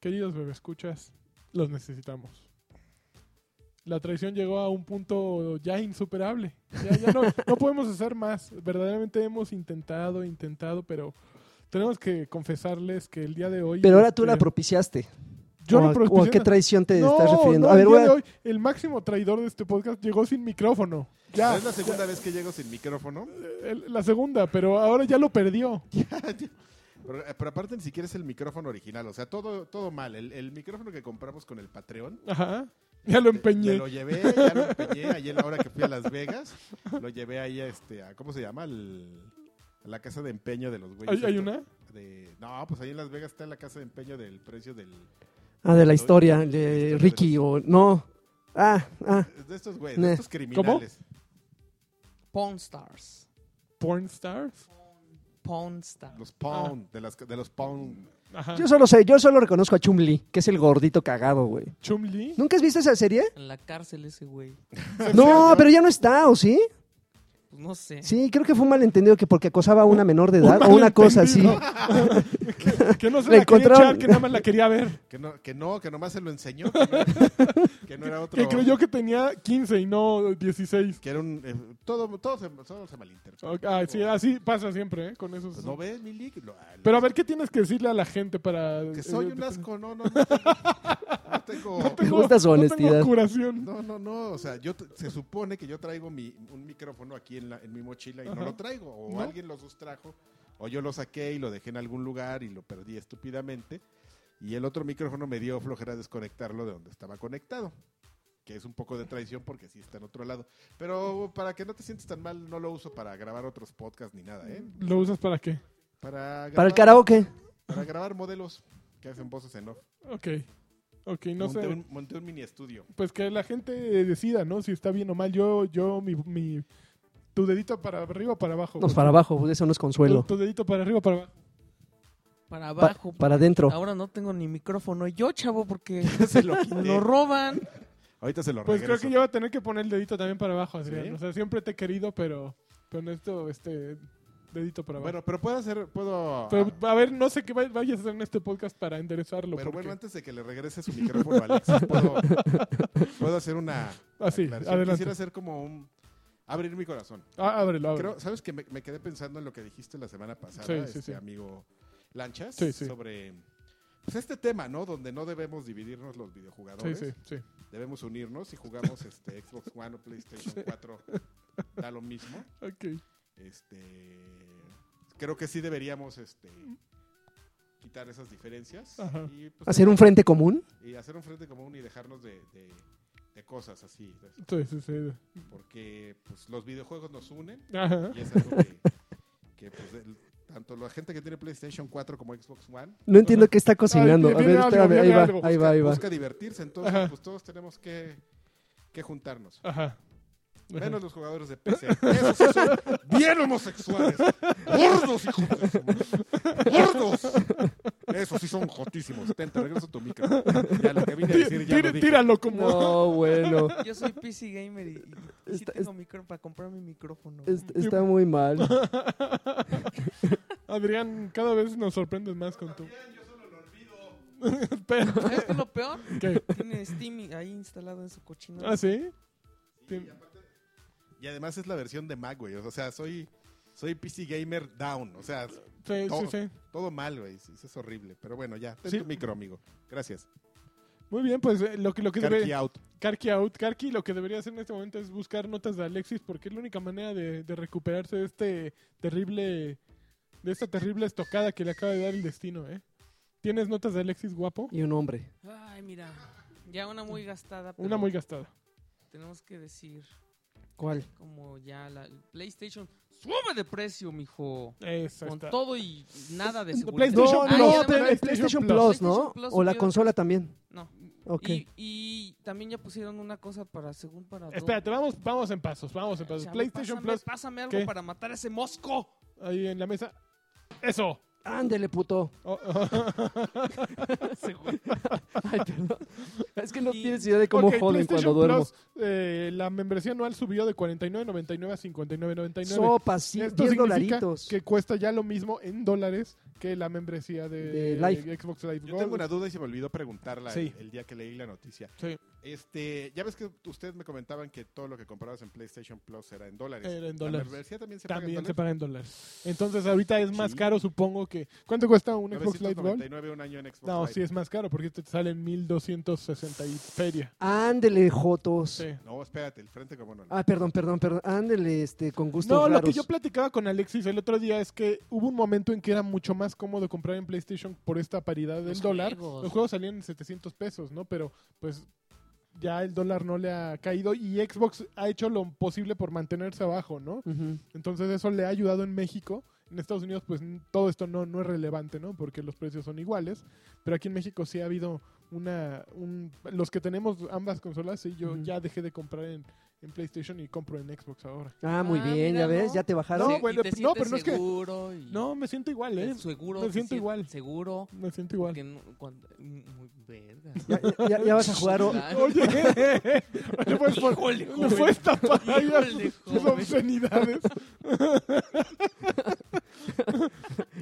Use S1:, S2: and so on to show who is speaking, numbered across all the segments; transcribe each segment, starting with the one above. S1: Queridos escuchas, los necesitamos. La traición llegó a un punto ya insuperable. Ya, ya no, no podemos hacer más. Verdaderamente hemos intentado, intentado, pero tenemos que confesarles que el día de hoy.
S2: Pero ahora tú
S1: este,
S2: la propiciaste.
S1: yo
S2: ¿O,
S1: no
S2: a-
S1: propicié
S2: o a qué
S1: nada.
S2: traición te
S1: No,
S2: estás refiriendo?
S1: no,
S2: a ver,
S1: el
S2: voy
S1: día
S2: a-
S1: de hoy, el máximo traidor de este podcast llegó sin micrófono. Ya.
S3: Es la segunda vez que llego sin micrófono.
S1: El- La segunda, pero ahora ya lo perdió.
S3: Pero, eh, pero aparte ni siquiera es el micrófono original. O sea, todo, todo mal. El, el micrófono que compramos con el Patreon.
S1: Ajá. Ya lo
S3: me- Me
S1: empeñé.
S3: lo llevé, ya lo empeñé. Ayer, la hora que fui a Las Vegas, lo llevé ahí a este, a, ¿cómo se llama? Al- a la casa de empeño de los güeyes.
S1: ¿Hay, hay
S3: estos
S1: una?
S3: de- no, pues ahí en Las Vegas está la casa de empeño del precio del,
S2: Ah, de la historia de
S3: historia de
S2: Ricky o no. Ah, ah.
S3: de estos güeyes,
S2: Ne.
S3: de estos criminales.
S4: Pawn Stars.
S1: Porn stars.
S4: Pawn Stars.
S1: Ah.
S3: Los Pound, de, las, de los Pound.
S1: Ajá.
S2: Yo solo sé, yo solo reconozco a Chum Lee, que es el gordito cagado, güey.
S1: Chum Li.
S2: ¿Nunca has visto esa serie?
S4: En la cárcel ese güey.
S2: No, pero ya no está, ¿o sí?
S4: Pues no sé.
S2: Sí, creo que fue un malentendido que porque acosaba a una menor de
S1: Un
S2: edad o una cosa así.
S1: malentendido. que, que no se
S2: Le
S1: la
S2: encontraron-
S1: quería echar, que nada más la quería ver.
S3: Que no, que no, que nomás se lo enseñó. Que no, que no era otro.
S1: Que creyó que tenía 15 y no 16.
S3: que era un. eh, todo, todo, se, todo se malinterpretó.
S1: Ok, ah, sí, así pasa siempre, ¿eh? Con esos.
S3: Pues, ¿No ves, Lili? No, ah,
S1: Pero a ver, ¿qué tienes que decirle a la gente para.
S3: Que soy
S1: eh,
S3: un asco, no, no, no. tengo- No tengo. No,
S2: Me gusta su
S1: no
S2: honestidad.
S1: tengo curación.
S3: no, no, O sea, yo t- se supone que yo traigo mi, un micrófono aquí en, la, en mi mochila y
S1: Ajá.
S3: no lo traigo. O
S1: ¿No?
S3: alguien lo sustrajo. O yo lo saqué y lo dejé en algún lugar y lo perdí estúpidamente. Y el otro micrófono me dio flojera desconectarlo de donde estaba conectado. Que es un poco de traición porque sí está en otro lado. Pero para que no te sientas tan mal, no lo uso para grabar otros podcasts ni nada, ¿eh?
S1: ¿Lo usas para qué?
S3: Para,
S2: Para el
S3: grabar-
S2: karaoke.
S3: Para grabar modelos que hacen voces en off.
S1: Ok. Ok, no
S3: monté,
S1: sé.
S3: un, monté un mini estudio.
S1: Pues que la gente decida, ¿no? Si está bien o mal. Yo, yo, mi. mi tu dedito para arriba o para abajo.
S2: No,
S1: güey.
S2: para abajo, pues, eso no es
S1: tu,
S2: consuelo.
S1: tu dedito para arriba o para abajo.
S4: Para
S2: Pa-
S4: abajo.
S2: para adentro.
S4: Ahora no tengo ni micrófono yo, chavo, porque
S3: se lo
S4: me
S3: quité.
S4: lo roban.
S3: Ahorita se lo
S1: Pues creo
S3: regreso.
S1: que yo voy a tener que poner el dedito también para abajo, Adrián.
S3: ¿Sí?
S1: O sea, siempre te he querido, pero con esto, este dedito para abajo.
S3: Bueno, pero puedo hacer, puedo... ah,
S1: Pero, a ver, no sé qué vay- vayas a hacer en este podcast para enderezarlo.
S3: pero
S1: porque-
S3: bueno, antes de que le regrese su micrófono a Alexis, puedo, puedo hacer una...
S1: Ah, sí,
S3: aclaración.
S1: adelante.
S3: Quisiera hacer como un... Abrir mi corazón.
S1: Ah, ábrelo, ábrelo.
S3: Creo, ¿Sabes que me, me quedé pensando en lo que dijiste la semana pasada,
S1: Sí, sí,
S3: este
S1: sí.
S3: amigo Lanchas?
S1: Sí, sí.
S3: Sobre pues, este tema, ¿no? Donde no debemos dividirnos los
S1: Sí,
S3: videojugadores.
S1: sí, sí.
S3: Debemos unirnos y jugamos este Xbox One o PlayStation 4. Da lo mismo.
S1: Ok.
S3: Este, creo que sí deberíamos este, quitar esas diferencias
S1: Ajá.
S3: y, pues,
S2: Hacer un frente común.
S3: y hacer un frente común y dejarnos de, de- de cosas así. de-
S1: Sí, sí, sí.
S3: Porque pues, los videojuegos nos unen
S1: Ajá.
S3: y es algo que, que, pues, el- tanto la gente que tiene PlayStation 4 como Xbox One
S2: No entiendo qué está cocinando.
S1: Ay,
S2: A
S1: viene
S2: ver,
S1: algo,
S2: espérame, ahí
S1: viene
S2: va,
S1: algo.
S2: ahí va, ahí va.
S3: busca divertirse. Entonces,
S1: Ajá.
S3: pues todos tenemos que, que juntarnos.
S1: Ajá. Ajá.
S3: Menos los jugadores de PC. Esos sí son bien homosexuales. ¡Gordos, hijos de su madre. ¡Gordos! Esos sí son jotísimos. Ten, te regreso tu micro. Ya lo que vine a
S1: Tí-
S3: decir ya
S1: tí-
S3: lo dije.
S1: tíralo como.
S2: No, bueno.
S4: Yo soy PC gamer y, y- y sí
S2: Está-
S4: tengo micro para comprar mi micrófono.
S2: Es- Está muy mal.
S1: Adrián, cada vez nos sorprendes más con tu. Espera,
S4: ¿Sabes qué es lo peor?
S1: ¿qué?
S4: Tiene Steam ahí instalado en su cochino.
S1: ¿Ah, sí?
S3: Y aparte- Y además es la versión de Mac, güey. O sea, soy, soy PC Gamer Down. O sea,
S1: Sí, sí,
S3: No.
S1: sí.
S3: todo mal, güey. Sí, eso es horrible. Pero bueno, ya. Ten
S1: Sí.
S3: tu micro, amigo. Gracias.
S1: Muy bien, pues eh, lo que, lo que
S3: Carqui
S1: debe.
S3: out.
S1: Karki out. Karki lo que debería hacer en este momento es buscar notas de Alexis porque es la única manera de, de recuperarse de este terrible. de esta terrible estocada que le acaba de dar el destino, ¿eh? ¿Tienes notas de Alexis guapo?
S2: Y un hombre.
S4: Ay, mira. Ya una muy gastada.
S1: Una
S4: pero
S1: muy gastada.
S4: Tenemos que decir,
S2: ¿Cuál?
S4: como ya la el PlayStation sube de precio, mijo.
S1: Esa
S4: Con
S1: está.
S4: todo y nada de
S1: No,
S4: seguridad. Ah,
S2: No,
S1: PlayStation
S4: Ay,
S2: no,
S1: Plus,
S4: además-
S2: pero el
S1: PlayStation
S2: PlayStation
S1: Plus.
S2: Plus, ¿no?
S4: PlayStation Plus
S2: O la
S4: subió-
S2: consola también.
S4: No.
S2: Ok.
S4: Y, y también ya pusieron una cosa para, según para... dos-
S1: Espérate, vamos, vamos en pasos, vamos en pasos.
S4: Chavo,
S1: PlayStation
S4: pásame-
S1: Plus
S4: Pásame algo
S1: ¿Qué?
S4: para matar a ese mosco.
S1: ahí en la mesa. ¡Eso!
S2: Ándele, puto.
S1: Oh, oh.
S4: Ese güey.
S2: Ay, perdón. Es que no
S4: Y-
S2: tienes idea de cómo
S1: Ok,
S2: joden cuando
S1: PlayStation
S2: duermo.
S1: Plus, eh, la membresía anual subió de 49.99 a 59.99.
S2: Sopas, sí,
S1: Esto
S2: 10
S1: significa
S2: dolaritos.
S1: que cuesta ya lo mismo en dólares que la membresía de,
S2: De Live.
S1: Xbox Live
S3: Yo
S1: Gold.
S3: tengo una duda y se me olvidó preguntarla
S1: Sí.
S3: el, el día que leí la noticia.
S1: Sí,
S3: Este, ya ves que ustedes me comentaban que todo lo que comprabas en PlayStation Plus era en dólares.
S1: Era en
S3: Pues, ¿La
S1: dólares.
S3: membresía también se paga
S1: también
S3: en
S1: se
S3: dólares?
S1: paga en dólares. Entonces ahorita es más
S3: Sí.
S1: caro, supongo que... ¿Cuánto cuesta un Xbox Live Gold?
S3: 999 un año en Xbox
S1: No,
S3: Live.
S1: sí es más caro porque te salen 1260 y feria.
S2: Ándele, Jotos.
S1: Sí.
S3: No, espérate, el frente como no.
S2: Ah, perdón, perdón, perdón. Ándele, este, con gustos
S1: No, lo
S2: raros.
S1: que yo platicaba con Alexis el otro día es que hubo un momento en que era mucho más cómodo comprar en PlayStation por esta paridad del
S4: Los
S1: dólar.
S4: juegos.
S1: Los juegos salían en 700 pesos, ¿no? Pero pues ya el dólar no le ha caído y Xbox ha hecho lo posible por mantenerse abajo, ¿no?
S2: Ujú.
S1: Entonces eso le ha ayudado en México. En Estados Unidos pues n- todo esto no, no es relevante, ¿no? Porque los precios son iguales. Pero aquí en México sí ha habido una... un- los que tenemos ambas consolas, sí, yo
S2: Ujú.
S1: ya dejé de comprar en, en PlayStation y compro en Xbox ahora.
S2: Ah, muy
S4: Ah,
S2: bien,
S4: mira,
S2: ya ves,
S4: no.
S2: ya te bajaron.
S1: No,
S4: Sí, y
S1: bueno,
S4: te
S1: no,
S4: sientes
S1: pero no es que-
S4: seguro y-
S1: No, me siento igual, ¿eh?
S4: Seguro,
S1: me siento
S4: te sientes
S1: igual.
S4: Seguro.
S1: Me siento igual.
S4: que no- cuando- muy verga.
S2: Ya, ya- ya vas a jugar. o-
S4: Ay,
S1: Oye, le puedes poner-
S4: Híjole,
S1: le
S4: joven.
S1: puedes tapar ahí a
S4: Híjole,
S1: sus- sus
S4: joven.
S1: obscenidades.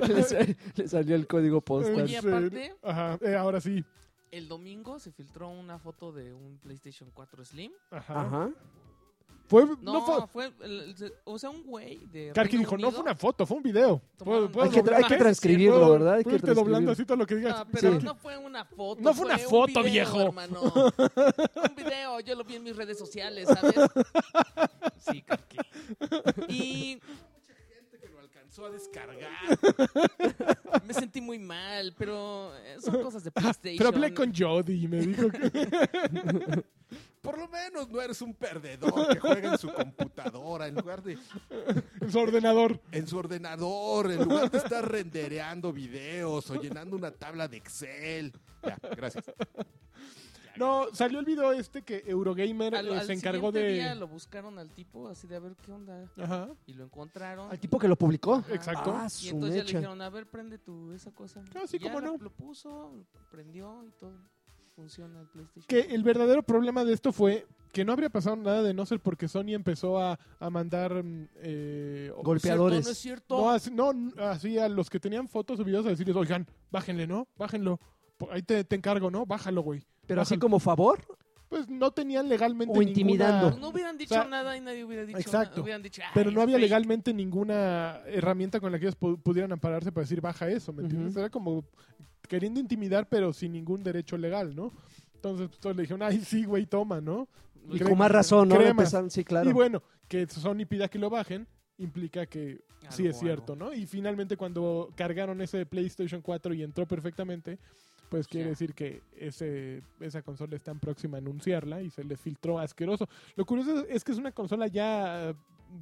S2: le, sa- le salió el código postal.
S4: Oye, aparte-
S1: Ajá, eh, ahora sí.
S4: El domingo se filtró una foto de un PlayStation 4 Slim.
S1: Ajá.
S2: Ajá.
S1: Fue,
S4: No,
S1: no fue,
S4: fue. el- el- se- o sea, un güey de.
S1: Karki
S4: Reino
S1: dijo, no
S4: Unido.
S1: fue una foto, fue un video.
S4: Tomaron-
S1: Puedo- puedo
S2: Hay que, tra- hay que
S1: doblar-
S2: transcribirlo,
S1: puedo-
S2: ¿verdad? Hay
S1: puedo
S2: que
S1: irte doblando
S2: transcribirlo.
S1: así todo lo que digas.
S4: Ah, pero
S2: Sí.
S4: no fue una foto.
S1: No fue una
S4: un
S1: foto,
S4: video,
S1: viejo.
S4: hermano. Un video, yo lo vi en mis redes sociales, ¿sabes? Sí, Karki. Y
S3: que lo alcanzó a descargar.
S4: me sentí muy mal, pero eh, son cosas de PlayStation.
S1: Pero hablé con Jody y me dijo que...
S3: Por lo menos no eres un perdedor que juega en su computadora en lugar de
S1: en su ordenador.
S3: en su ordenador, en lugar de estar rendereando videos o llenando una tabla de Excel. Ya, gracias.
S1: No, salió el video este que Eurogamer
S4: Al-
S1: eh,
S4: al
S1: se encargó
S4: siguiente
S1: de...
S4: día lo buscaron al tipo, así de a ver qué onda.
S1: Ajá,
S4: Y lo encontraron.
S2: Al tipo que lo publicó.
S4: Ajá.
S1: exacto.
S2: Ah,
S4: Y
S2: su
S4: entonces ya le
S2: mecha.
S4: dijeron, a ver, prende tu esa cosa.
S1: Ah, sí,
S4: Y ya
S1: cómo
S4: lo-
S1: no.
S4: Lo puso, prendió y todo. Funciona el PlayStation.
S1: que el verdadero problema de esto fue que no habría pasado nada de no ser porque Sony empezó a, a mandar mm, eh, o-
S2: Golpeadores.
S4: No es cierto.
S1: No, así, no, así a los que tenían fotos o videos a decirles, oigan, bájenle, ¿no? Bájenlo. Por- Ahí te, te encargo, ¿no? Bájalo, güey.
S2: Pero así
S1: Bájalo.
S2: como favor.
S1: Pues no tenían legalmente
S2: O intimidando.
S1: ninguna-
S4: no hubieran dicho
S1: O sea,
S4: nada y nadie hubiera dicho
S1: exacto.
S4: nada. Hubieran dicho, "Ah, "Ay,
S1: Pero no había
S4: fake".
S1: legalmente ninguna herramienta con la que ellos pu- pudieran ampararse para decir baja eso, ¿me entiendes?
S2: Ujú.
S1: Era como queriendo intimidar, pero sin ningún derecho legal, ¿no? Entonces pues, todos le dijeron, ay, sí, güey, toma, ¿no?
S4: Lo
S2: Y
S1: Crema.
S2: con más razón, ¿no?
S1: Crema.
S2: Empezaron- sí, claro.
S1: Y bueno, que Sony pida que lo bajen implica que
S4: hicieron.
S1: Sí, es
S4: Algo,
S1: cierto, ¿no? Y finalmente cuando cargaron ese PlayStation 4 y entró perfectamente, pues quiere
S4: Ya.
S1: decir que ese, esa consola es tan próxima a anunciarla y se le filtró asqueroso. Lo curioso es que es una consola ya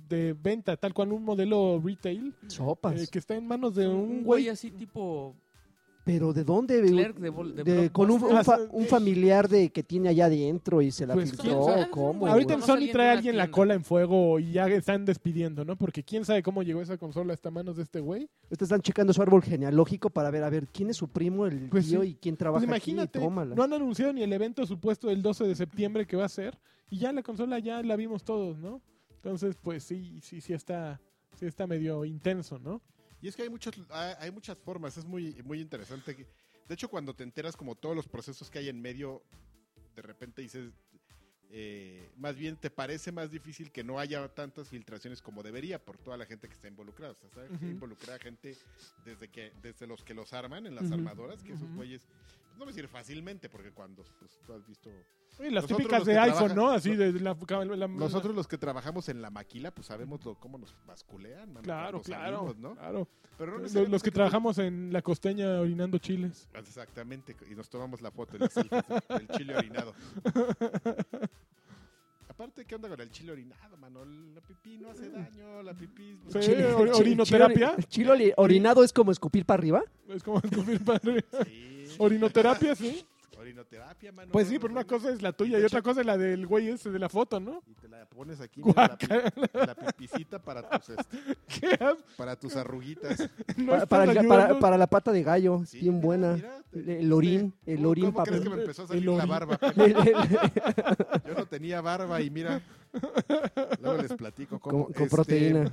S1: de venta, tal cual un modelo retail,
S2: Sopas.
S1: eh, que está en manos de
S4: algo.
S1: un güey.
S4: así tipo
S2: Pero ¿de dónde?
S4: Clerk de, Vol- de
S2: De- con un,
S4: Blockbuster.
S2: un fa- un familiar de que tiene allá adentro y se la
S1: Pues,
S2: filtró.
S1: ¿quién
S4: sabe?
S2: ¿Cómo,
S4: Pues,
S1: Ahorita
S2: güey?
S1: en
S4: no
S1: Sony
S4: salía
S1: trae
S4: de
S1: a
S4: una
S1: alguien la
S4: tienda.
S1: cola en fuego y ya están despidiendo, ¿no? Porque quién sabe cómo llegó esa consola hasta manos de este güey.
S2: Ahorita están checando su árbol genealógico para ver, a ver, quién es su primo, el
S1: Pues
S2: tío
S1: sí.
S2: y quién
S1: Pues
S2: trabaja
S1: imagínate,
S2: aquí. Tómala.
S1: no han anunciado ni el evento supuesto del 12 de septiembre que va a ser y ya la consola ya la vimos todos, ¿no? Entonces, pues sí, sí, sí está, sí está medio intenso, ¿no?
S3: Y es que hay muchos hay, hay muchas formas, es muy muy interesante. que- De hecho, cuando te enteras como todos los procesos que hay en medio, de repente dices eh, más bien te parece más difícil que no haya tantas filtraciones como debería por toda la gente que está involucrada. O sea, ¿sabes?
S1: Ujú.
S3: involucrar a gente desde que desde los que los arman en las
S2: Ujú.
S3: armadoras, que esos
S1: Ujú.
S3: güeyes pues, no voy a decir fácilmente, porque cuando pues, tú has visto
S1: Y las
S3: Nosotros
S1: típicas
S3: los
S1: de
S3: que
S1: iPhone,
S3: trabajan-
S1: ¿no? Así de la, la- la-
S3: nosotros los que trabajamos en la maquila, pues sabemos lo- cómo nos basculean, mano,
S1: claro,
S3: cuando
S1: claro,
S3: salimos, ¿no?
S1: claro.
S3: Pero no
S1: Los,
S3: necesariamente
S1: los que
S3: te-
S1: trabajamos en la costeña orinando chiles.
S3: Exactamente, y nos tomamos la foto del el chile orinado. Aparte, ¿qué onda con el chile orinado, mano? La pipí no hace daño, la pipí...
S1: Sí,
S3: Sí,
S1: o- eh, orinoterapia.
S2: Chilo, ori- orinado es como escupir para arriba.
S1: Es como escupir padre.
S3: sí.
S1: Orinoterapia, sí.
S3: espinoterapia, mano.
S1: Pues
S3: No,
S1: sí,
S3: no,
S1: pero
S3: no,
S1: una
S3: no.
S1: cosa es la tuya y
S3: De
S1: otra cosa es la del güey ese de la foto, ¿no?
S3: Y te la pones aquí, mira, la, pi-
S1: Guácala.
S3: la pipicita para tus, este,
S1: ¿Qué haces?
S3: para tus arruguitas.
S1: No
S2: para,
S1: estás
S2: para el- para-
S1: ayudando.
S2: para la pata de gallo, es
S3: Sí,
S2: bien
S3: mira,
S2: buena.
S3: mira, te-
S2: El orín, el
S3: ¿Cómo-
S2: orín,
S3: ¿Cómo crees que
S2: papel.
S3: me empezó a
S1: El
S3: salir la
S1: orín.
S3: barba?
S2: El- el-
S3: Yo no tenía barba y mira, luego les platico
S2: con,
S3: cómo.
S2: con
S3: este,
S2: proteína.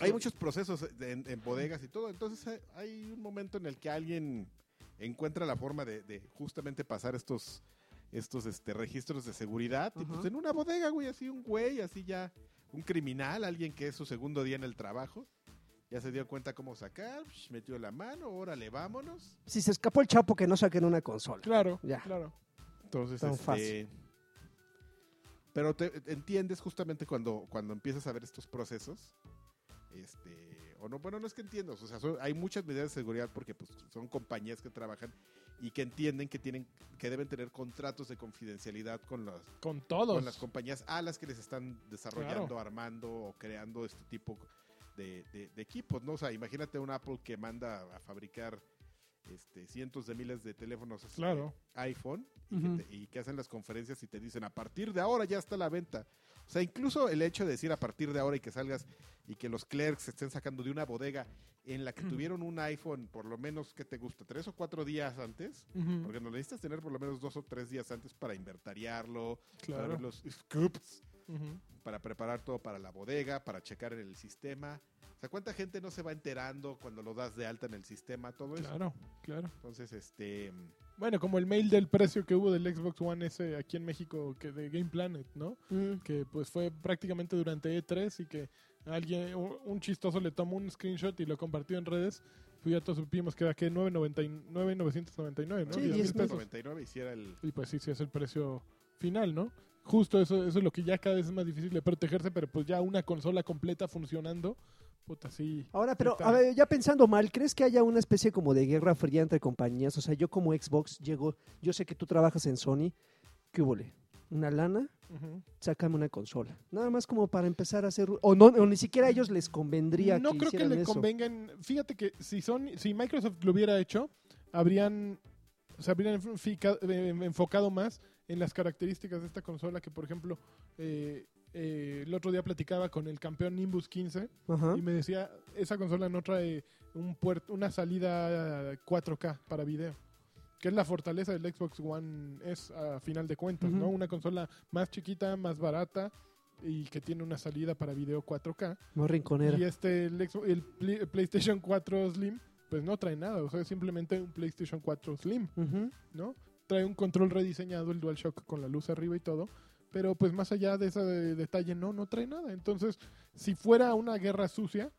S3: Hay muchos procesos en, en bodegas y todo, entonces hay- hay un momento en el que alguien encuentra la forma de, de justamente pasar estos estos este, registros de seguridad. Y,
S2: Ajá.
S3: pues, en una bodega, güey, así un güey, así ya un criminal, alguien que es su segundo día en el trabajo, ya se dio cuenta cómo sacar, psh, metió la mano, órale, vámonos.
S2: Si se escapó el chapo, que no saquen una consola.
S1: Claro,
S2: Ya.
S1: claro.
S3: Entonces,
S2: Tan
S3: este,
S2: fácil.
S3: Pero te entiendes justamente cuando, cuando empiezas a ver estos procesos. Este, o no, bueno, no es que entiendas, o sea, son- hay muchas medidas de seguridad porque pues, son compañías que trabajan y que entienden que tienen, que deben tener contratos de confidencialidad con las,
S1: Con todos.
S3: con las compañías a las que les están desarrollando,
S1: Claro.
S3: armando o creando este tipo de, de- de equipos, ¿no? O sea, imagínate un Apple que manda a fabricar este, cientos de miles de teléfonos este,
S1: Claro.
S3: iPhone y,
S2: Ujú.
S3: que te- y que hacen las conferencias y te dicen a partir de ahora ya está a la venta. O sea, incluso el hecho de decir a partir de ahora y que salgas y que los clerks se estén sacando de una bodega en la que tuvieron un iPhone por lo menos, ¿qué te gusta? ¿Tres o cuatro días antes?
S1: Ujú,
S3: Porque nos necesitas tener por lo menos dos o tres días antes para inventariarlo, para ver
S1: Claro.
S3: los scoops,
S1: Ujú.
S3: para preparar todo para la bodega, para checar en el sistema. O sea, ¿cuánta gente no se va enterando cuando lo das de alta en el sistema? Todo eso.
S1: Claro, claro.
S3: Entonces, este...
S1: Bueno, como el mail del precio que hubo del Xbox One S aquí en México, que de Game Planet, ¿no? Que pues fue prácticamente durante E3 y que alguien, un un chistoso le tomó un screenshot y lo compartió en redes. Pues ya todos supimos que era que 9.99, ¿no?
S2: Sí,
S1: 10
S2: 10
S1: mil pesos.
S3: 99 hiciera el...
S1: Y pues sí, sí es el precio final, ¿no? Justo eso, eso es lo que ya cada vez es más difícil de protegerse, pero pues ya una consola completa funcionando, puta, sí.
S2: Ahora, pero
S1: Está.
S2: a ver, ya pensando mal, ¿crees que haya una especie como de guerra fría entre compañías? O sea, yo como Xbox llego, yo sé que tú trabajas en Sony, ¿qué hubole? ¿Una lana?
S1: Ujú.
S2: Sácame una consola. Nada más como para empezar a hacer... O, no, o ni siquiera a ellos les convendría
S1: No
S2: que
S1: creo que
S2: hicieran
S1: le
S2: eso.
S1: convengan. Fíjate que si Sony, si Microsoft lo hubiera hecho, habrían se habrían enfica- eh, enfocado más en las características de esta consola que, por ejemplo, eh, eh, el otro día platicaba con el campeón Nimbus 15
S2: Ajá.
S1: y me decía, esa consola no trae un puerto, una salida 4K para video. Que es la fortaleza del Xbox One S a final de cuentas,
S2: Ujú.
S1: ¿no? Una consola más chiquita, más barata y que tiene una salida para video 4K.
S2: No rinconera.
S1: Y este, el, Xbox- el Pli- el PlayStation 4 Slim, pues no trae nada. O sea, es simplemente un PlayStation 4 Slim,
S2: Ujú.
S1: ¿no? Trae un control rediseñado, el DualShock con la luz arriba y todo. Pero pues más allá de ese de- detalle, no, no trae nada. Entonces, si fuera una guerra sucia,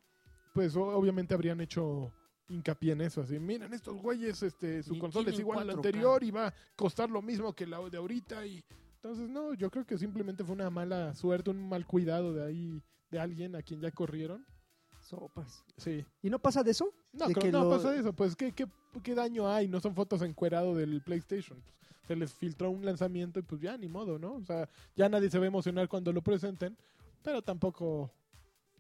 S1: pues o- obviamente habrían hecho hincapié en eso. Así, miren, estos güeyes, este, su
S4: Y
S1: consola es
S4: tienen
S1: igual a la
S4: 4K.
S1: anterior y va a costar lo mismo que la de ahorita. y Entonces, no, yo creo que simplemente fue una mala suerte, un mal cuidado de ahí, de alguien a quien ya corrieron.
S2: Sopas.
S1: Sí.
S2: ¿Y no pasa de eso?
S1: No,
S2: De
S1: creo-
S2: que
S1: no
S2: lo-
S1: pasa eso. Pues, ¿qué, qué, qué daño hay? No son fotos encuerado del PlayStation. Pues, se les filtró un lanzamiento y pues ya, ni modo, ¿no? O sea, ya nadie se va a emocionar cuando lo presenten, pero tampoco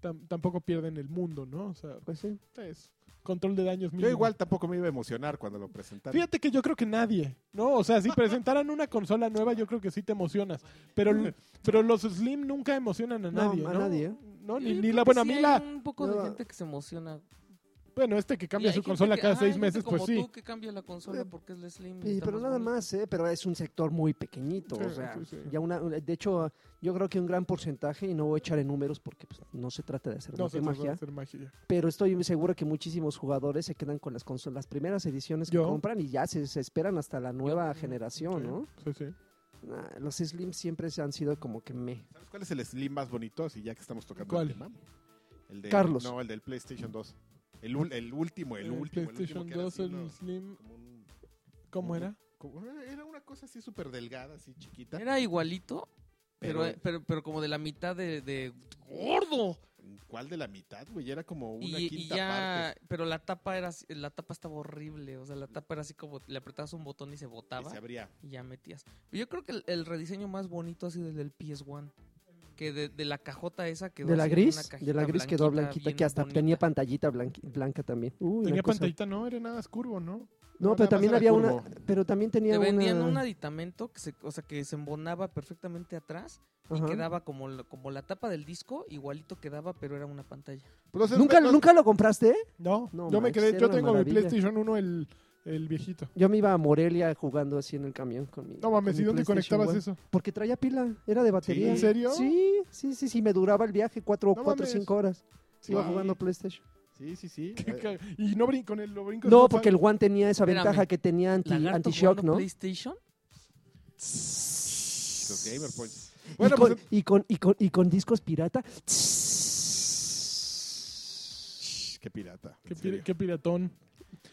S1: tam- tampoco pierden el mundo, ¿no? O sea,
S2: Pues sí.
S1: es control de daños mínimo.
S3: Yo igual tampoco me iba a emocionar cuando lo presentaron.
S1: Mm. Fíjate que yo creo que nadie, ¿no? O sea, si presentaran una consola nueva, yo creo que sí te emocionas. Pero, pero los Slim nunca emocionan a
S2: No,
S1: nadie, ¿no?
S2: a nadie, ¿eh?
S1: No, ni,
S4: Yo
S1: ni
S4: creo
S1: la...
S4: que
S1: Bueno, a
S4: sí
S1: mí
S4: hay
S1: la...
S4: un poco de
S2: No.
S4: gente que se emociona.
S1: Bueno, este que
S4: Y
S1: cambia
S4: hay
S1: su
S4: gente
S1: consola
S4: que-
S1: cada
S4: ajá,
S1: seis
S4: hay
S1: meses,
S4: gente
S1: pues
S4: como
S1: sí.
S4: tú que cambia la consola
S2: Eh,
S4: porque es la Slim. y
S2: Sí,
S4: está
S2: pero nada
S4: bonita.
S2: más, ¿eh? pero es un sector muy pequeñito.
S1: Sí,
S2: o sea,
S1: sí, sí.
S2: ya una, de hecho, yo creo que un gran porcentaje, y no voy a echar en números porque pues, no se trata de hacer
S1: No
S2: más de
S1: se trata de
S2: magia,
S1: hacer magia.
S2: pero estoy seguro que muchísimos jugadores se quedan con las consolas, las primeras ediciones que
S1: Yo.
S2: compran y ya se, se esperan hasta la nueva generación, ¿no?
S1: Sí, sí.
S2: Nah, los Slim siempre se han sido como que me.
S3: ¿Sabes cuál es el Slim más bonito? Así ya que estamos tocando
S1: ¿Cuál?
S3: el tema. El de,
S2: Carlos.
S3: No, el del PlayStation 2. El, ul- el último, el,
S1: El
S3: último.
S1: PlayStation
S3: el último que era
S1: 2,
S3: así,
S1: el
S3: ¿no?
S1: Slim,
S3: Como un-
S1: ¿cómo era?
S3: como- eh, era una cosa así súper delgada, así chiquita.
S4: Era igualito, pero,
S3: Pero-
S4: pero, pero como de la mitad de, de gordo.
S3: ¿Cuál de la mitad, güey? Era como una
S4: Y, y
S3: quinta
S4: ya,
S3: parte.
S4: pero la tapa era así- la tapa estaba horrible, o sea, la tapa era así como le apretabas un botón y se
S3: que
S4: botaba
S3: se abría.
S4: y ya metías. Yo creo que el, el rediseño más bonito ha sido el del PS1, que de, de la cajota esa quedó
S2: De la
S4: así en una
S2: gris, de
S4: cajita
S2: la gris quedó blanquita,
S4: bien
S2: que hasta
S4: bonita.
S2: tenía pantallita blanqui- blanca también. Uy, una
S1: Tenía
S2: cosa-
S1: pantallita, no, era nada más curvo, ¿no?
S2: No,
S3: No, nada
S2: pero
S3: más
S2: también
S3: era
S2: había una.
S3: curvo.
S2: Pero también tenía
S4: Te vendían un
S2: una.
S4: aditamento que se, o sea, que se embonaba perfectamente atrás y
S2: Ajá.
S4: quedaba como, la- como la tapa del disco, igualito quedaba, pero era una pantalla.
S3: Pues, entonces,
S2: ¿Nunca,
S3: no-
S2: ¿Nunca lo compraste?
S1: No,
S2: No
S1: yo me
S2: manches,
S1: quedé,
S2: era
S1: yo
S2: una
S1: tengo mi
S2: maravilla.
S1: PlayStation 1 el, el viejito.
S2: Yo me iba a Morelia jugando así en el camión con mi.
S1: No mames,
S2: con
S1: ¿y
S2: mi
S1: dónde
S2: PlayStation
S1: conectabas
S2: One.
S1: eso?
S2: Porque traía pila, era de batería.
S3: ¿En
S1: serio?
S2: Sí, sí, sí, sí, me duraba el viaje cuatro,
S1: No
S2: cuatro,
S1: mames.
S2: cinco horas.
S3: Sí,
S2: Iba jugando PlayStation.
S3: sí, sí, sí.
S1: Qué
S3: Eh,
S1: ca- Y no brinco, con el, lo brinco.
S2: No, porque el One tenía esa
S4: Espérame.
S2: ventaja que tenía anti-
S4: ¿Lagarto
S2: anti-shock,
S4: jugando
S2: ¿no?
S4: PlayStation?
S3: los gamer points.
S2: Bueno, eh,
S3: Bueno,
S2: y, con,
S3: pues
S2: y, con, y, con, y con discos pirata.
S3: Qué pirata.
S1: Qué,
S3: en
S1: pir-
S3: serio.
S1: qué piratón.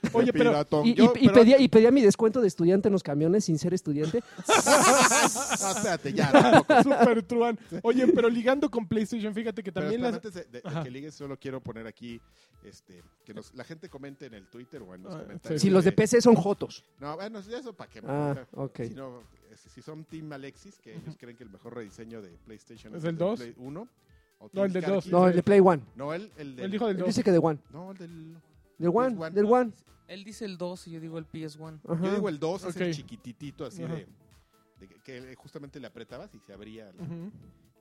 S3: Qué
S1: Oye, pero-
S3: piratón.
S2: Y, y-
S3: Yo,
S2: y
S3: pero-
S2: pedía, y pedía mi descuento de estudiante en los camiones sin ser estudiante.
S3: No, espérate, ya. tampoco.
S1: Super truán. Oye, pero ligando con PlayStation, fíjate que
S3: Pero
S1: también
S3: espera,
S1: las...
S3: antes de, de- de
S1: Ajá.
S3: que ligues, solo quiero poner aquí este, que los- la gente comente en el Twitter o en los
S1: Ah,
S3: comentarios.
S1: sí.
S2: si los de PC son jotos.
S3: No, bueno, eso para que
S2: Ah, ok.
S3: si, no, eh, si son Team Alexis, que ellos creen que el mejor rediseño de PlayStation
S1: ¿Es
S3: del
S1: el dos?
S3: Play 1. o
S1: No, el
S3: Team
S1: del dos.
S3: Karki.
S2: No, el de Play One.
S3: No, el, el del.
S1: El hijo del
S2: Yo
S1: dos.
S2: dice que de One.
S3: No, el del.
S2: Del
S3: One.
S2: One, del One.
S4: Él dice el 2 y yo digo el PS1.
S2: Ajá.
S3: Yo digo el 2, es
S1: Ok.
S3: el chiquititito así
S1: Ajá.
S3: de. de que- que justamente le apretabas y se abría la,
S1: Ujú.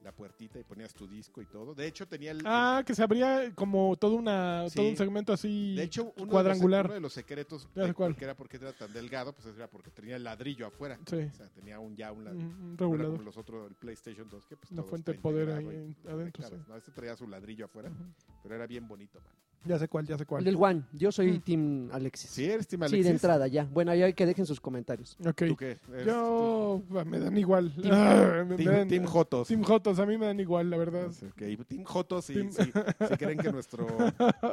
S3: la puertita y ponías tu disco y todo. De hecho, tenía el.
S1: Ah, que se abría como todo, una, todo
S3: Sí.
S1: un segmento así.
S3: De hecho, uno,
S1: cuadrangular.
S3: De, los, sec- uno de los secretos
S1: Ya sé
S3: de
S1: cuál.
S3: por qué era porque era tan delgado, pues era porque tenía el ladrillo afuera.
S1: Sí.
S3: O sea, tenía un ya un
S1: un,
S3: ladrillo.
S1: un
S3: No era como
S1: regulador.
S3: los otros, el PlayStation 2, que pues
S1: Una
S3: todo
S1: fuente
S3: está
S1: de poder
S3: integrado
S1: ahí
S3: y
S1: en-
S3: lo
S1: adentro,
S3: conectabas,
S1: sí.
S3: ¿no? Este traía su ladrillo afuera,
S1: Ujú.
S3: pero era bien bonito, man.
S1: Ya sé cuál, ya sé
S2: El
S1: cuál.
S2: del One. Yo soy
S1: Mm.
S2: Team Alexis.
S3: Sí, eres Team
S2: Sí,
S3: Alexis.
S2: de entrada ya. Bueno, ya que dejen sus comentarios.
S1: Ok.
S3: ¿Tú qué? Eres
S1: Yo bah, me dan igual.
S2: Team-
S1: Ah, me- me
S3: Team, team,
S1: dan-
S3: team Jotos. Ah,
S1: Team Jotos, a mí me dan igual, la verdad.
S3: Ok, Team Jotos, si,
S1: Team-
S3: si, si creen que nuestro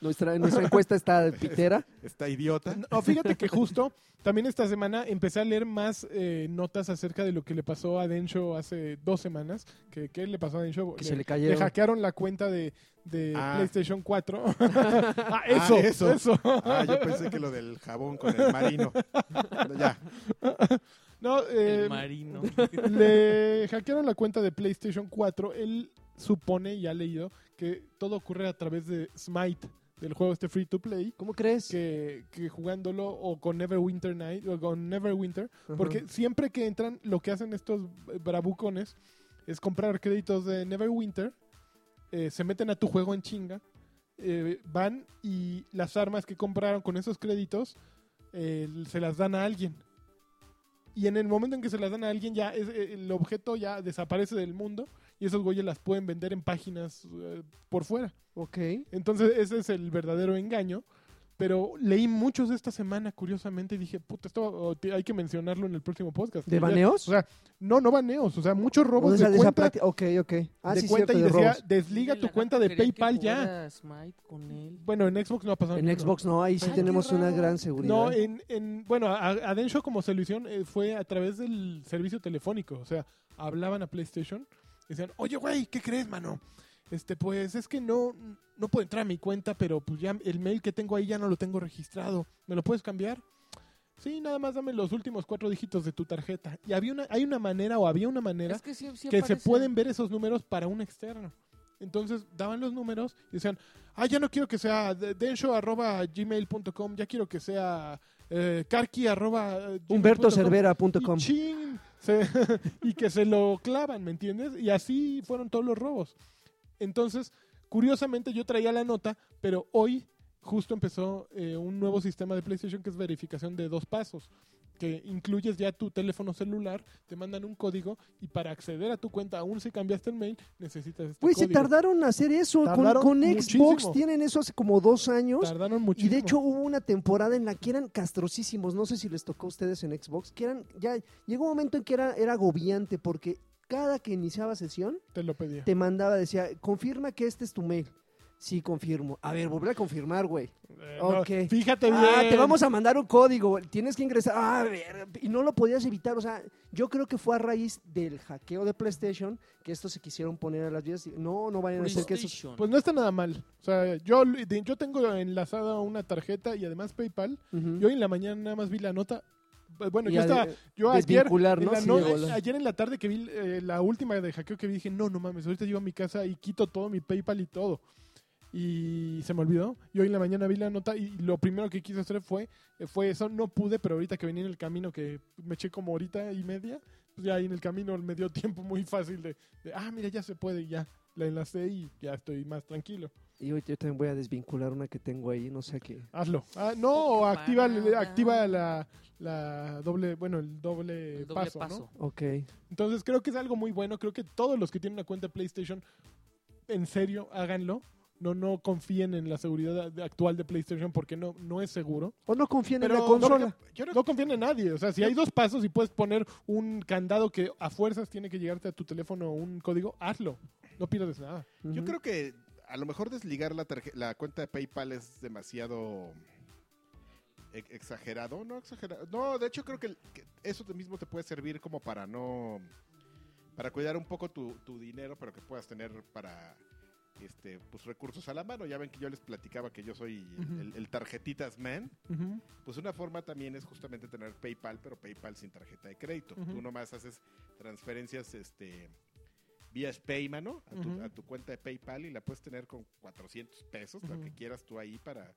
S2: Nuestra, nuestra encuesta está pitera.
S3: está idiota.
S1: No, fíjate que justo también esta semana empecé a leer más eh, notas acerca de lo que le pasó a Densho hace dos semanas. Que, ¿Qué le pasó a Densho?
S2: Que se le
S1: le
S2: cayeron.
S1: hackearon la cuenta de, de
S3: Ah.
S1: PlayStation 4. ah, eso,
S3: Ah,
S1: eso.
S3: eso. Ah, yo pensé que lo del jabón con el marino. Ya,
S1: No, eh,
S4: El marino.
S1: le hackearon la cuenta de PlayStation 4. Él supone y ha leído que todo ocurre a través de Smite, del juego este free to play.
S2: ¿Cómo crees?
S1: Que, que jugándolo o con Neverwinter Night o con Neverwinter
S2: Ajá.
S1: Porque siempre que entran, lo que hacen estos eh, bravucones es comprar créditos de Neverwinter, eh, se meten a tu juego en chinga, eh, van y las armas que compraron con esos créditos eh, se las dan a alguien. Y en el momento en que se las dan a alguien, ya es- eh, el objeto ya desaparece del mundo y esos güeyes las pueden vender en páginas eh, por fuera.
S2: Ok.
S1: Entonces ese es el verdadero engaño. Pero leí muchos esta semana, curiosamente, y dije, puta, esto oh, te- hay que mencionarlo en el próximo podcast.
S2: ¿De
S1: Y ya-
S2: baneos?
S1: O sea, no, no baneos, o sea, muchos robos
S2: O sea,
S1: de
S2: de esa
S1: cuenta,
S2: práctica- Ok, ok. Ah,
S1: de
S2: sí,
S1: cuenta
S2: cierto,
S1: y
S2: de
S1: decía,
S2: robos.
S1: desliga tu
S4: Lagarto
S1: cuenta de
S4: quería que
S1: PayPal ya.
S4: jugara Smite con él.
S1: Bueno, en Xbox no ha pasado.
S2: En
S1: ninguno.
S2: Xbox no, ahí sí
S4: Ay,
S2: tenemos
S4: qué
S2: una
S4: raro.
S2: gran seguridad.
S1: Ah, No, eh, en, en- bueno, a, a Densho como solución eh, fue a través del servicio telefónico. O sea, hablaban a PlayStation y decían, oye, güey, ¿qué crees, mano? Este, pues es que no, no puedo entrar a mi cuenta, pero pues ya el mail que tengo ahí ya no lo tengo registrado. ¿Me lo puedes cambiar? Sí, nada más dame los últimos cuatro dígitos de tu tarjeta. Y había una, hay una manera o había una manera
S4: Es que sí, sí
S1: que se
S4: aparece.
S1: pueden ver esos números para un externo. Entonces daban los números y decían, ah, ya no quiero que sea de- densho.gmail.com, ya quiero que sea eh, karki arroba, eh, gmail punto com".
S2: HumbertoCervera.com.
S1: Y, chin, se- y que se lo clavan, ¿me entiendes? Y así fueron todos los robos. Entonces, curiosamente yo traía la nota, pero hoy justo empezó eh, un nuevo sistema de PlayStation que es verificación de dos pasos, que incluyes ya tu teléfono celular, te mandan un código y para acceder a tu cuenta, aún si cambiaste el mail, necesitas este
S2: Güey, se
S1: código.
S2: tardaron en hacer eso. Con-
S1: Tardaron
S2: con Xbox
S1: muchísimo.
S2: tienen eso hace como dos años.
S1: Tardaron
S2: Y
S1: muchísimo.
S2: de hecho hubo una temporada en la que eran castrosísimos, no sé si les tocó a ustedes en Xbox, que eran, ya llegó un momento en que era, era agobiante porque cada que iniciaba sesión
S1: te lo pedía.
S2: te mandaba, decía, confirma que este es tu mail. Sí, confirmo. A ver, volver a confirmar, güey.
S1: Eh, no,
S2: ok.
S1: fíjate bien.
S2: Ah, te vamos a mandar un código, güey. tienes que ingresar. Ah, a ver, y no lo podías evitar. O sea, yo creo que fue a raíz del hackeo de PlayStation que estos se quisieron poner a las vías. No, no vayan a hacer que eso.
S4: PlayStation.
S1: Pues no está nada mal. O sea, yo, de- yo tengo enlazada una tarjeta y además PayPal.
S2: Ujú.
S1: Y hoy en la mañana nada más vi la nota. Pues Bueno,
S2: Y
S1: yo,
S2: a-
S1: estaba, yo ayer,
S2: desvincular,
S1: en
S2: ¿no?
S1: la
S2: Sí,
S1: no-
S2: de volada.
S1: ayer en la tarde que vi eh, la última de hackeo que vi, dije, no, no mames, ahorita llego a mi casa y quito todo mi PayPal y todo. y se me olvidó. Y hoy en la mañana vi la nota y lo primero que quise hacer fue, eh, fue eso. No pude, pero ahorita que venía en el camino, que me eché como horita y media, pues ya ahí en el camino me dio tiempo muy fácil de, de, ah, mira, ya se puede, y ya la enlacé y ya estoy más tranquilo.
S2: Y hoy yo también voy a desvincular una que tengo ahí, no sé qué.
S1: Hazlo. Ah, no, o activa, le- activa la, la doble, bueno, el doble,
S4: El doble
S1: paso, ¿no?
S4: paso.
S2: Ok.
S1: Entonces creo que es algo muy bueno. Creo que todos los que tienen una cuenta de PlayStation, en serio, háganlo. No, no confíen en la seguridad a- actual de PlayStation porque no, no es seguro.
S2: O no confíen
S3: Pero
S2: en la consola.
S3: yo creo que- yo creo
S1: No confíen en nadie. O sea, si hay dos pasos y puedes poner un candado que a fuerzas tiene que llegarte a tu teléfono o un código, hazlo. No pierdes nada.
S3: Yo
S2: Ujú.
S3: creo que a lo mejor desligar la, tarje- la cuenta de PayPal es demasiado e- exagerado, no exagerado. No, de hecho creo que, el- que eso te mismo te puede servir como para no para cuidar un poco tu, tu dinero, pero que puedas tener para este pues recursos a la mano. Ya ven que yo les platicaba que yo soy el-
S1: Ujú.
S3: el, el tarjetitas man. Pues una forma también es justamente tener PayPal, pero PayPal sin tarjeta de crédito.
S1: Ujú.
S3: Tú nomás haces transferencias este, vía Spayman, ¿no? A tu,
S1: Ujú.
S3: a tu cuenta de PayPal y la puedes tener con 400 pesos, lo
S1: Ujú.
S3: que quieras tú ahí para...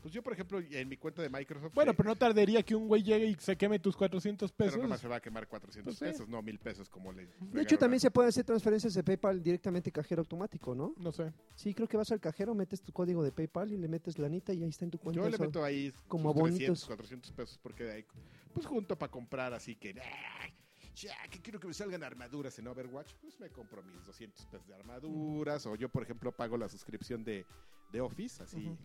S3: Pues yo, por ejemplo, en mi cuenta de Microsoft...
S1: Bueno,
S3: eh,
S1: pero no tardaría que un güey llegue y se queme tus 400
S3: pero
S1: pesos.
S3: nomás se va a quemar 400
S1: Pues sí.
S3: pesos, no 1000 pesos como le...
S2: De hecho, también se pueden hacer transferencias de PayPal directamente cajero automático, ¿no?
S1: No sé.
S2: Sí, creo que vas al cajero, metes tu código de PayPal y le metes la lanita y ahí está en tu cuenta.
S3: Yo le
S2: eso.
S3: meto ahí
S2: como
S3: como 300,
S2: abonitos.
S3: 400 pesos porque de ahí, pues junto para comprar, así que, ¡ay! ya, que quiero que me salgan armaduras en Overwatch, pues me compro mis 200 pesos de armaduras, o yo, por ejemplo, pago la suscripción de, de Office, así.
S1: Ujú.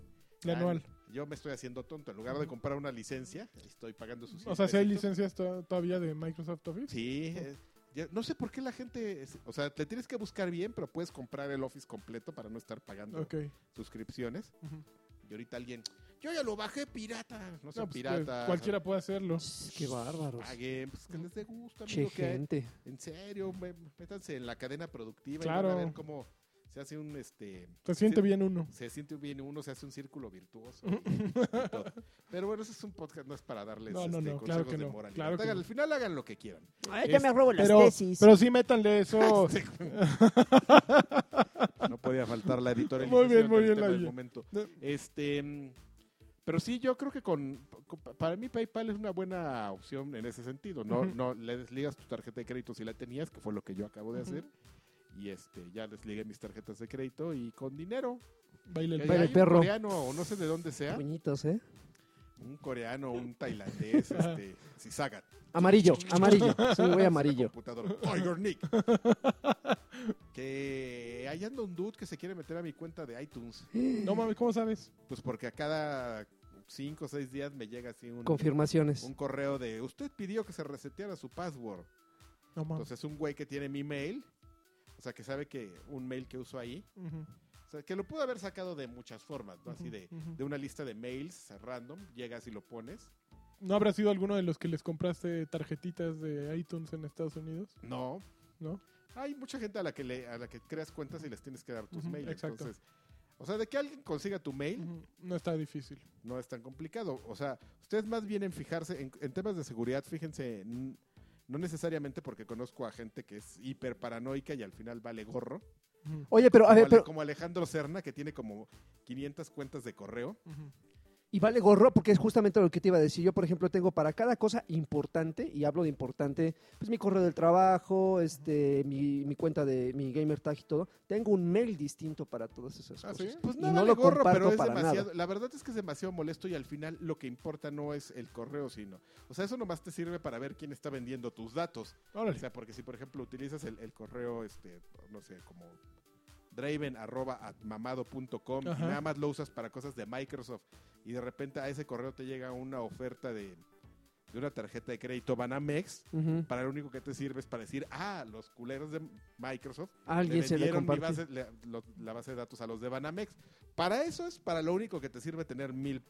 S1: La
S3: Ah,
S1: anual.
S3: Yo me estoy haciendo tonto, en lugar de comprar una licencia, estoy pagando sus
S1: O sea, si hay
S3: 100 pesitos.
S1: licencias to- todavía de Microsoft Office.
S3: Sí, eh, ya- no sé por qué la gente, es- o sea, te tienes que buscar bien, pero puedes comprar el Office completo para no estar pagando
S1: Ok.
S3: suscripciones.
S1: Ujú.
S3: Y ahorita alguien, yo ya lo bajé pirata. No sé,
S1: No, pues, que
S3: pirata.
S1: cualquiera puede hacerlo.
S2: Ss, Qué bárbaros.
S3: Paguen, pues que les dé gusto,
S2: Che,
S3: amigo. Que,
S2: gente.
S3: en serio, me- métanse en la cadena productiva y
S1: Claro.
S3: van a ver cómo se hace un este.
S1: Se siente
S3: sí.
S1: bien uno.
S3: Se siente bien uno, se hace un círculo virtuoso. y- y todo. Pero bueno, ese es un podcast, no es para darles
S1: No, no,
S3: este,
S1: no,
S3: consejos
S1: claro que
S3: de
S1: no,
S3: moralidad.
S1: claro que
S3: Hagan-
S1: no.
S3: Al final hagan lo que quieran.
S5: Ahorita me robo las
S1: Pero,
S5: tesis.
S1: pero sí métanle eso.
S3: No podía faltar la editora.
S1: Muy bien,
S3: Elización
S1: muy bien,
S3: del tema
S1: la
S3: del
S1: idea.
S3: momento.
S1: No.
S3: Este, mm, pero sí, yo creo que con, con- para mí PayPal es una buena opción en ese sentido. No,
S1: Ujú.
S3: no le desligas tu tarjeta de crédito si la tenías, que fue lo que yo acabo de hacer. Y este, ya desligué mis tarjetas de crédito y con dinero.
S1: Baila el
S3: Que
S1: perro.
S3: hay
S2: baile
S3: un
S2: perro.
S3: coreano o no sé de dónde sea,
S2: Puñitos, ¿eh?
S3: un coreano, un tailandés, este, Sisagat,
S2: Amarillo, amarillo. Soy güey amarillo.
S3: computador, Tiger Nick. que ahí anda un dude que se quiere meter a mi cuenta de iTunes.
S1: No mames, ¿cómo sabes?
S3: Pues porque a cada cinco o seis días me llega así un,
S2: Confirmaciones.
S3: un correo de usted pidió que se reseteara su password.
S1: No mames.
S3: Entonces un güey que tiene mi mail, o sea que sabe que un mail que uso ahí,
S1: Ujú,
S3: o sea que lo pudo haber sacado de muchas formas, ¿no? Así
S1: ujú,
S3: de,
S1: ujú.
S3: de una lista de mails random, llegas y lo pones.
S1: ¿No habrá sido alguno de los que les compraste tarjetitas de iTunes en Estados Unidos?
S3: No.
S1: ¿No?
S3: Hay mucha gente a la que le, a la que creas cuentas y les tienes que dar tus
S1: Ujú,
S3: mails.
S1: exacto.
S3: Entonces, o sea, de que alguien consiga tu mail,
S1: Ujú, No está difícil.
S3: no es tan complicado. O sea, ustedes más bien en fijarse en, en temas de seguridad, fíjense, n- no necesariamente porque conozco a gente que es hiper paranoica y al final vale gorro.
S1: Ujú,
S2: Oye, pero a
S3: como,
S2: ver,
S3: Ale-
S2: pero.
S3: como Alejandro Cerna, que tiene como 500 cuentas de correo.
S1: ujú.
S2: Y vale gorro, porque es justamente lo que te iba a decir. Yo, por ejemplo, tengo para cada cosa importante, y hablo de importante, pues mi correo del trabajo, este, mi, mi cuenta de mi gamer tag y todo. Tengo un mail distinto para todas esas
S1: ¿Ah,
S2: cosas.
S1: sí?
S3: Pues
S2: Y
S3: no,
S2: no
S3: vale
S2: lo
S3: gorro,
S2: comparto
S3: pero es
S2: para
S3: demasiado. La verdad es que es demasiado molesto y al final lo que importa no es el correo, sino. O sea, eso nomás te sirve para ver quién está vendiendo tus datos. O
S1: Órale.
S3: sea, porque si, por ejemplo, utilizas el, el correo, este, no sé, como draven arroba at mamado punto com, y
S1: Ajá.
S3: nada más lo usas para cosas de Microsoft y de repente a ese correo te llega una oferta de, de una tarjeta de crédito Banamex,
S2: Ujú.
S3: para lo único que te sirve es para decir, ah, los culeros de Microsoft le
S2: Alguien se le
S3: vendieron mi
S2: comparte.
S3: base- le- lo- la base de datos a los de Banamex. Para eso es para lo único que te sirve tener mil,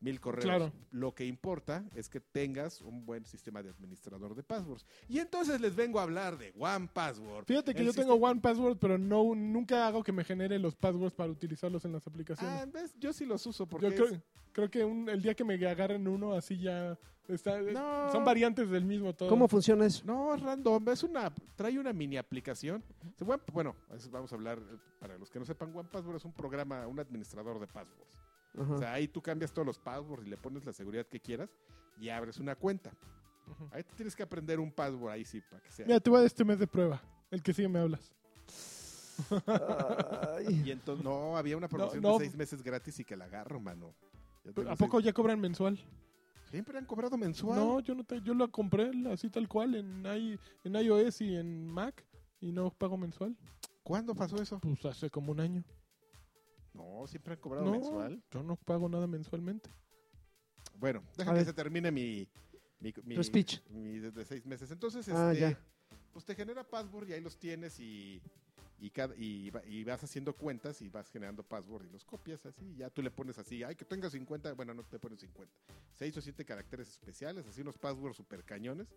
S3: mil correos.
S1: Claro.
S3: Lo que importa es que tengas un buen sistema de administrador de passwords. Y entonces les vengo a hablar de One Password.
S1: Fíjate que
S3: El
S1: yo tengo
S3: sistema-
S1: One Password, pero no nunca hago que me genere los passwords para utilizarlos en las
S3: Ah,
S1: aplicaciones.
S3: ¿ves? Yo sí los uso porque
S1: yo creo,
S3: es-
S1: creo que un- el día que me agarren uno así ya Está- eh,
S3: No.
S1: Son variantes del mismo todo.
S2: ¿Cómo funciona eso?
S3: No, es random, es una, trae una mini aplicación. Se pueden- bueno, es- vamos a hablar, eh, para los que no sepan, One Password es un programa, un administrador de passwords.
S2: Ajá.
S3: O sea, ahí tú cambias todos los passwords y le pones la seguridad que quieras y abres una cuenta.
S1: Ujú.
S3: Ahí te tienes que aprender un password ahí sí, para que sea.
S1: Mira, te voy a dar este mes de prueba. El que sigue me hablas.
S2: Ay.
S3: Y entonces, no, había una promoción
S1: no.
S3: de seis meses gratis y que la agarro, mano. Yo tengo
S1: ¿A
S3: seis-
S1: poco ya cobran mensual?
S3: Siempre han cobrado mensual.
S1: No, yo no te- yo la compré así tal cual en, i- en iOS y en Mac y no pago mensual.
S3: ¿Cuándo pasó eso?
S1: Pues hace como un año.
S3: No, siempre han cobrado
S1: No,
S3: mensual.
S1: yo no pago nada mensualmente.
S3: Bueno, deja
S2: A
S3: que
S2: ver.
S3: se termine mi... mi, mi-
S2: Tu speech.
S3: Mi de, de seis meses. Entonces,
S2: Ah,
S3: este,
S2: ya.
S3: pues te genera password y ahí los tienes y, y, cada- y, va- y vas haciendo cuentas y vas generando password y los copias así. Y ya tú le pones así, ay, que tenga 50, bueno, no te pones 50. 6 o 7 caracteres especiales, así unos passwords super cañones.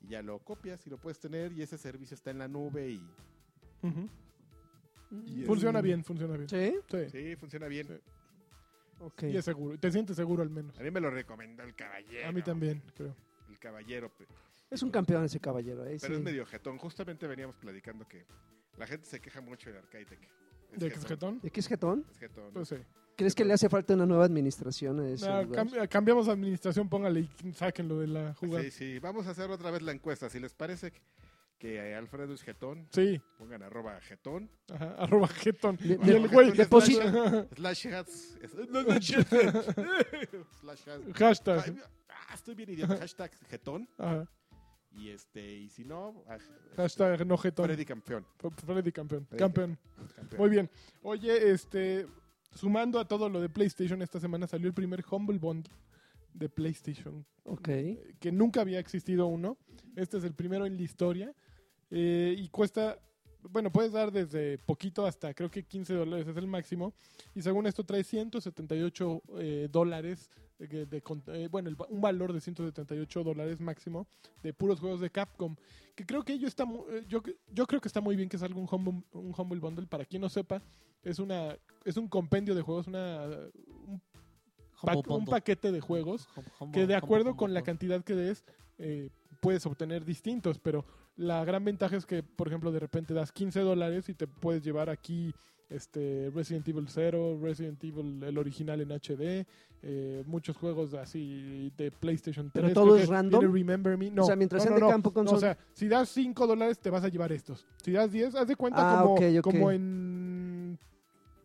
S3: Y ya lo copias y lo puedes tener y ese servicio está en la nube y...
S1: Ujú.
S3: y es-
S1: Funciona bien, funciona bien.
S2: ¿Sí?
S1: Sí.
S3: Sí, funciona bien.
S2: Ok.
S1: Y es seguro. y Te sientes seguro al menos.
S3: A mí me lo recomendó el caballero.
S1: A mí también, creo.
S3: El caballero. pe-
S2: Es un campeón ese caballero. eh,
S3: Pero
S2: sí.
S3: es medio jetón. Justamente veníamos platicando que la gente se queja mucho de Arcaitec.
S1: ¿De que es jetón?
S2: ¿De qué es jetón?
S3: Es jetón.
S1: Pues sí.
S2: ¿Crees que le hace falta una nueva administración a ese
S1: Ah,
S2: lugar?
S1: cambi- cambiamos administración, póngale y sáquenlo de la jugada.
S3: Sí, sí, vamos a hacer otra vez la encuesta. Si les parece que- que Alfredo es jetón,
S1: Sí.
S3: pongan arroba jetón.
S1: Ajá, arroba jetón.
S2: Le-
S1: y
S2: le-
S1: el güey,
S3: le-
S1: deposita.
S3: Slash hats. es- no, no, Slash hats.
S1: Hashtag.
S3: Ay, ah, estoy bien idiota. Hashtag jetón.
S1: Ajá,
S3: Y este, y si no, ah, este,
S1: hashtag no jetón.
S3: Freddy campeón.
S1: F- Freddy campeón.
S3: Freddy
S1: Campeón.
S3: Campeón.
S1: Muy bien. Oye, este. Sumando a todo lo de PlayStation, esta semana salió el primer Humble Bundle de PlayStation
S2: Ok.
S1: eh, que nunca había existido uno. Este es el primero en la historia. eh, y cuesta, bueno, puedes dar desde poquito hasta creo que 15 dólares es el máximo. Y según esto trae 178 eh, dólares, de, que- de con- eh, bueno, el va- un valor de 178 dólares máximo de puros juegos de Capcom. Que creo que ello está, mu- eh, yo, cre- yo creo que está muy bien que salga un Humble, un Humble Bundle. Para quien no sepa, es, una, es un compendio de juegos, una, un pa-
S4: Humble
S1: un
S4: Bundle.
S1: paquete de juegos que de acuerdo con la cantidad que des, eh, puedes obtener distintos, pero la gran ventaja es que, por ejemplo, de repente das 15 dólares y te puedes llevar aquí este Resident Evil 0, Resident Evil el original en HD, eh, muchos juegos así de PlayStation 3.
S2: ¿Pero
S1: creo
S2: todo
S1: que
S2: es random?
S1: tiene Remember Me, no.
S2: O sea,
S1: no,
S2: mientras sean
S1: no,
S2: de
S1: no.
S2: campo
S1: No, o
S2: console.
S1: sea, si das 5 dólares te vas a llevar estos. Si das 10, haz de cuenta
S2: Ah,
S1: como,
S2: ok, ok.
S1: como en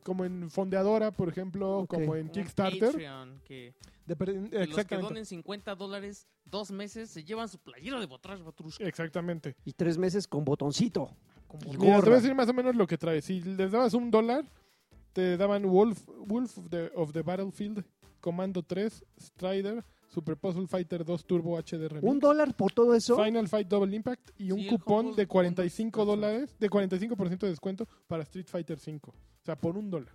S1: como en Fondeadora, por ejemplo,
S2: Ok.
S1: como en
S4: Un
S1: Kickstarter.
S4: Patreon, que
S1: Depen-
S4: los que
S1: Exactamente.
S4: donen 50 dólares dos meses se llevan su playero de Botrash Batrushka.
S1: Exactamente.
S2: Y tres meses con botoncito.
S4: con
S2: Y
S1: Mira, te
S4: botones.
S1: voy a
S2: gorra.
S1: decir más o menos lo que trae. Si les dabas un dólar, te daban Wolf, Wolf of, the, of the Battlefield, Comando 3, Strider, Super Puzzle Fighter 2 Turbo HD Remix,
S2: ¿Un dólar por todo eso?
S1: Final Fight Double Impact y un
S4: Sí, el
S1: cupón
S4: combo-
S1: de 45
S4: combo-
S1: dólares, de 45% de descuento para Street Fighter 5. O sea, por un dólar.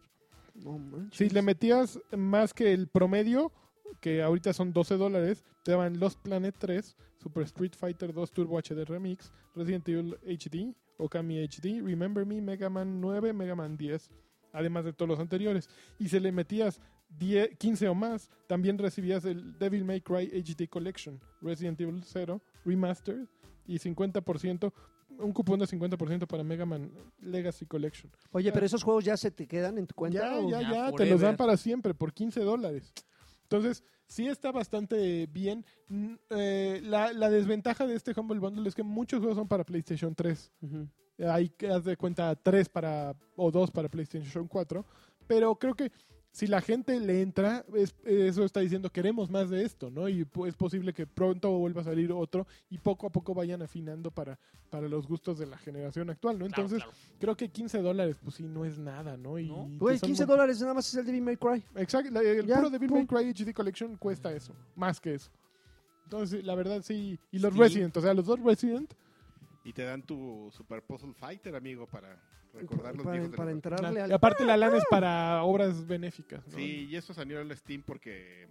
S2: No manches.
S1: Si le metías más que el promedio, que ahorita son 12 dólares, te daban Lost Planet 3, Super Street Fighter 2 Turbo HD Remix, Resident Evil HD, Okami HD, Remember Me, Mega Man 9, Mega Man 10, además de todos los anteriores. Y si le metías 10, 15 o más, también recibías el Devil May Cry HD Collection, Resident Evil 0, Remastered y 50%, un cupón de 50% para Mega Man Legacy Collection.
S2: Oye, pero esos juegos ya se te quedan en tu cuenta.
S1: Ya,
S2: o-
S1: ya,
S4: Ya,
S1: ya, te
S4: forever.
S1: los dan para siempre por 15 dólares. Entonces, sí está bastante bien. Mm, eh, la, la desventaja de este Humble Bundle es que muchos juegos son para PlayStation 3.
S2: Ujú.
S1: Hay que haz de cuenta 3 para, o 2 para PlayStation 4. Pero creo que si la gente le entra, es- eso está diciendo queremos más de esto, ¿no? Y po- es posible que pronto vuelva a salir otro y poco a poco vayan afinando para, para los gustos de la generación actual, ¿no?
S4: Claro,
S1: Entonces,
S4: claro.
S1: creo que 15 dólares, pues sí, no es nada, ¿no? Y
S4: ¿No?
S1: que
S2: Güey,
S1: son
S2: 15
S1: muy-
S2: dólares nada más es el Devil May Cry.
S1: Exacto, la- el
S2: Ya,
S1: puro Devil May
S2: pum.
S1: Cry HD Collection cuesta eso, más que eso. Entonces, la verdad sí. Y los
S4: Sí.
S1: Resident, o sea, los dos Resident,
S3: Y te dan tu Super Puzzle Fighter, amigo, para recordar los
S2: para
S3: viejos de
S2: para
S3: la-
S2: entrarle
S1: y
S2: al.
S1: aparte la lana es para obras benéficas. ¿no?
S3: Sí, y eso salió en Steam porque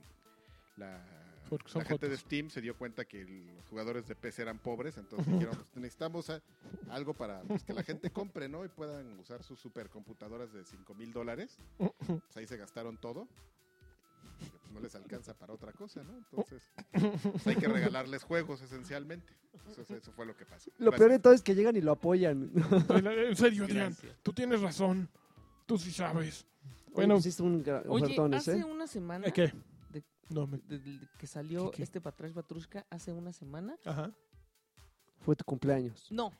S3: la,
S1: Porque son
S3: la gente de
S1: jotos.
S3: Steam se dio cuenta que el- los jugadores de PC eran pobres, entonces dijeron, "Pues, necesitamos a- algo para pues, que la gente compre, ¿no? Y puedan usar sus supercomputadoras de 5 mil dólares. Pues ahí se gastaron todo. Y, pues, pues no les alcanza para otra cosa, ¿no? Entonces, pues hay que regalarles juegos esencialmente. Eso, eso fue lo que pasó.
S2: Lo
S3: Gracias.
S2: peor de todo es que llegan y lo apoyan.
S1: En serio, Adrián,
S4: Gracias.
S1: tú tienes razón. Tú sí sabes.
S2: Bueno,
S1: Bueno.
S2: pues hiciste un gra-
S4: Oye,
S2: ofertones,
S4: hace
S2: ¿eh?
S4: una semana
S1: ¿Eh, ¿Qué?
S4: de-
S1: No, me...
S4: de- de que salió
S1: ¿Qué, qué?
S4: este Patrash Batrushka hace una semana.
S1: Ajá.
S2: Fue tu cumpleaños.
S4: No,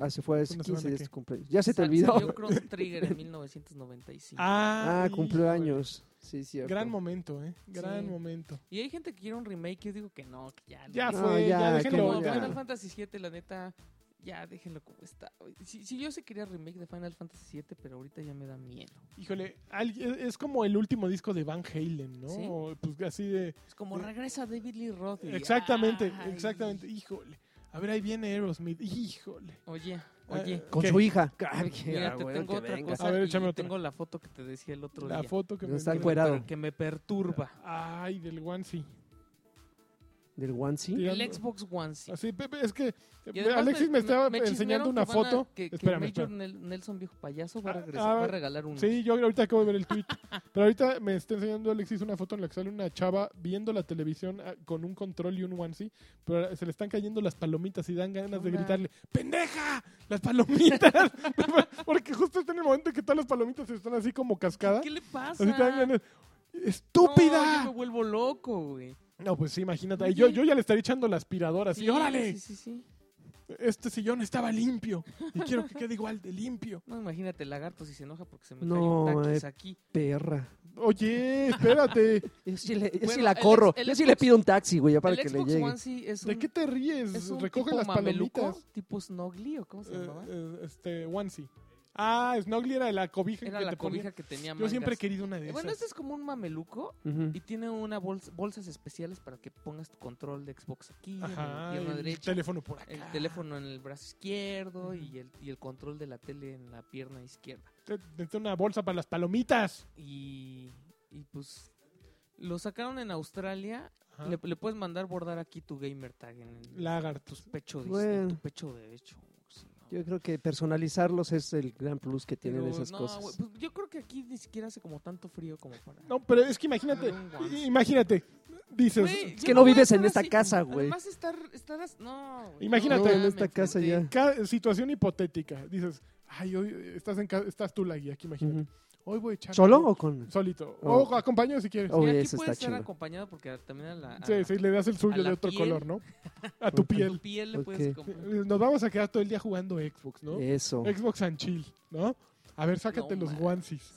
S2: Ah, se fue hace
S1: ¿Una
S2: 15
S1: semana
S2: días
S1: qué?
S2: tu cumpleaños. Ya se te
S4: sa-
S2: olvidó.
S4: salió Chrono Trigger en 1995.
S1: Ah,
S2: Ah,
S1: hijo,
S2: cumpleaños. Sí, cierto.
S1: Gran momento, ¿eh? Gran
S4: Sí.
S1: momento.
S4: Y hay gente que quiere un remake, yo digo que no, que ya no.
S1: Ya
S2: No,
S1: fue, ya,
S2: ya,
S1: déjenlo.
S4: Como
S2: ya.
S4: Final
S1: déjenlo.
S4: Fantasy VII, la neta, ya déjenlo como está. Si, si yo sí quería remake de Final Fantasy VII, pero ahorita ya me da miedo.
S1: Híjole, al- es- es como el último disco de Van Halen, ¿no?
S4: Sí.
S1: O, Pues así de...
S4: Es como regresa David Lee Roth. y-
S1: Exactamente,
S4: ay.
S1: exactamente. Híjole. A ver, ahí viene Aerosmith. Híjole.
S4: Oye, oye.
S1: Ah,
S2: Con
S1: ¿Qué?
S2: su hija. Ay,
S4: Mira,
S2: ah,
S4: te
S2: bueno,
S4: tengo
S2: que
S4: otra
S2: venga.
S4: cosa.
S1: A ver,
S4: y
S1: échame otra.
S4: Tengo la foto que te decía el otro
S1: La
S4: día.
S1: foto que
S2: No
S1: me...
S2: está
S1: envió.
S4: que,
S2: encuerado.
S4: me, que me perturba.
S1: Ay, del Guansi.
S2: Del Wansi.
S1: Tirando-
S4: El Xbox One sí.
S1: Así, Pepe, es que
S4: Y
S1: eh,
S4: además
S1: Alexis me, estaba
S4: me
S1: enseñando
S4: chismearon
S1: una
S4: que van a-
S1: foto.
S4: que, que
S1: espérame,
S4: Major
S1: espérame.
S4: Nel- Nelson Viejo Payaso va a,
S1: Ah,
S4: regresar,
S1: ah,
S4: va a regalar un.
S1: Sí, yo ahorita acabo de ver el tweet. pero ahorita me está enseñando Alexis una foto en la que sale una chava viendo la televisión ah, con un control y un onesie. Pero se le están cayendo las palomitas y dan ganas de
S4: Hola.
S1: gritarle: ¡Pendeja! ¡Las palomitas! Porque justo está en el momento en que todas las palomitas están así como cascadas.
S4: ¿Qué le pasa?
S1: Así te dan ganas.
S4: No,
S1: ¡Estúpida!
S4: yo me vuelvo loco, güey.
S1: No, pues sí, imagínate. ahí Yo, yo ya le estaría echando la aspiradora. Así,
S4: Sí,
S1: órale,
S4: Sí, sí, sí.
S1: este sillón estaba limpio y quiero que quede igual de limpio.
S4: No, imagínate, el lagarto si se enoja porque se me
S2: No,
S4: cayó un taquis
S2: eh,
S4: aquí.
S2: Perra.
S1: Oye, espérate.
S2: Yo sí, le- yo sí
S4: Bueno,
S2: la
S4: el ex-
S2: corro.
S4: el
S2: yo sí
S4: Xbox-
S2: le pido un taxi, güey, ya para
S4: el
S2: que le
S4: Xbox
S2: llegue.
S4: One sí es un,
S1: ¿De qué te ríes?
S4: es un
S1: Recoge
S4: tipo
S1: las
S4: mameluco,
S1: palomitas.
S4: tipo Snuggly o cómo se
S1: Eh,
S4: llamaba.
S1: eh, este, onesie. Ah, Snuggly era la cobija
S4: Era
S1: que
S4: la
S1: te ponía.
S4: cobija que tenía
S1: Yo siempre he
S4: mangas.
S1: querido una de
S4: Eh,
S1: esas.
S4: Bueno, este es como un mameluco
S2: Ujú.
S4: y tiene una bols- bolsas especiales para que pongas tu control de Xbox aquí,
S1: Ajá,
S4: en la pierna
S1: el
S4: derecha, Eh.
S1: teléfono por acá.
S4: el teléfono en el brazo izquierdo y el, y el control de la tele en la pierna izquierda.
S1: Te- te- una bolsa para las palomitas.
S4: Y, y pues lo sacaron en Australia.
S1: Ajá.
S4: Le, le puedes mandar bordar aquí tu gamer tag en el-
S1: Lagartos.
S4: tus pecho, dis-
S2: Bueno.
S4: tu pecho derecho. sí, ¿no?
S2: Yo creo que personalizarlos es el gran plus que tienen
S4: Pero
S2: esas
S4: no,
S2: cosas.
S4: güey, pues yo creo que aquí ni siquiera hace como tanto frío como para.
S1: No, pero es que imagínate,
S4: Un onesie.
S1: imagínate, dices,
S4: Güey,
S2: pues, es
S4: yo
S2: que no
S4: voy a
S2: vives en
S4: estar
S2: esta casa, güey.
S4: Además, estar. estarás- no, güey,
S1: Imagínate.
S4: no
S1: En
S4: mames,
S2: esta casa
S4: gente.
S2: ya.
S1: cada situación hipotética, dices, ay, hoy estás en ca- estás tú la guía, aquí imagínate.
S2: Ujú.
S1: Hoy voy a echar
S2: ¿Solo o con...?
S1: solito.
S2: Oh.
S1: O acompañado si quieres.
S2: Oh,
S4: Mira,
S2: Uy,
S4: aquí
S2: eso
S4: puedes
S2: está
S4: estar
S2: chido.
S4: acompañado porque a- también a la. a-
S1: Sí, sí, le das el
S4: a
S1: suyo
S4: la
S1: de otro
S4: piel.
S1: color, ¿no? A tu
S2: Ok.
S4: a tu
S1: piel.
S4: piel le
S2: Ok.
S4: puedes acompañar.
S1: Nos vamos a quedar todo el día jugando Xbox, ¿no?
S2: Eso.
S1: Xbox and chill, ¿no? A ver, sácate
S4: No
S1: los
S4: mames.
S1: onesies.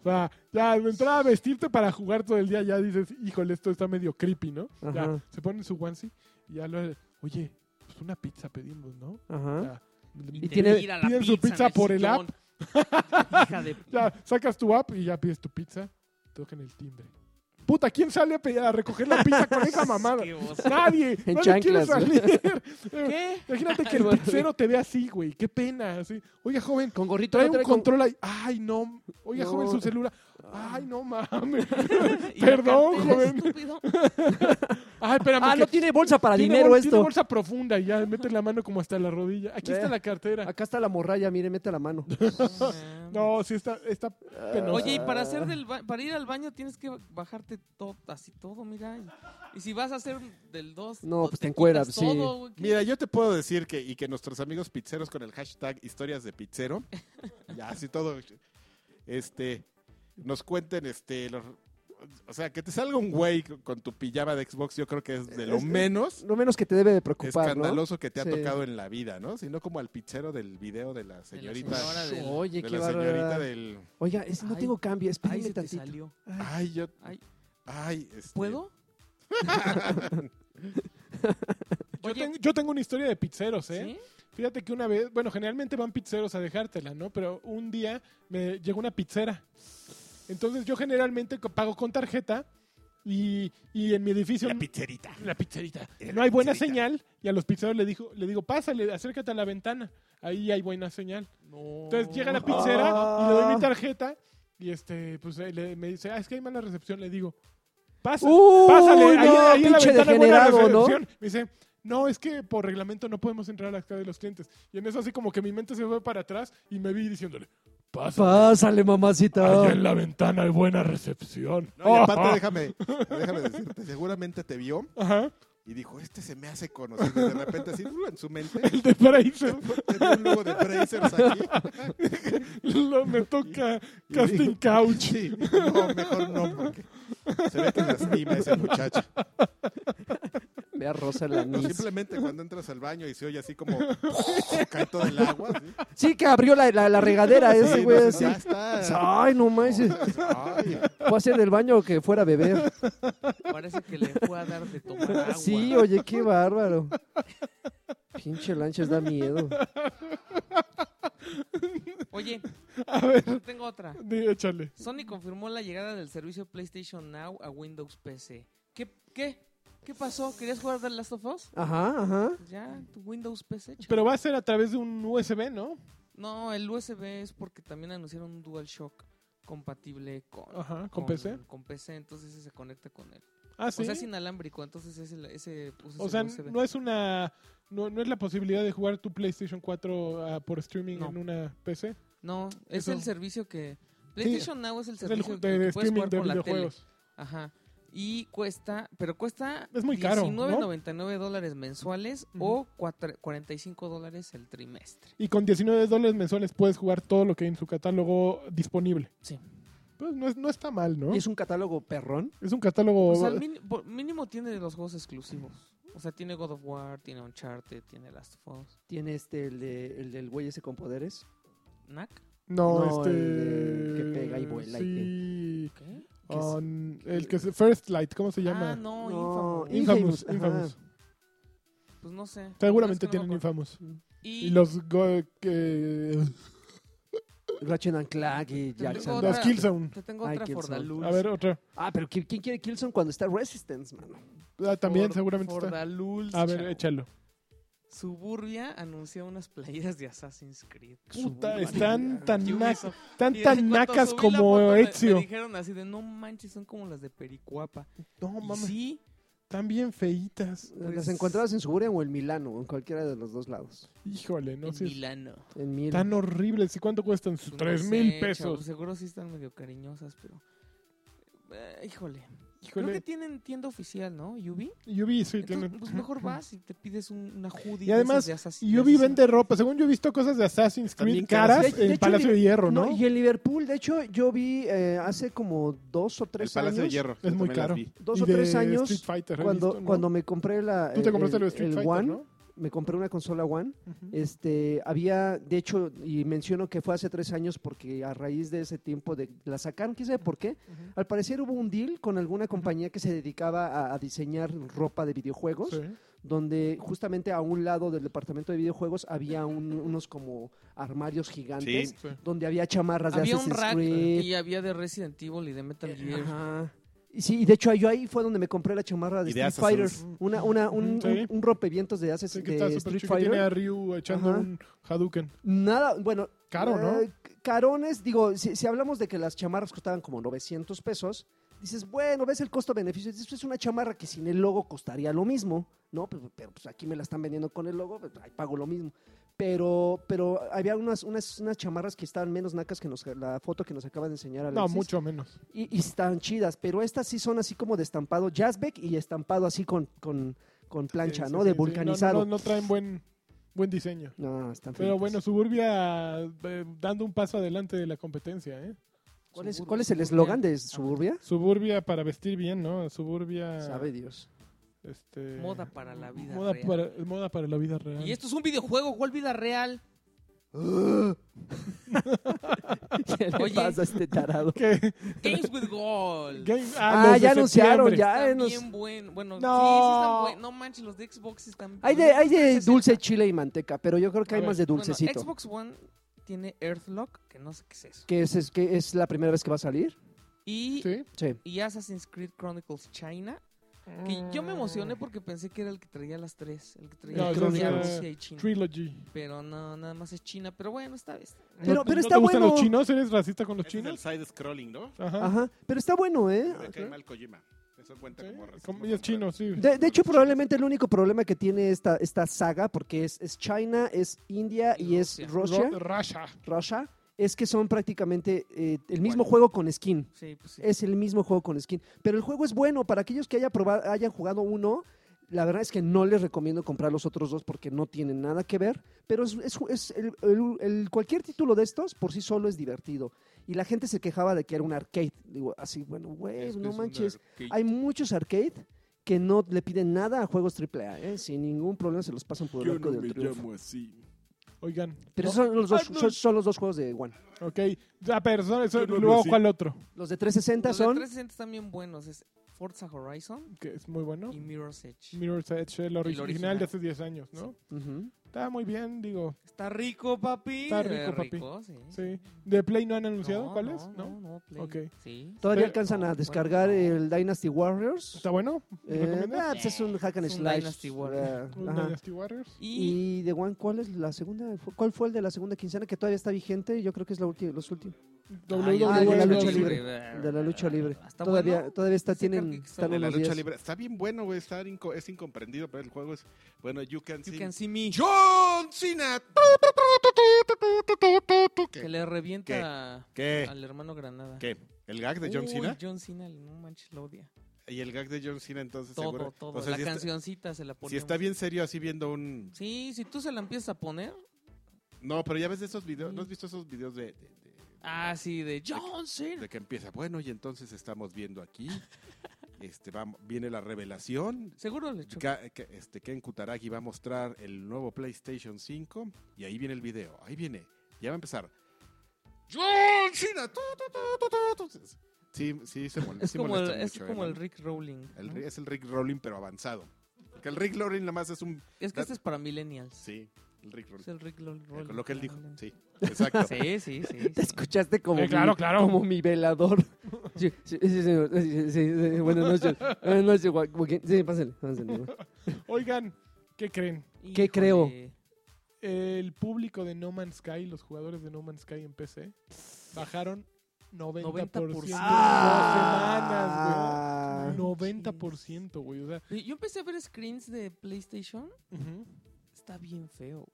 S1: O sea, ya de entrada a vestirte para jugar todo el día, ya dices, híjole, esto está medio creepy, ¿no? Ya,
S2: Ajá.
S1: se ponen su onesie y ya lo... Oye, pues una pizza pedimos, ¿no?
S2: Ajá.
S4: te
S2: Y tiene-
S4: tira la
S1: piden su
S4: en
S1: pizza
S4: el
S1: por el app.
S4: sillón. Hija de.
S1: Ya, sacas tu app y ya pides tu pizza. Tocan el timbre. Puta, ¿quién sale a, pe- a recoger la pizza con esa mamada?
S4: Qué oso.
S1: Nadie.
S2: En
S1: no le
S2: chanclas,
S1: quiere
S2: ¿no?
S1: salir.
S4: ¿Qué?
S1: Imagínate que el
S2: Bueno.
S1: pizzero te ve así, güey. Qué pena. Así. Oiga, joven,
S2: Con gorrito.
S1: trae un
S2: no trae con-
S1: control ahí. Ay, no. Oiga,
S2: No. Ah.
S1: joven, su celular. Ay, no mames.
S4: Y la
S1: Perdón,
S4: cartera,
S1: joven.
S4: estúpido.
S1: Ay, espérame.
S2: Ah,
S1: que
S2: no tiene bolsa para
S1: tiene
S2: dinero
S1: bol- Tiene
S2: esto. Eh.
S1: bolsa profunda y ya mete la mano como hasta la rodilla. Aquí
S2: Ve.
S1: está la cartera.
S2: Acá está la morralla, mire, mete la mano.
S1: No, sí está, está penosa.
S4: Oye, y para hacer del ba- para ir al baño tienes que bajarte todo, así todo, mira. Y, y si vas a hacer del 2,
S2: No, pues te encueras, sí.
S3: Mira, yo te puedo decir que, y que nuestros amigos pizzeros con el hashtag historias de pizzero, ya así todo, este, nos cuenten, este, los- o sea, que te salga un güey con con tu pijama de Xbox, yo creo que es de lo
S2: Es-
S3: menos
S2: Lo menos que te debe de preocupar, ¿no?
S3: escandaloso que te ha
S2: Sí.
S3: tocado en la vida, ¿no? Sino como al pizzero del video de la señorita.
S4: señora del-
S2: Oye,
S3: de
S2: qué
S3: la señorita
S2: barbaridad.
S3: del.
S2: Oiga, es- no
S4: Ay,
S2: tengo cambio,
S4: Ay,
S2: espérame
S4: se te
S2: tantito.
S4: salió.
S3: Ay, yo.
S4: Ay,
S3: Ay, este,
S4: ¿puedo?
S1: Yo,
S4: Oye.
S1: tengo- yo tengo una historia de pizzeros, ¿eh?
S4: ¿Sí?
S1: Fíjate que una vez, bueno, generalmente van pizzeros a dejártela, ¿no? Pero un día me llegó una pizzera. Entonces yo generalmente co- pago con tarjeta y, y en mi edificio...
S3: La pizzerita.
S1: La pizzerita.
S3: Era
S1: No
S3: la
S1: hay buena
S3: pizzerita.
S1: señal y a los pizzeros le, dijo, le digo, pásale, acércate a la ventana. Ahí hay buena señal.
S4: No.
S1: Entonces llega la pizzera
S2: Ah.
S1: y le doy mi tarjeta y este, pues eh, le- me dice, ah, es que hay mala recepción. Le digo, pásale.
S2: Uy,
S1: Pásale, ahí,
S2: no,
S1: ahí en la
S2: ¡Uh! ¡Ah, pinche
S1: ventana hay buena
S2: degenerado, ¿no?
S1: recepción. Me dice, no, es que por reglamento no podemos entrar a la casa de los clientes. Y en eso así como que mi mente se fue para atrás y me vi diciéndole, Pasa.
S2: Pásale, mamacita.
S1: Allá en la ventana hay buena recepción.
S3: No, y aparte, déjame, déjame decirte, seguramente te vio
S1: Ajá.
S3: y dijo, este se me hace conocido. Y de repente, así, en su mente,
S1: El de Bracer.
S3: te veo un logo de Brazers aquí.
S1: Lo- me toca
S3: Y
S1: casting
S3: digo,
S1: couch.
S3: Sí, no, mejor no, porque se ve que lastima ese muchacho.
S2: Ve a Rosa la
S3: No, simplemente cuando entras al baño y se oye así como cae todo el agua. ¿sí?
S2: Sí, que abrió la, la- la regadera Ah, ese
S3: Sí,
S2: güey
S3: no sé,
S2: así.
S3: ya está.
S2: Ay, no manches.
S3: Ay,
S2: Fue a hacer del baño que fuera a beber.
S4: Parece que le fue a dar de tomar agua.
S2: Sí, oye, qué bárbaro. Pinche lanchas da miedo.
S4: Oye,
S1: A ver,
S4: tengo otra.
S1: di, échale.
S4: Sony confirmó la llegada del servicio PlayStation Now a Windows PC. ¿Qué? ¿Qué? ¿Qué pasó? ¿Querías jugar The Last of Us?
S2: Ajá, ajá.
S4: Ya, tu Windows PC. chaval.
S1: Pero va a ser a través de un USB, ¿no?
S4: No, el USB es porque también anunciaron un DualShock compatible con...
S1: Ajá, ¿con PC?
S4: Con PC, entonces ese se conecta con él.
S1: Ah, sí.
S4: O sea, es inalámbrico, entonces ese... ese usas
S1: O
S4: el
S1: sea,
S4: USB.
S1: no es una. No, no es la posibilidad de jugar tu PlayStation 4 ah, por streaming
S4: No.
S1: en una PC.
S4: No, es
S1: Eso.
S4: el servicio que... PlayStation Now es el
S1: Es el
S4: servicio
S1: ju-
S4: que
S1: de, de
S4: que puedes
S1: streaming
S4: jugar
S1: de
S4: por la tele.
S1: videojuegos.
S4: Ajá. Y cuesta, pero cuesta
S1: Es muy caro, ¿no?
S4: 19.99 dólares mensuales
S1: Ujú.
S4: o cuatro- 45 dólares el trimestre.
S1: Y con 19 dólares mensuales puedes jugar todo lo que hay en su catálogo disponible.
S4: Sí.
S1: Pues no, es- no está mal, ¿no?
S2: ¿Y es un catálogo perrón?
S1: Es un catálogo.
S4: O sea, pues al min- por- mínimo tiene los juegos exclusivos. O sea, tiene God of War, tiene Uncharted, tiene Last of Us.
S2: Tiene este, el, de- el del güey ese con poderes.
S4: ¿Knack?
S1: no,
S2: no,
S1: este.
S2: el de- que pega y vuela y
S1: Sí.
S4: ¿Qué?
S2: que es-
S1: On- el que se. First Light, ¿cómo se llama?
S4: Ah, no,
S2: No,
S4: Infamous.
S2: Inf-
S1: Infamous.
S2: Infamous,
S1: Infamous.
S4: Pues no sé.
S1: Seguramente
S4: Es que no
S1: tienen
S4: me acuerdo.
S1: Infamous.
S4: Y,
S1: Y los. go- que-
S2: Ratchet and Clank y Jackson.
S1: los
S4: otra-
S1: Killzone.
S4: te tengo
S2: Ay,
S4: otra
S2: qué
S4: Fordaluz.
S1: A ver, otra.
S2: Ah, pero ¿qui- ¿quién quiere Killzone cuando está Resistance, mano?
S1: Ah, también
S4: For-
S1: seguramente está.
S4: Fordaluz,
S1: A ver,
S4: chavo.
S1: échalo.
S4: Suburbia anunció unas playeras de Assassin's Creed.
S1: Puta,
S2: Suburbia.
S1: están tan, nac-
S4: Ubisoft.
S1: tan,
S4: Y
S1: tan
S4: en cuanto
S1: nacas
S4: subí la
S1: como
S4: foto, me- Me,
S1: Ezio.
S4: dijeron así de, no manches, son como las de Pericuapa.
S1: No
S4: Y
S1: mames,
S4: sí,
S1: están bien feitas.
S4: Pues-
S2: ¿Las encontrabas en Suburbia o en Milano? En cualquiera de los dos lados.
S1: Híjole, no
S4: en
S1: sé.
S4: Milano.
S2: En Milano.
S1: Tan horribles. ¿Y cuánto cuestan?
S4: Pues no
S1: Tres
S4: sé,
S1: mil
S4: chavo,
S1: pesos.
S4: seguro sí están medio cariñosas, pero... eh, híjole. Creo que
S1: Híjole.
S4: tienen tienda oficial, ¿no? Ubi.
S1: Yubi, sí,
S4: Entonces,
S1: tienen.
S4: pues mejor vas y te pides un- una hoodie.
S1: Y además,
S4: de esas de Assassin-
S1: Y Ubi
S4: de Assassin.
S1: vende ropa. Según yo he visto cosas de Assassin's Creed
S3: También
S1: caras
S2: caras. De- de
S1: en
S2: hecho,
S1: Palacio de Hierro, ¿no?
S2: y en Liverpool, de hecho, yo vi eh, hace como dos o
S3: el
S2: tres
S3: Palacio de
S2: años.
S3: Hierro.
S1: Es
S3: yo
S1: muy
S3: también las
S1: caro.
S3: vi.
S2: Dos
S1: Y
S2: o
S1: de
S2: tres años.
S1: Street Fighter, he
S2: Cuando,
S1: visto, ¿no?
S2: cuando me compré la.
S1: Tú te compraste el, de Street
S2: el
S1: Fighter,
S2: One,
S1: ¿no?
S2: me compré una consola One.
S1: Ujú.
S2: Este, había, de hecho, y menciono que fue hace tres años porque a raíz de ese tiempo de, la sacaron, quién sabe por qué.
S1: Ujú.
S2: Al parecer hubo un deal con alguna compañía que se dedicaba a, a diseñar ropa de videojuegos,
S1: Sí.
S2: donde justamente a un lado del departamento de videojuegos había un- unos como armarios gigantes,
S3: Sí.
S2: donde había chamarras de
S4: Había un
S2: Assassin's
S4: rack
S2: Creed.
S4: y había de Resident Evil y de Metal Gear.
S2: Ajá. Y sí, y de hecho yo ahí fue donde me compré la chamarra de
S3: Y de
S2: Street Fighter.
S3: Assassin's.
S2: Una, una, un,
S1: Sí.
S2: un- un rompevientos de, Assassin's
S1: Sí, que está
S2: de
S1: súper
S2: Street
S1: chido. Tiene
S2: Fighter.
S1: a Ryu echando
S2: Ajá.
S1: un Hadouken.
S2: Nada, bueno.
S1: Caro, ¿no?
S2: eh, c- carones, digo, si, si hablamos de que las chamarras costaban como 900 pesos, dices, bueno, ves el costo-beneficio. Dices, es una chamarra que sin el logo costaría lo mismo, ¿no? Pero, pero, pues, aquí me la están vendiendo con el logo, pues, ahí pago lo mismo. Pero, pero había unas, unas, unas chamarras que estaban menos nacas que nos- la foto que nos acaba de enseñar Alexis.
S1: No, mucho menos.
S2: y, y están chidas, pero estas sí son así como de estampado jazzbeck y estampado así con, con, con plancha,
S1: Sí,
S2: ¿no?
S1: sí,
S2: de
S1: sí, sí. No, No,
S2: vulcanizado.
S1: no, no traen buen, buen diseño.
S2: No, están
S1: Pero
S2: feitas.
S1: bueno, Suburbia eh, dando un paso adelante de la competencia, ¿eh?
S2: ¿Cuál es,
S4: Suburbia,
S2: cuál es el
S4: Suburbia.
S2: eslogan de Suburbia?
S1: Suburbia para vestir bien, ¿no? Suburbia.
S2: Sabe Dios.
S1: Este,
S4: Moda para la vida
S1: moda
S4: real.
S1: Para, moda para la vida real.
S4: Y esto es un videojuego, ¿cuál vida real?
S2: ¿Qué le
S4: Oye.
S2: pasa a este tarado?
S1: ¿Qué?
S4: Games with Gold.
S1: Game-
S2: Ah,
S1: los de
S2: ya anunciaron,
S1: septiembre.
S2: ya.
S4: Están
S2: nos-
S4: bien buen. Bueno,
S1: No.
S4: sí, sí están buen- No manches, los de Xbox están
S2: Hay de, hay de dulce, chile y manteca, pero yo creo
S1: A
S2: que hay
S1: ver,
S2: más de
S4: Bueno,
S2: dulcecito.
S4: Xbox One tiene Earthlock, que no sé qué es eso.
S2: ¿Que, es, es- que es la primera vez que va a salir?
S4: Y,
S1: Sí.
S2: Sí.
S4: y Assassin's Creed Chronicles China. Que yo me emocioné porque pensé que era el que traía las tres. El que traía
S1: No,
S4: el
S2: ese
S4: que traía
S2: es,
S1: eh,
S4: Rusia y China.
S1: Trilogy.
S4: Pero no, nada más es China. Pero bueno, está bien.
S2: Pero-
S1: ¿No-
S2: pero
S1: pues no
S2: está
S1: te gustan
S2: bueno.
S1: los chinos? ¿Eres racista con los
S3: Ese es el
S1: chinos?
S3: side-scrolling, ¿no?
S1: Ajá.
S2: Ajá. Pero está bueno, ¿eh?
S3: Me cae mal Kojima. Eso cuenta
S1: Sí,
S3: como
S1: como-
S3: racismo
S1: y es
S3: contra-
S1: chino, sí.
S2: De, de hecho, probablemente el único problema que tiene esta, esta saga, porque es, es China, es India y,
S4: Y
S2: es
S4: Rusia.
S2: Rusia,
S1: Ro- Russia.
S2: Russia, es que son prácticamente eh, el mismo
S4: Igual.
S2: juego con skin.
S4: Sí, pues sí.
S2: Es el mismo juego con skin. Pero el juego es bueno. Para aquellos que haya probado, hayan jugado uno, la verdad es que no les recomiendo comprar los otros dos porque no tienen nada que ver. Pero es, es- es el- el- el- cualquier título de estos por sí solo es divertido. Y la gente se quejaba de que era un arcade. Digo, así, bueno, güey,
S3: Esto
S2: no
S3: es un
S2: manches.
S3: arcade.
S2: Hay muchos arcade que no le piden nada a juegos AAA. ¿eh? Sin ningún problema se los pasan por el arco del triunfo.
S3: así.
S1: Oigan.
S2: Pero
S1: no,
S2: esos son los, dos,
S4: Arnold.
S2: son, son los dos juegos de One.
S1: Ok. Ya, pero son- son-
S3: Yo no lo
S1: luego
S3: sé.
S1: cuál otro.
S2: Los de 360
S4: Los de
S2: son...
S4: 360 están bien buenos. Es Forza Horizon
S1: Que es muy bueno.
S4: y Mirror's Edge.
S1: Mirror's Edge, el original,
S4: original.
S1: de hace 10 años, ¿no?
S2: Ujú.
S1: Está muy bien, digo.
S4: Está rico, papi.
S1: Está rico,
S4: Eh,
S1: papi.
S4: sí.
S1: Sí. ¿De Play no han anunciado
S4: No,
S1: cuál
S4: no,
S1: es?
S4: No,
S1: ¿No?
S4: no, Play.
S1: Ok.
S4: Sí.
S2: Todavía
S1: Pero-
S2: alcanzan
S4: No,
S2: a
S4: bueno,
S2: descargar
S4: no.
S2: el Dynasty Warriors.
S1: ¿Está bueno?
S2: Eh,
S1: ¿Recomiendas?
S2: ah, pues es un hack and
S4: Es un
S2: slash.
S4: Dynasty Warrior.
S2: Ah,
S1: ¿Un
S2: ajá.
S1: Dynasty Warriors?
S4: Y,
S2: Y de One, ¿cuál es la segunda? Fu- ¿Cuál fue el de la segunda quincena que todavía está vigente? Yo creo que es la última, los últimos.
S1: WWE.
S2: ya, el E de la
S1: WWE.
S2: lucha libre. El de la lucha libre. Todavía, todavía está,
S4: Ah, Sí, creo
S2: tienen,
S4: que
S2: están
S3: De la
S2: unos
S3: lucha
S2: 10.
S3: libre. Está bien bueno, güey. Está inco- es incomprendido, pero el juego es. Bueno, You Can
S4: You
S3: See.
S4: can see me.
S3: John Cena.
S4: Que
S3: ¿Qué?
S4: le revienta
S3: ¿Qué?
S4: al hermano Granada.
S3: ¿Qué? ¿El gag de John
S4: Uy,
S3: Cena?
S4: John Cena, no manches, lo odia.
S3: Y el gag de John Cena, entonces
S4: Todo,
S3: seguro.
S4: todo.
S3: O sea,
S4: la
S3: si, está,
S4: cancioncita se la pone.
S3: si está bien serio así viendo un.
S4: Sí, si tú se la empiezas a poner.
S3: No, pero ya ves esos videos. ¿No has visto esos videos de- de- de
S4: Ah, sí, de John Cena.
S3: de que empieza, bueno, y entonces estamos viendo aquí, este, va- viene la revelación,
S4: Seguro le echó.
S3: Ga- que- este, Ken Kutaragi va a mostrar el nuevo PlayStation 5, y ahí viene el video, ahí viene, ya va a empezar. John Cena, tu, tu, tu, tu, tu, tu. Sí, sí, se mol-
S4: Es
S3: sí
S4: como, el,
S3: molesta
S4: es
S3: mucho, ¿eh,
S4: como el
S3: mano?
S4: Rick Rowling.
S3: El
S4: ¿no?
S3: Rick- Es el Rick Rolling, pero avanzado. Que el Rick Rolling nada más es un...
S4: Es que este es para millennials.
S3: Sí, el Rick
S4: Es
S3: Rolling.
S4: el Rick Rowling.
S3: Eh, Con lo que él dijo, sí, exacto.
S4: Sí, sí, sí.
S2: Te escuchaste como,
S1: Eh, claro,
S2: mi,
S1: claro.
S2: como mi velador. Sí, sí, sí, señor. Sí, sí, sí, sí. Buenas noches. Buenas noches, Juan- Joaquín. Sí, pásenle, pásenle.
S1: Oigan, ¿qué creen?
S2: ¿Qué creo?
S1: El público de No Man's Sky, los jugadores de No Man's Sky en PC, bajaron 90%,
S4: 90%.
S1: en dos semanas,
S2: Ah.
S1: güey. 90%, güey. O sea,
S4: Y Yo empecé a ver screens de PlayStation. Está bien feo.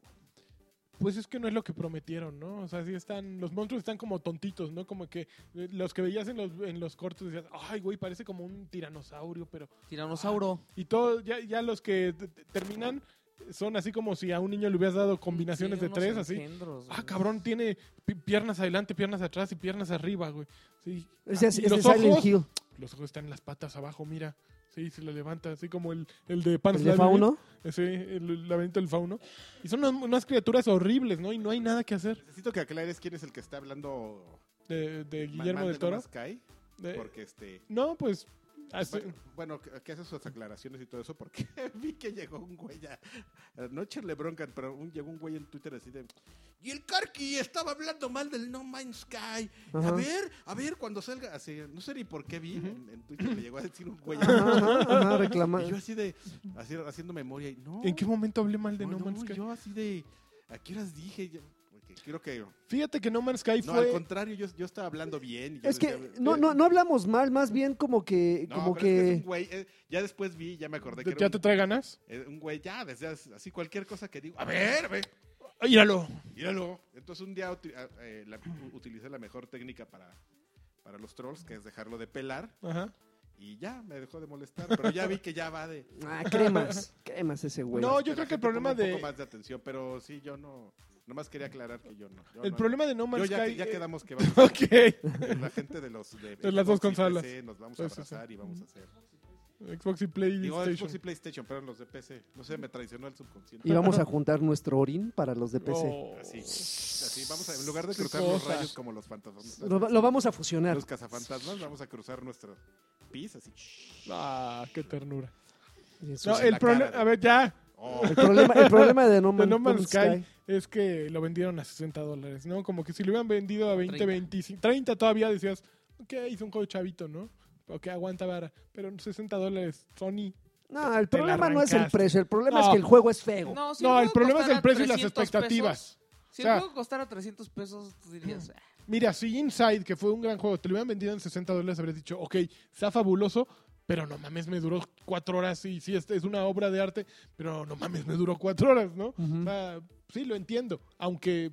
S1: pues es que no es lo que prometieron, ¿no? O sea, sí están, los monstruos están como tontitos, ¿no? Como que eh, los que veías en los, en los cortos decías, ay, güey, parece como un tiranosaurio, pero...
S4: Tiranosaurio.
S1: Y todos, ya, ya los que t- t- terminan son así como si a un niño le hubieras dado combinaciones
S4: Sí,
S1: de
S4: unos
S1: tres, así.
S4: engendros,
S1: Ah,
S4: güey.
S1: cabrón, tiene pi- piernas adelante, piernas atrás y piernas arriba, güey. Sí.
S2: Es de-
S1: Ah,
S2: es
S1: y
S2: de
S1: los
S2: Silent
S1: ojos,
S2: Hill.
S1: los ojos están en las patas abajo, mira. Sí, se le levanta, así como el, el de Pan
S2: ¿El de
S1: Slavic.
S2: Fauno?
S1: Eh, Sí, el laberinto del fauno. Y son unas, unas criaturas horribles, ¿no? Y no hay nada que hacer.
S3: Necesito que aclares quién es el que está hablando...
S1: De, de
S3: Ma-
S1: Guillermo
S3: mal
S1: del
S3: de No
S1: Toro.
S3: Man's Sky,
S1: De-
S3: porque este...
S1: no, pues. así-
S3: Bueno, bueno, que que hace sus aclaraciones y todo eso, porque vi que llegó un güey a, no echarle bronca, pero un- llegó un güey en Twitter así de... Y el Karki estaba hablando mal del No Man's Sky. A
S2: Ajá.
S3: ver, a ver, cuando salga... Así, no sé ni por qué vi, en, en Twitter le llegó a decir un güey.
S2: Ajá, ajá, reclama.
S3: Y yo así de... así, haciendo memoria y no...
S1: ¿En qué momento hablé mal de
S3: no,
S1: No,
S3: no,
S1: Man's Sky?
S3: Yo así de... ¿A qué horas dije? Yo- porque creo que... No,
S1: Fíjate que No Man's Sky
S3: al
S1: fue.
S3: contrario, yo, yo estaba hablando bien. y yo
S2: Es que
S3: decía, "Eh".
S2: no, no, no hablamos mal, más bien como que,
S3: No,
S2: como
S3: pero es es
S2: que,
S3: un güey, eh, ya después vi, ya me acordé que era
S1: ¿Ya
S3: un-
S1: te trae ganas?
S3: Eh, un güey, ya, desde hace- así cualquier cosa que digo, a ver, ve,
S1: Ah, Míralo.
S3: míralo. Entonces un día uti- a- eh, la- u- utilicé la mejor técnica para, para los trolls, que es dejarlo de pelar,
S1: Ajá.
S3: y ya, me dejó de molestar, pero ya vi que ya va de...
S2: ah, cremas, cremas ese güey.
S1: No,
S3: Pues,
S1: yo
S3: la
S1: creo que el
S3: gente ponga
S1: problema
S3: un
S1: de-
S3: poco más de atención, pero sí, yo no... Nomás quería aclarar que yo no. yo
S1: El
S3: no-
S1: problema de No
S3: yo
S1: Man's
S3: ya,
S1: Sky.
S3: ya
S1: eh,
S3: quedamos que vamos
S1: Ok.
S3: a- la gente de los de,
S1: De las dos
S3: Xbox y
S1: consolas.
S3: PC, nos vamos a
S1: Pues, sí, sí.
S3: abrazar y vamos a hacer.
S1: Xbox y
S3: Digo,
S1: PlayStation.
S3: Xbox y PlayStation, pero los de PC. No sé, me traicionó el subconsciente.
S2: Y vamos a juntar nuestro orín para los de PC.
S1: Oh.
S3: Así, así, vamos a, en lugar de
S1: Qué
S3: cruzar los
S1: cosa.
S3: rayos como los fantasmas.
S2: Lo, va- lo vamos a fusionar.
S3: Los cazafantasmas, vamos a cruzar nuestro pis así.
S1: Ah, qué ternura.
S2: Eso
S1: No,
S2: sí.
S3: en
S1: el
S3: la
S1: problema.
S3: cara de-
S1: A ver, ya.
S3: Oh,
S2: El problema, el problema de No,
S1: De
S2: Man-
S1: No Man's Sky,
S2: Sky.
S1: es que lo vendieron a 60 dólares, ¿no? Como que si lo hubieran vendido a 20,
S4: 30.
S1: 25, 30 todavía decías, ok, hizo un juego chavito, ¿no? Ok, aguanta vara. Pero en 60 dólares, Sony.
S2: No, el
S1: te la
S2: problema no es el
S1: arrancaste.
S2: precio, el problema es
S1: No.
S2: que el juego es feo.
S4: No, si
S1: no, el
S4: juego
S1: problema es el
S4: costara
S1: precio y las
S4: 300
S1: expectativas.
S4: pesos, si
S1: O sea-
S4: el juego costara 300 pesos, tú dirías, "Ah,
S1: Mira, si Inside, que fue un gran juego, te lo hubieran vendido en 60 dólares, habrías dicho, ok, está fabuloso, pero no mames, me duró cuatro horas y sí, este es una obra de arte, pero no mames, me duró cuatro horas, ¿no?
S2: Ujú.
S1: O sea, sí, lo entiendo, aunque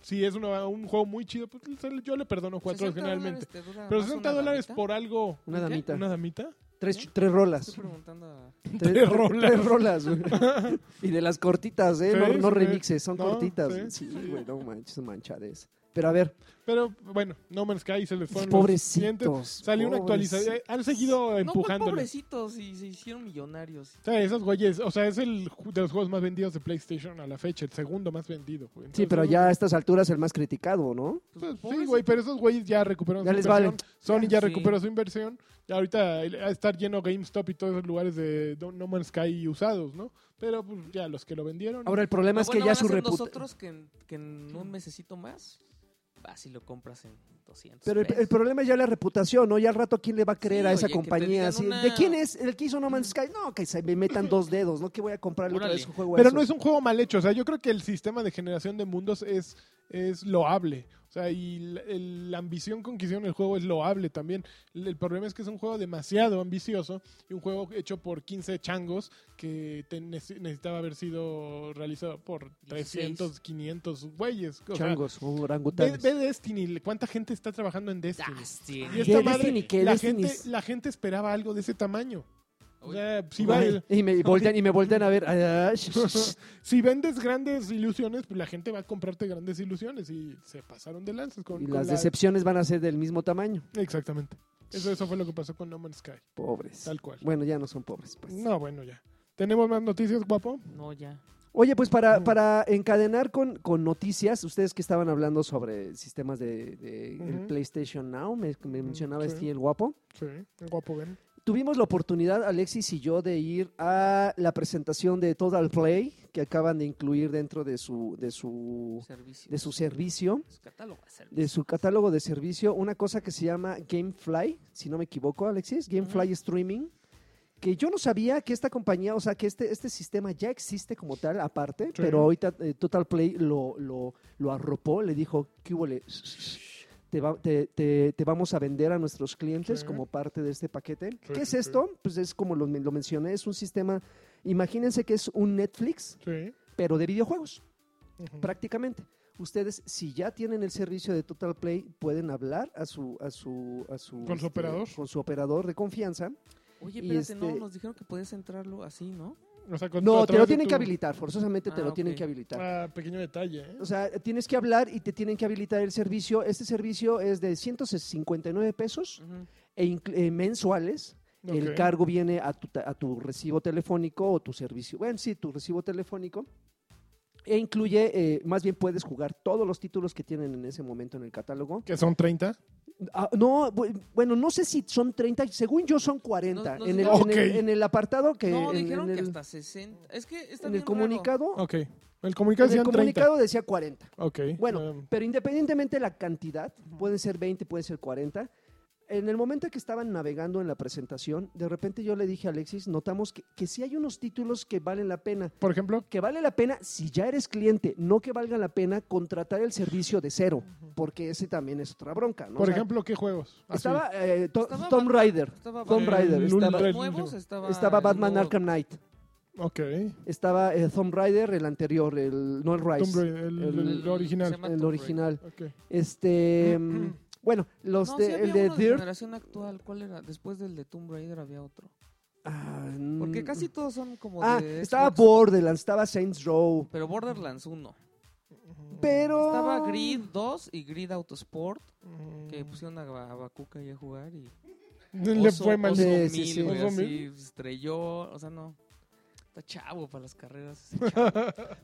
S1: si es una- un juego muy chido, pues se- yo le perdono cuatro
S4: 60
S1: generalmente.
S4: dólares te dura
S1: Pero
S4: más
S1: 60
S4: una
S1: dólares
S4: damita.
S1: por algo,
S2: Una
S4: ¿Qué?
S2: damita.
S1: una damita.
S2: Tres, ch- tres rolas.
S4: Estoy preguntando a...
S2: Tres,
S1: Tres rolas.
S2: rolas. Tres rolas, güey. Y de las cortitas, ¿eh?
S1: Sí,
S2: no, no
S1: sí.
S2: remixes, son
S1: No,
S2: cortitas.
S1: sí,
S2: güey.
S1: sí,
S2: Sí,
S1: sí.
S2: güey, no manches, manchades. Pero a ver,
S1: Pero bueno, No Man's Sky se les fue.
S2: pobrecitos.
S1: Salió una actualización. Han seguido
S4: No, pues
S1: empujándole.
S4: pobrecitos y se hicieron millonarios.
S1: O sea, esos güeyes, o sea, es el ju- de los juegos más vendidos de PlayStation a la fecha, el segundo más vendido, güey.
S2: Sí,
S1: Entonces,
S2: pero ya a estas alturas el más criticado, ¿no?
S1: pues, sí,
S4: pobres-
S1: güey, pero esos güeyes ya recuperaron
S2: Ya
S1: su
S2: les
S1: inversión.
S2: valen.
S1: Sony ya
S4: Sí.
S1: recuperó su inversión. Y ahorita el- a estar lleno GameStop y todos esos lugares de No No Man's Sky usados, ¿no? Pero pues, ya los que lo vendieron.
S2: Ahora, el problema
S4: Lo
S2: es que
S4: bueno
S2: ya
S4: van a
S2: su
S4: ser
S2: reputación.
S4: nosotros que en, que en un mesecito más, vas y lo compras en 200
S2: Pero el,
S1: pues.
S4: pesos.
S2: el problema es ya la reputación, ¿no? Ya al rato, ¿quién le va a creer
S4: Sí,
S2: a esa
S4: oye, que te
S2: compañía?
S4: digan
S2: Así,
S4: una-
S2: ¿De quién es el que hizo No Man's Sky? No, que se me metan dos dedos, ¿no? Que voy a comprarle otra
S4: Órale.
S2: vez un juego a
S1: Pero
S2: esos.
S1: no es un juego mal hecho. O sea, yo creo que el sistema de generación de mundos es, es loable. O sea, y la, el- la ambición con que hicieron el juego es loable también. El, el problema es que es un juego demasiado ambicioso y un juego hecho por 15 changos que te- nece- necesitaba haber sido realizado por 300, 500 güeyes. O sea,
S2: Changos, o
S1: ve,
S2: orangutanes.
S1: ve Destiny. ¿Cuánta gente está trabajando en Destiny?
S4: Dustin.
S1: Y
S2: ¿Qué
S1: esta madre,
S2: Destiny? ¿Qué
S1: la,
S2: Destiny?
S1: gente, la gente esperaba algo de ese tamaño. O
S4: Oye,
S1: sea, pues, si va,
S2: Ay, y, me voltean, y me voltean a ver. ay,
S1: si vendes grandes ilusiones, pues la gente va a comprarte grandes ilusiones y se pasaron de lanzas con,
S2: y
S1: con
S2: las
S1: la-
S2: decepciones van a ser del mismo tamaño.
S1: Exactamente. Eso, eso fue lo que pasó con No Man's Sky,
S2: Pobres.
S1: tal cual.
S2: Bueno, ya no son pobres, pues.
S1: No, bueno, ya. ¿Tenemos más noticias, guapo?
S4: No, ya.
S2: Oye, pues para,
S1: Ujú.
S2: para encadenar con, con noticias, ustedes que estaban hablando sobre sistemas de, de el
S1: Ujú.
S2: PlayStation Now, me, me
S1: Mm,
S2: mencionaba
S1: sí.
S2: este el guapo.
S1: Sí, guapo, ven.
S2: Tuvimos la oportunidad, Alexis y yo, de ir a la presentación de Total Play, que acaban de incluir dentro de su, de su,
S4: Servicio.
S2: de su servicio,
S4: Su catálogo de servicio.
S2: de su catálogo de servicio, una cosa que se llama Gamefly, si no me equivoco, Alexis, Gamefly Streaming, que yo no sabía que esta compañía, o sea, que este, este sistema ya existe como tal, aparte, pero ahorita eh, Total Play lo, lo, lo arropó, le dijo, ¿qué hubo le? Te, va- te, te- te vamos a vender a nuestros clientes
S1: Sí.
S2: como parte de este paquete. ¿Qué
S1: sí,
S2: es
S1: sí.
S2: esto? Pues es como lo, lo mencioné, es un sistema, imagínense que es un Netflix,
S1: Sí.
S2: pero de videojuegos
S1: Ujú.
S2: prácticamente. Ustedes, si ya tienen el servicio de Total Play, pueden hablar a su, a su, a su, este,
S1: Con su operador.
S2: con su operador de confianza.
S4: Oye,
S2: y
S4: espérate, no,
S2: este-
S4: nos dijeron que podías entrarlo así, ¿no?
S1: O sea, con- a
S2: No, te
S1: través
S2: lo
S1: de
S2: tienen
S1: tu-
S2: que habilitar, forzosamente te
S4: Ah,
S2: lo tienen
S4: ok.
S2: que habilitar.
S1: Ah, pequeño detalle, ¿eh?
S2: O sea, tienes que hablar y te tienen que habilitar el servicio. Este servicio es de 159 pesos
S4: Ujú.
S2: e inclu- eh, mensuales. El
S1: Ok.
S2: cargo viene a tu, ta- a tu recibo telefónico o tu servicio. Bueno, sí, tu recibo telefónico. E incluye, eh, más bien puedes jugar todos los títulos que tienen en ese momento en el catálogo.
S1: Que son 30.
S2: Ah, no, bu- bueno, no sé si son 30, según yo son 40.
S4: Nos- nos
S2: en, el,
S1: dijeron-
S2: en el-
S1: Ok.
S2: en el apartado que.
S4: No,
S2: en,
S4: dijeron
S2: en
S4: que
S2: el,
S4: hasta 60. Es que está
S2: en
S4: bien
S2: el comunicado.
S1: Ok. El
S2: en
S1: comunicado
S2: el
S1: decían 30.
S2: comunicado decía 40.
S1: Ok.
S2: Bueno,
S1: Um,
S2: pero independientemente de la cantidad, pueden ser 20, pueden ser 40. En el momento en que estaban navegando en la presentación, de repente yo le dije a Alexis, notamos que, que sí hay unos títulos que valen la pena.
S1: por ejemplo,
S2: Que vale la pena, si ya eres cliente, no que valga la pena contratar el servicio de cero, porque ese también es otra bronca. ¿no?
S1: por
S2: O sea,
S1: ejemplo, ¿qué juegos? Así.
S2: estaba, eh, To-
S4: Estaba
S2: Tomb
S4: Batman-
S2: Rider.
S4: Estaba
S2: Tomb
S4: Batman-
S2: Rider,
S1: El
S2: estaba-
S1: Ultra-
S4: Los nuevos estaba...
S2: Estaba
S4: el
S2: Batman
S4: nuevo-
S2: Arkham Knight.
S1: Ok.
S2: Estaba eh, Tomb Raider, el anterior, el No el
S1: Tomb
S2: Rise,
S1: Raider, el,
S2: el-
S1: el
S4: se
S1: original.
S4: llama
S2: el
S4: Tomb
S2: original.
S1: Ok.
S2: Este, mm, bueno, los
S4: No,
S2: de,
S4: sí había
S2: el de
S4: uno de
S2: Dirt.
S4: generación actual. ¿Cuál era? Después del de Tomb Raider había otro.
S2: ah,
S4: Porque
S2: mm,
S4: casi todos son como
S2: Ah,
S4: de
S2: estaba
S4: Xbox,
S2: Borderlands, estaba Saints Row,
S4: Pero Borderlands 1.
S2: pero
S4: Mm. Estaba Grid 2 y Grid Autosport, que pues,
S1: Mm.
S4: pusieron a Ba- a Bakuca ahí a jugar y...
S1: Le
S4: Oso-
S1: fue mal.
S4: Oso
S2: Sí,
S4: mil,
S2: sí, sí.
S4: güey,
S1: Oso
S4: así,
S1: mil.
S4: estrelló, o sea, no. Está chavo para las carreras, ese chavo,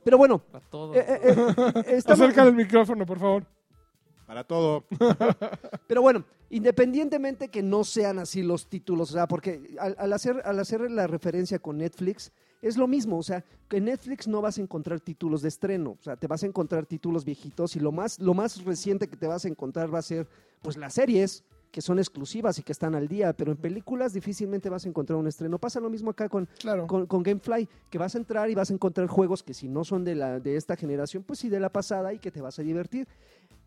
S2: Pero bueno,
S4: para todo.
S2: eh, eh, eh, estaba-
S1: Acerca del micrófono, por favor.
S3: Para todo.
S2: Pero bueno, independientemente que no sean así los títulos, o sea, porque al, al hacer, al hacer la referencia con Netflix, es lo mismo, o sea, que en Netflix no vas a encontrar títulos de estreno, o sea, te vas a encontrar títulos viejitos y lo más, lo más reciente que te vas a encontrar va a ser, pues, las series que son exclusivas y que están al día, pero en películas difícilmente vas a encontrar un estreno. Pasa lo mismo acá con,
S1: Claro.
S2: con, con Gamefly, que vas a entrar y vas a encontrar juegos que si no son de, la, de esta generación, pues sí de la pasada y que te vas a divertir.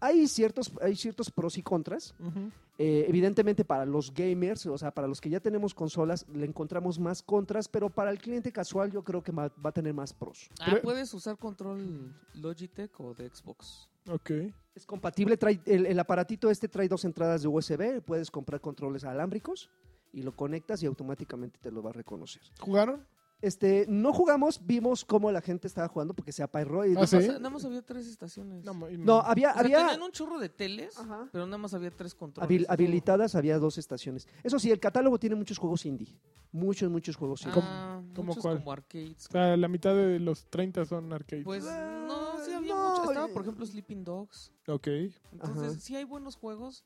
S2: Hay ciertos, hay ciertos pros y contras.
S1: Ujú.
S2: Eh, evidentemente para los gamers, o sea, para los que ya tenemos consolas, le encontramos más contras, pero para el cliente casual yo creo que ma- va, a tener más pros.
S4: Ah,
S1: pero-
S4: puedes usar control Logitech o de Xbox.
S2: ¿Ah,
S1: Ok.
S2: Es compatible, trae, el, el aparatito este trae dos entradas de USB, puedes comprar controles alámbricos y lo conectas y automáticamente te lo va a reconocer.
S1: ¿Jugaron?
S2: Este, no jugamos, vimos cómo la gente estaba jugando porque se apairó y
S1: Ah, ¿sí?
S4: O sea, nada más había tres estaciones.
S1: ma-
S2: No, había,
S4: O sea,
S2: había
S4: tenían un chorro de teles,
S2: Ajá.
S4: pero nada más había tres controles.
S2: habil- habilitadas, había dos estaciones. Eso sí, el catálogo tiene muchos juegos indie. Muchos, muchos juegos indie.
S4: Ah,
S1: ¿Cómo
S4: muchos
S1: cuál?
S4: como arcades.
S1: O sea, la mitad de los 30 son arcades.
S4: Pues
S2: Ah,
S4: no, sí había
S2: no,
S4: mucho. Estaba,
S2: eh.
S4: por ejemplo, Sleeping Dogs.
S1: ok.
S4: Entonces,
S2: Ajá.
S4: sí hay buenos juegos,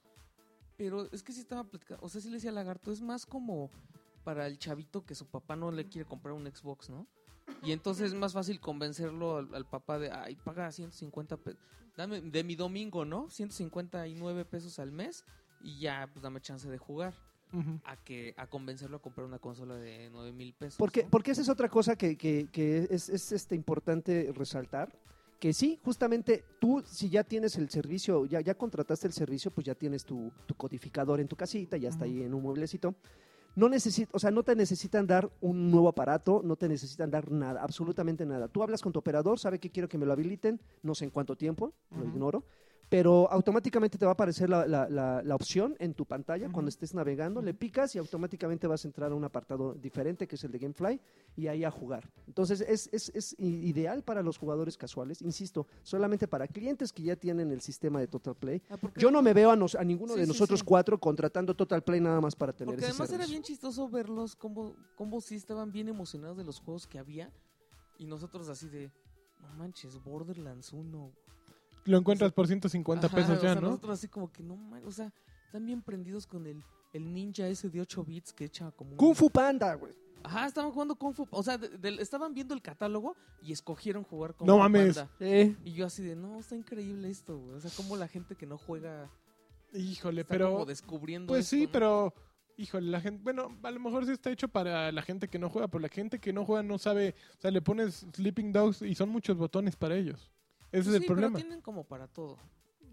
S4: pero es que sí estaba platicando. O sea, sí le decía Lagarto, es más como para el chavito que su papá no le quiere comprar un Xbox, ¿no? Y entonces es más fácil convencerlo al, al papá de, ay, paga 150 pesos. Dame de mi domingo, ¿no? 159 pesos al mes y ya, pues dame chance de jugar.
S1: Ujú.
S4: A que a convencerlo a comprar una consola de 9 mil pesos.
S2: Porque,
S4: ¿no?
S2: porque esa es otra cosa que, que- que es, es, este, importante resaltar. Que sí, justamente tú, si ya tienes el servicio, ya, ya contrataste el servicio, pues ya tienes tu, tu codificador en tu casita, ya está ahí en un mueblecito. No necesito, o sea, no te necesitan dar un nuevo aparato, no te necesitan dar nada, absolutamente nada. Tú hablas con tu operador, sabe que quiero que me lo habiliten, no sé en cuánto tiempo, lo
S1: Ujú.
S2: ignoro, pero automáticamente te va a aparecer la, la- la- la opción en tu pantalla
S1: Ujú.
S2: cuando estés navegando, le picas y automáticamente vas a entrar a un apartado diferente que es el de Gamefly y ahí a jugar. Entonces es, es- es i- ideal para los jugadores casuales, insisto, solamente para clientes que ya tienen el sistema de Total Play.
S4: Ah, porque-
S2: Yo no me veo a, nos- a ninguno
S4: Sí,
S2: de
S4: sí,
S2: nosotros
S4: sí.
S2: cuatro contratando Total Play nada más para tener
S4: Porque
S2: ese
S4: además era
S2: servicio.
S4: bien chistoso verlos, como, como sí estaban bien emocionados de los juegos que había. Y nosotros así de, no manches, Borderlands 1.
S1: Lo encuentras por 150
S4: Ajá,
S1: pesos
S4: o
S1: ya,
S4: sea,
S1: ¿no?
S4: Nosotros así como que no manches, o sea, están bien prendidos con el, el ninja ese de 8 bits que echa como... un-
S2: Kung Fu Panda, güey.
S4: Ajá, estaban jugando Kung Fu. O sea, de- del- estaban viendo el catálogo y escogieron jugar con
S1: No mames.
S4: Y yo así de, no, está increíble esto, güey. O sea, como la gente que no juega
S1: Híjole,
S4: está
S1: pero...
S4: como descubriendo
S1: Pues
S4: esto,
S1: sí,
S4: ¿no?
S1: pero... Híjole, la gente... Bueno, a lo mejor sí está hecho para la gente que no juega, pero la gente que no juega no sabe... O sea, le pones Sleeping Dogs y son muchos botones para ellos. Ese
S4: Pues
S1: es el
S4: sí,
S1: problema.
S4: Pero tienen como para todo.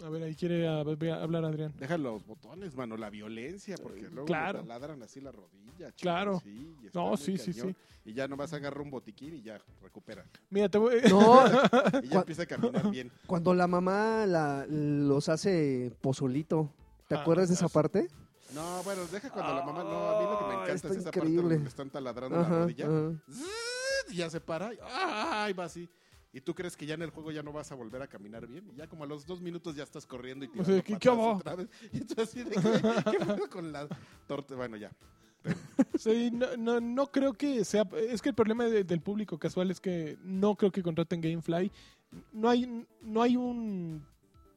S1: A ver, ahí quiere ah, ve- hablar Adrián.
S3: Deja los botones, mano, la violencia, porque luego
S1: Eh, claro.
S3: te ladran así la rodilla. chico,
S1: Claro.
S3: Sí, y está
S1: No,
S3: muy
S1: sí, sí,
S3: cañón.
S1: sí.
S3: Y ya nomás agarra un botiquín y ya recupera.
S1: Mira, te voy...
S2: No,
S3: Y ya empieza a caminar bien.
S2: cuando la mamá la- los hace pozolito. ¿Te
S1: Ah,
S2: acuerdas de esa
S1: así.
S2: parte?
S3: No, bueno, deja cuando la mamá no. A mí lo que me
S2: Ah,
S3: encanta es
S2: está
S3: esa parte
S2: increíble.
S3: donde le están taladrando la
S2: Ajá,
S3: rodilla.
S2: ajá.
S3: ¡Zit! Y ya se para. y ¡Ay! Va así. Y tú crees que ya en el juego ya no vas a volver a caminar bien. Y ya como a los dos minutos ya estás corriendo y
S1: sea,
S3: tirando
S1: ¿qué-
S3: para
S1: qué
S3: atrás
S1: hago?
S3: otra vez. Y tú así de ¿qué, qué pedo con la torta? Bueno, ya.
S1: Sí, no, no, no creo que sea. Es que el problema de- del público casual es que no creo que contraten Gamefly. No hay, no hay un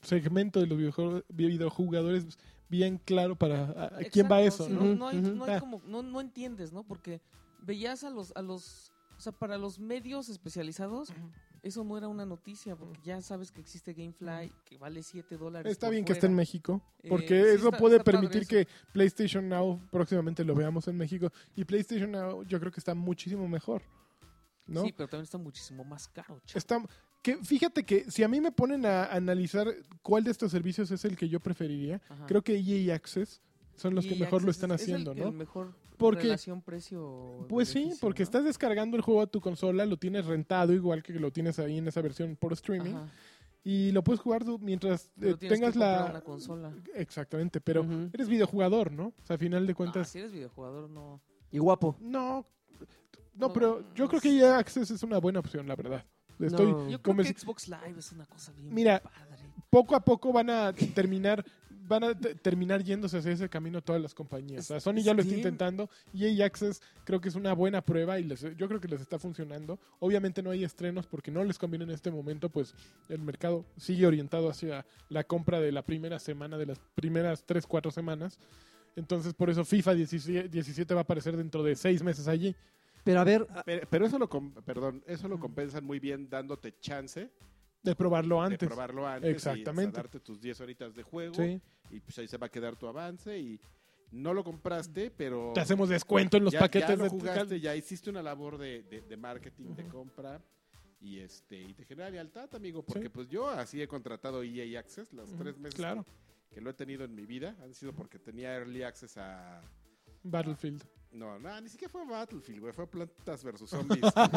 S1: segmento de los videojuego- videojugadores bien claro para a- a quién va
S4: Exacto,
S1: eso,
S4: sí,
S1: ¿no?
S4: No, no hay,
S2: Ujú,
S4: no hay
S1: ujú. Ah.
S4: como, no, no entiendes, ¿no? Porque veías a los, a los, o sea, para los medios especializados, eso no era una noticia, porque ya sabes que existe GameFly, que vale 7 dólares.
S1: Está
S4: por
S1: bien que esté en
S4: fuera.
S1: México,
S4: Eh,
S1: porque
S4: sí,
S1: eso
S4: está-
S1: puede
S4: está padre
S1: permitir
S4: eso.
S1: que PlayStation Now próximamente lo veamos en México. Y PlayStation Now yo creo que está muchísimo mejor, ¿no?
S4: Sí, pero también está muchísimo más caro, chavo.
S1: Está- que, fíjate que si a mí me ponen a analizar cuál de estos servicios es el que yo preferiría,
S4: Ajá.
S1: creo que EA Access son los
S4: Y
S1: que mejor lo
S4: Access
S1: están
S4: es- es el
S1: haciendo,
S4: que
S1: ¿no?
S4: mejor
S1: Porque-
S4: relación precio.
S1: Pues sí, porque estás descargando el juego a tu consola, lo tienes rentado igual que lo tienes ahí en esa versión por streaming y lo puedes jugar tú mientras eh, tengas
S4: Una
S1: la
S4: consola.
S1: exactamente, pero
S2: Ujú.
S1: eres videojugador, ¿no? O sea, a final de
S4: Ah,
S1: cuentas
S4: si eres videojugador, no.
S2: Y guapo.
S1: no no,
S4: No,
S1: pero yo
S4: no
S1: creo que
S4: sé.
S1: EA Access es una buena opción, la verdad. Estoy
S2: No.
S4: Yo creo
S1: Como
S4: que
S1: es-
S4: Xbox Live es una cosa bien
S1: Mira,
S4: padre.
S1: poco a poco van a terminar van a te- terminar yéndose hacia ese camino todas las compañías. O sea, Sony ya lo está
S4: Steam.
S1: intentando y EA Access creo que es una buena prueba y les- yo creo que les está funcionando. Obviamente no hay estrenos porque no les conviene en este momento, pues el mercado sigue orientado hacia la compra de la primera semana, de las primeras 3, 4 semanas. Entonces por eso FIFA 17, 17 va a aparecer dentro de 6 meses allí.
S2: Pero a ver, a-
S3: Pero, pero eso lo com- perdón, eso lo compensan muy bien dándote chance
S1: De probarlo antes.
S3: de probarlo antes. y, o sea,
S1: Exactamente.
S3: darte tus 10 horitas de juego
S1: Sí.
S3: y pues ahí se va a quedar tu avance y no lo compraste, pero
S1: Te hacemos descuento en los
S3: ya,
S1: paquetes
S3: ya lo
S1: de
S3: jugaste, ya hiciste una labor de, de- de marketing, de compra y este y te genera lealtad, amigo, porque
S1: Sí.
S3: pues yo así he contratado EA Access los
S1: Ujú,
S3: tres meses
S1: claro.
S3: que, que lo he tenido en mi vida han sido porque tenía early access a
S1: Battlefield.
S3: No, no, ni siquiera fue Battlefield, güey. Fue Plantas vs. Zombies. Ahí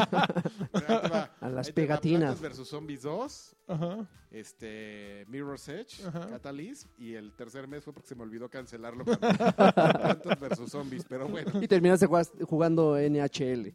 S3: te va.
S2: A las
S3: Ahí te va
S2: pegatinas.
S3: Plantas vs. Zombies 2,
S1: Ajá.
S3: este, Mirror's Edge,
S1: Ajá.
S3: Catalyst. Y el tercer mes fue porque se me olvidó cancelarlo. cuando- Plantas vs. Zombies, pero bueno.
S2: Y terminaste jugas- jugando NHL.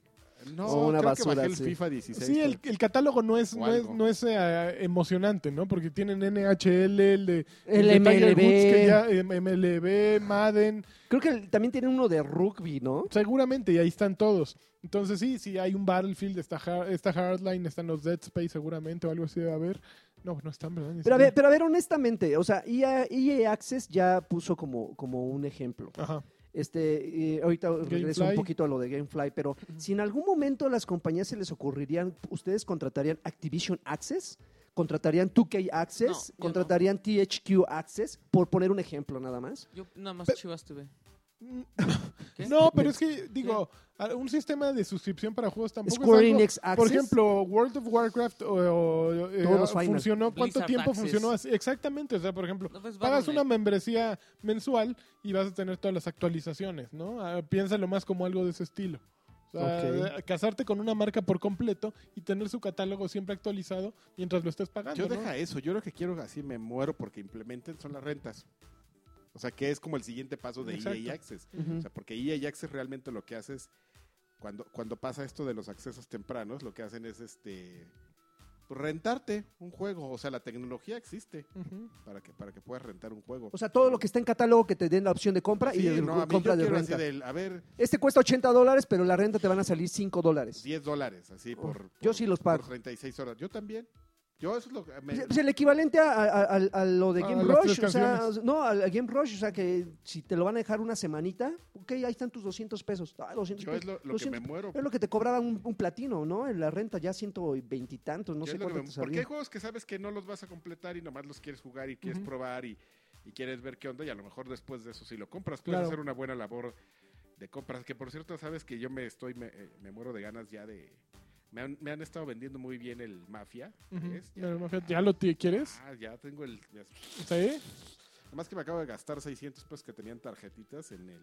S3: No,
S2: O una
S3: creo
S2: basura,
S3: que bajé el
S2: sí.
S3: FIFA 16.
S1: Sí, el, el catálogo no es,
S3: O
S1: no es,
S3: algo.
S1: no es, eh, emocionante, ¿no? Porque tienen NHL, el de,
S2: El
S1: de Tiger
S2: MLB.
S1: Woods que ya- em- MLB, Madden,
S2: Creo que el- también tiene uno de rugby, ¿no?
S1: seguramente, y ahí están todos. Entonces sí, sí hay un Battlefield, está, Har- está Hardline, están los Dead Space seguramente o algo así debe haber. No, no están, ¿verdad? Ni
S2: Pero a ver,
S1: siquiera.
S2: pero a ver honestamente, o sea, E EA, EA Access ya puso como, como un ejemplo.
S1: Ajá.
S2: Este, eh, ahorita regreso un
S1: Gamefly.
S2: poquito a lo de Gamefly, pero si en algún momento a las compañías se les ocurrirían, ¿ustedes contratarían Activision Access? ¿Contratarían 2K
S4: No,
S2: Access?
S4: yo no.
S2: ¿Contratarían THQ Access? Por poner un ejemplo nada más.
S4: Yo nada más
S1: Pe-
S4: Chivas TV. ¿Qué?
S1: No, pero es que, digo, a- un sistema de suscripción para juegos tampoco es
S2: Square
S1: algo-
S2: Enix Access.
S1: Por ejemplo, World of Warcraft o, o, eh,
S2: Todos los Final.
S1: funcionó. ¿Cuánto
S4: Blizzard
S1: tiempo
S4: Access.
S1: funcionó así? Exactamente, o sea, por ejemplo,
S4: No, pues,
S1: pagas
S4: Battle.net.
S1: una membresía mensual y vas a tener todas las actualizaciones, ¿no? Ah, piénsalo más como algo de ese estilo. O sea, eh, casarte con una marca por completo y tener su catálogo siempre actualizado mientras lo estés pagando.
S3: Yo
S1: Ah, ¿no?
S3: deja eso, yo lo que quiero así me muero porque implementen son las rentas. O sea, que es como el siguiente paso de
S1: Exacto.
S3: EA Access.
S2: Ujú.
S3: O sea, porque EA Access realmente lo que hace es cuando cuando pasa esto de los accesos tempranos, lo que hacen es este pues, rentarte un juego, o sea, la tecnología existe
S1: Ujú.
S3: para que para que puedas rentar un juego.
S2: O sea, todo lo que está en catálogo que te den la opción de compra y
S3: Sí,
S2: de
S3: no, a mí
S2: compra
S3: yo
S2: de
S3: quiero así
S2: renta.
S3: del, a ver,
S2: Este cuesta 80 dólares, pero la renta te van a salir 5 dólares.
S3: 10 dólares así por,
S2: Oh, yo
S3: por-
S2: sí los
S3: por
S2: pago.
S3: 36 horas. Yo también. Yo eso es lo que me-
S2: Pues, pues, el equivalente a, a- a- a lo de
S1: A
S2: Game
S1: las
S2: Rush,
S1: tres
S2: o sea, no, al al Game Rush, o sea, que si te lo van a dejar una semanita, ok, ahí están tus 200 pesos. Ah, 200
S3: yo es
S2: pesos.
S3: lo, lo que
S2: 200
S3: me muero.
S2: Es lo que te cobraba un, un platino, ¿no? En la renta ya ciento veintitantos, no
S3: Yo
S2: sé
S3: es lo que
S2: cuánto
S3: me-
S2: te
S3: porque hay
S2: salía.
S3: juegos que sabes que no los vas a completar y nomás los quieres jugar y quieres
S1: Ujú.
S3: probar y, y quieres ver qué onda y a lo mejor después de eso si lo compras puedes
S1: Claro.
S3: hacer una buena labor de compras. Que por cierto sabes que yo me estoy, me, eh, me muero de ganas ya de... Me han, me han estado vendiendo muy bien el Mafia.
S1: Ujú.
S3: ¿ves? Ya,
S1: Pero, Mafia, ¿Ya lo ti- quieres?
S3: ah, ya tengo el... Además
S1: ¿Sí?
S3: que me acabo de gastar 600 pesos que tenían tarjetitas en el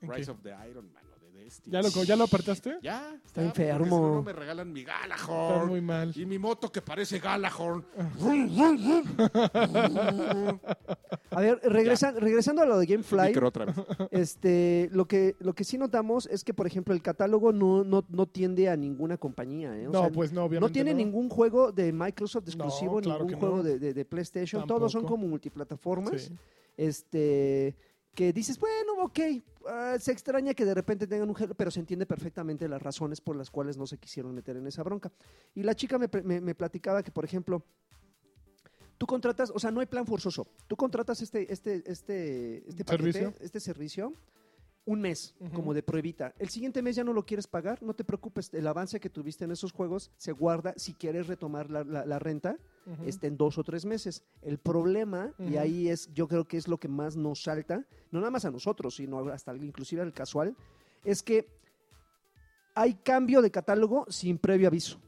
S1: ¿En
S3: Rise
S1: qué?
S3: of the Iron Man o de Destiny.
S1: ¿Ya lo, co- ¿Ya lo apartaste?
S3: Ya, está, porque
S2: enfermo.
S3: si no, no me regalan mi
S1: Está
S3: Galahorn.
S1: muy mal. Ah.
S3: Y mi moto que parece Galahorn.
S2: A ver, regresan, regresando a lo de Gamefly,
S3: Micro otra vez.
S2: este, lo que, lo que sí notamos es que, por ejemplo, el catálogo no, no, no tiende a ninguna compañía, ¿eh? O
S1: No,
S2: sea,
S1: pues no, obviamente.
S2: No tiene ningún juego de Microsoft exclusivo,
S1: No, claro
S2: ningún
S1: que
S2: juego
S1: no.
S2: de, de- de PlayStation. Todos son
S1: Tampoco.
S2: como multiplataformas.
S1: Sí.
S2: Este, que dices, bueno, ok, ah, se extraña que de repente tengan un género, pero se entiende perfectamente las razones por las cuales no se quisieron meter en esa bronca. Y la chica me, pre- me- me platicaba que, por ejemplo, tú contratas, o sea, no hay plan forzoso. Tú contratas este, este, este, este paquete,
S1: Servicio.
S2: este servicio. Un mes,
S1: Ujú.
S2: como de pruebita. El siguiente mes ya no lo quieres pagar, no te preocupes. El avance que tuviste en esos juegos se guarda si quieres retomar la, la- la renta
S1: Ujú.
S2: este, en dos o tres meses. El problema, y
S1: Ujú.
S2: ahí es, yo creo que es lo que más nos salta, no nada más a nosotros, sino hasta al- inclusive al casual, es que hay cambio de catálogo sin previo aviso.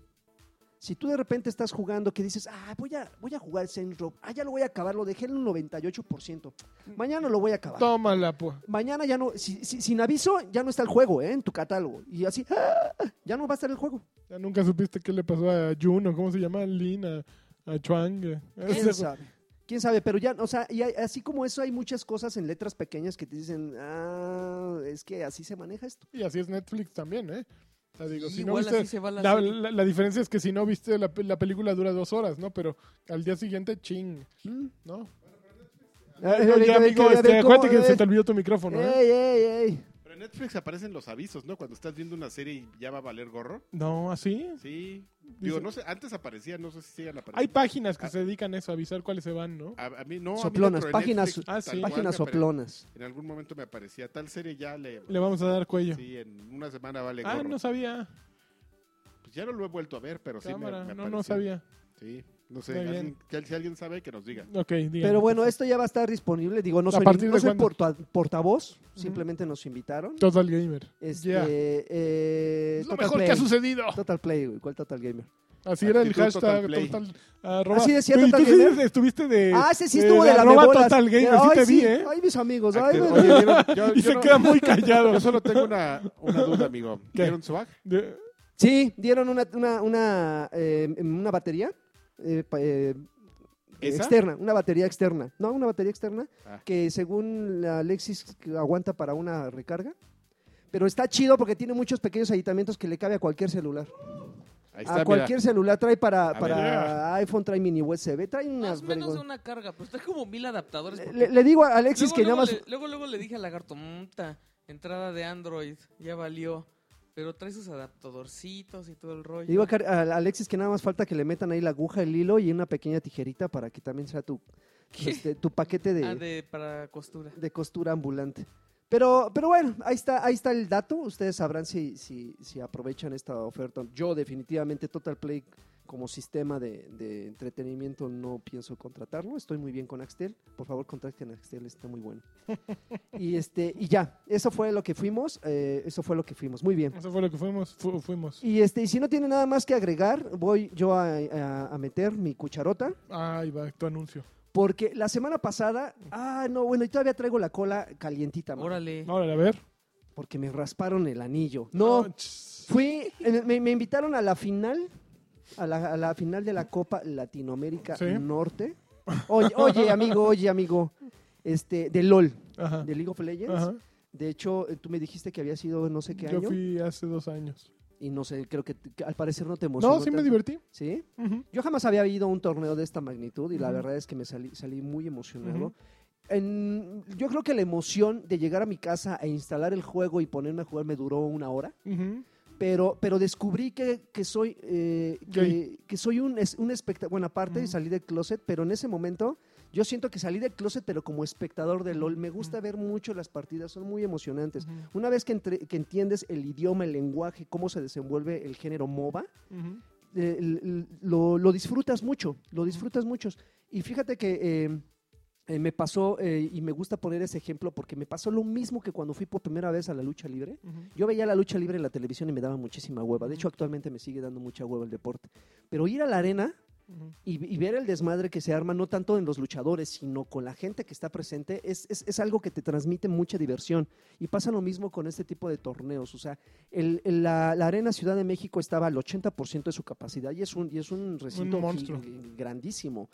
S2: Si tú de repente estás jugando que dices, ah, voy a, voy a jugar Saints Row, ah, ya lo voy a acabar, lo dejé en un 98%, mañana lo voy a acabar.
S1: Tómala, pues.
S2: Mañana ya no, si- si- sin aviso, ya no está el juego, ¿eh? En tu catálogo. Y así, "Ah, ya no va a estar el juego.
S1: Ya nunca supiste qué le pasó a Juno, ¿cómo se llama? Lin, a, a Chuang. eh.
S2: ¿Quién sabe? ¿Quién sabe? Pero ya, o sea, y hay- así como eso hay muchas cosas en letras pequeñas que te dicen, ah, es que así se maneja esto.
S1: Y así es Netflix también, ¿eh? O sea, digo, si no
S4: Igual
S1: viste-
S4: así se va la,
S1: la,
S4: serie.
S1: la- la diferencia es que si no viste la, pe- la película dura dos horas, ¿no? Pero al día siguiente, ching,
S2: Mm.
S1: ¿no?
S2: Ah,
S1: No,
S2: eh,
S1: ya,
S2: eh,
S1: amigo,
S2: eh, eh,
S1: este,
S2: ¿cómo?
S1: acuérdate que
S2: Eh,
S1: se te olvidó tu micrófono, ¿eh?
S2: ey, ey, ey.
S3: Pero en Netflix aparecen los avisos, ¿no? Cuando estás viendo una serie y ya va a valer gorro.
S1: No, así.
S3: Sí. Digo,
S1: Dice-
S3: no sé, antes aparecía, no sé si sigan apareciendo.
S1: Hay páginas que
S3: Ah.
S1: se dedican a eso, a avisar cuáles se van, ¿no?
S3: A, a mí no. a mí
S2: Soplonas,
S3: dentro de
S2: páginas-
S3: Netflix,
S1: Ah,
S3: tal
S1: sí.
S3: cual
S2: Páginas
S3: me apare-
S2: soplonas.
S3: En algún momento me aparecía tal serie ya le.
S1: Le vamos a dar cuello.
S3: Sí, en una semana vale gorro.
S1: Ah, no sabía.
S3: Pues ya no lo he vuelto a ver, pero sí me,
S1: Cámara, no,
S3: me
S1: no
S3: apareció.
S1: sabía.
S3: Sí. No sé,
S1: Muy bien.
S3: alguien- que- si alguien sabe, que nos diga.
S1: Ok, díganme.
S2: Pero bueno, esto ya va a estar disponible. Digo, no
S1: ¿A
S2: soy,
S1: partir
S2: ni-
S1: de
S2: no soy
S1: cuándo?
S2: porta- portavoz, simplemente nos invitaron.
S1: Total Gamer.
S2: Este,
S1: Yeah.
S2: eh,
S1: Es lo
S2: Total
S1: mejor
S2: Play.
S1: que ha sucedido.
S2: Total Play, güey. ¿Cuál Total Gamer?
S1: Así era el
S3: Actitud
S1: hashtag
S3: Total
S1: Total.
S3: Play.
S1: arroba-
S2: Así decía
S1: Tú- y
S2: Total
S1: tú sí
S2: Gamer.
S1: estuviste de.
S2: ah, ese sí
S1: de
S2: estuvo de la
S1: arroba
S2: mebola.
S1: eh, Total Gamer,
S2: Ay,
S1: sí te vi,
S2: sí.
S1: ¿eh?
S2: Ay, mis amigos. Pues, Ay,
S3: Actitud-
S2: bueno.
S3: Oye, ¿vieron? Yo-
S1: Y
S3: yo
S1: se
S3: no-
S1: queda muy callado.
S3: Yo solo tengo una, una duda, amigo.
S1: ¿Qué?
S3: ¿Vieron swag?
S1: De-
S2: Sí, dieron una, una, una, eh, una batería eh, pa- eh,
S3: ¿Esa?
S1: Este,
S2: externa, una batería externa. No, una batería externa
S3: Ah.
S2: que según la Lexis aguanta para una recarga. Pero está chido porque tiene muchos pequeños aditamentos que le cabe a cualquier celular.
S3: Ahí
S2: a
S3: está, mira.
S2: cualquier celular trae para,
S3: ver.
S2: para iPhone, trae mini USB, trae unas
S4: Más o menos de
S2: vergon-
S4: una carga, pero está como mil adaptadores. porque
S2: le, le digo a Alexis
S4: luego,
S2: que
S4: luego
S2: nada más...
S4: le, luego, luego le dije a Lagarto, "Muta, entrada de Android, ya valió. Pero trae sus adaptadorcitos y todo el rollo.
S2: le digo a Car- a Alexis que nada más falta que le metan ahí la aguja, el hilo y una pequeña tijerita para que también sea tu,
S4: ¿Qué?
S2: este, tu paquete
S4: Ah, de, para costura.
S2: de costura ambulante. Pero, pero bueno, ahí está, ahí está el dato. Ustedes sabrán si, si, si aprovechan esta oferta. Yo definitivamente Total Play como sistema de, de entretenimiento no pienso contratarlo. Estoy muy bien con Axtel. Por favor, contacten a Axtel, está muy bueno. y este, y ya, eso fue lo que fuimos. eh, eso fue lo que fuimos. Muy bien.
S1: Eso fue lo que fuimos. fu- fuimos.
S2: Y este, y si no tiene nada más que agregar, voy yo a- a- a meter mi cucharota.
S1: Ay, va, tu anuncio.
S2: Porque la semana pasada, ah, no, bueno, y todavía traigo la cola calientita, mano.
S4: Órale.
S1: Ahora, a ver.
S2: porque me rasparon el anillo. No,
S1: Ah, ch-
S2: fui, eh, me, me invitaron a la final, a la, a la final de la Copa Latinoamérica
S1: Sí.
S2: Norte. Oye, oye, amigo, oye, amigo, este, de LOL,
S1: Ajá.
S2: de League of Legends.
S1: Ajá.
S2: De hecho, eh, tú me dijiste que había sido no sé qué
S1: Yo
S2: año
S1: fui hace dos años.
S2: y no sé, creo que, que al parecer no te emocionó.
S1: No, sí me
S2: tanto.
S1: divertí.
S2: ¿Sí?
S1: Ujú.
S2: Yo jamás había ido a un torneo de esta magnitud y la
S1: Ujú.
S2: verdad es que me salí, salí muy emocionado.
S1: Ujú.
S2: En- yo creo que la emoción de llegar a mi casa e instalar el juego y ponerme a jugar me duró una hora,
S1: Ujú.
S2: pero, pero descubrí que, que soy, eh, que,
S1: Gay.
S2: que soy un, es- un espectador. Bueno, aparte
S1: Ujú.
S2: salí del closet, pero en ese momento yo siento que salí del closet, pero como espectador de LOL. Me gusta ver mucho las partidas, son muy emocionantes.
S1: Ujú.
S2: Una vez que, entre- que entiendes el idioma, el lenguaje, cómo se desenvuelve el género MOBA,
S1: Ujú.
S2: eh, l- l- lo, lo disfrutas mucho, lo disfrutas mucho. Y fíjate que eh, eh, me pasó, eh, y me gusta poner ese ejemplo, porque me pasó lo mismo que cuando fui por primera vez a la lucha libre.
S1: Ujú.
S2: Yo veía la lucha libre en la televisión y me daba muchísima hueva. De hecho, actualmente me sigue dando mucha hueva el deporte. Pero ir a la arena
S1: Ujú.
S2: y, y ver el desmadre que se arma, no tanto en los luchadores, sino con la gente que está presente, es, es- es algo que te transmite mucha diversión. Y pasa lo mismo con este tipo de torneos. O sea, el- el- la, la Arena Ciudad de México estaba al 80% de su capacidad y es un, y es un recinto gi-
S1: monstruo.
S2: gi- grandísimo.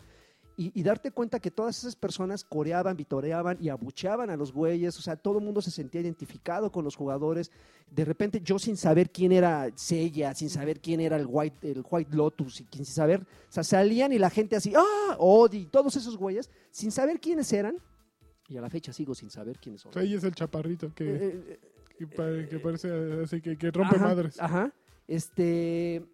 S2: Y, y darte cuenta que todas esas personas coreaban, vitoreaban y abucheaban a los güeyes, o sea, todo el mundo se sentía identificado con los jugadores. De repente yo sin saber quién era Sella, sin saber quién era el White, el White Lotus, y sin saber o sea, salían y la gente así, ¡ah! Odi, todos esos güeyes, sin saber quiénes eran. Y a la fecha sigo sin saber quiénes son.
S1: O sea, Ahí es el chaparrito que,
S2: Eh, eh,
S1: que, pa- que parece así que, que rompe
S2: ajá, ah,
S1: madres.
S2: Ajá. Este.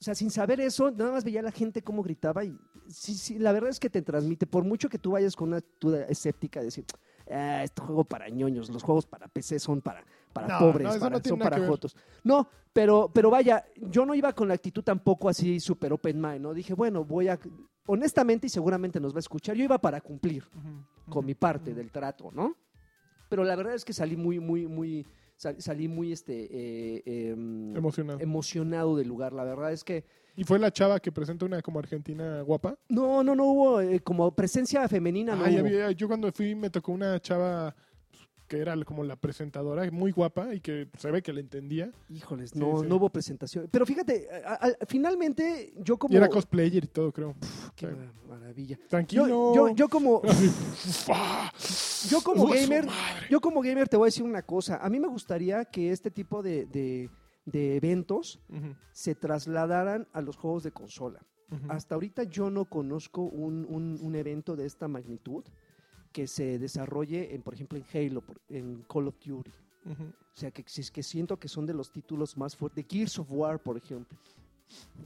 S2: O sea, sin saber eso, nada más veía a la gente cómo gritaba y sí, sí, la verdad es que te transmite, por mucho que tú vayas con una actitud escéptica, de decir, ah, este juego para ñoños, los juegos para PC son para, para
S1: No,
S2: pobres,
S1: no, eso
S2: para-
S1: no tiene
S2: son
S1: nada
S2: para
S1: que ver.
S2: jotos. No, pero, pero vaya, yo no iba con la actitud tampoco así super open mind, ¿no? Dije, bueno, voy a, honestamente y seguramente nos va a escuchar, yo iba para cumplir
S1: Ujú.
S2: con mi parte
S1: Ujú.
S2: del trato, ¿no? Pero la verdad es que salí muy, muy, muy, sal- salí muy, este, eh, em,
S1: Emocionado.
S2: emocionado del lugar. La verdad es que
S1: Y fue la chava que presenta una como argentina guapa.
S2: no, no, no hubo eh, como presencia femenina, no
S1: Ay,
S2: hubo.
S1: había- yo cuando fui me tocó una chava pues, que era como la presentadora, muy guapa y que se ve que le entendía.
S2: Híjoles,
S1: Sí,
S2: no,
S1: sí.
S2: no hubo presentación. Pero fíjate, a- a- finalmente yo como,
S1: Y era cosplayer y todo, creo.
S2: qué ma- maravilla.
S1: Tranquilo.
S2: Yo, yo, yo como, yo como
S1: Uy, su
S2: gamer,
S1: madre.
S2: yo como gamer te voy a decir una cosa. A mí me gustaría que este tipo de, de- de eventos
S1: Ujú,
S2: se trasladaran a los juegos de consola.
S1: ujú.
S2: Hasta ahorita yo no conozco un, un- un evento de esta magnitud que se desarrolle en, por ejemplo, en Halo, por- en Call of Duty.
S1: Ujú.
S2: O sea, que, si- que siento que son de los títulos más fuertes. De Gears of War, por ejemplo.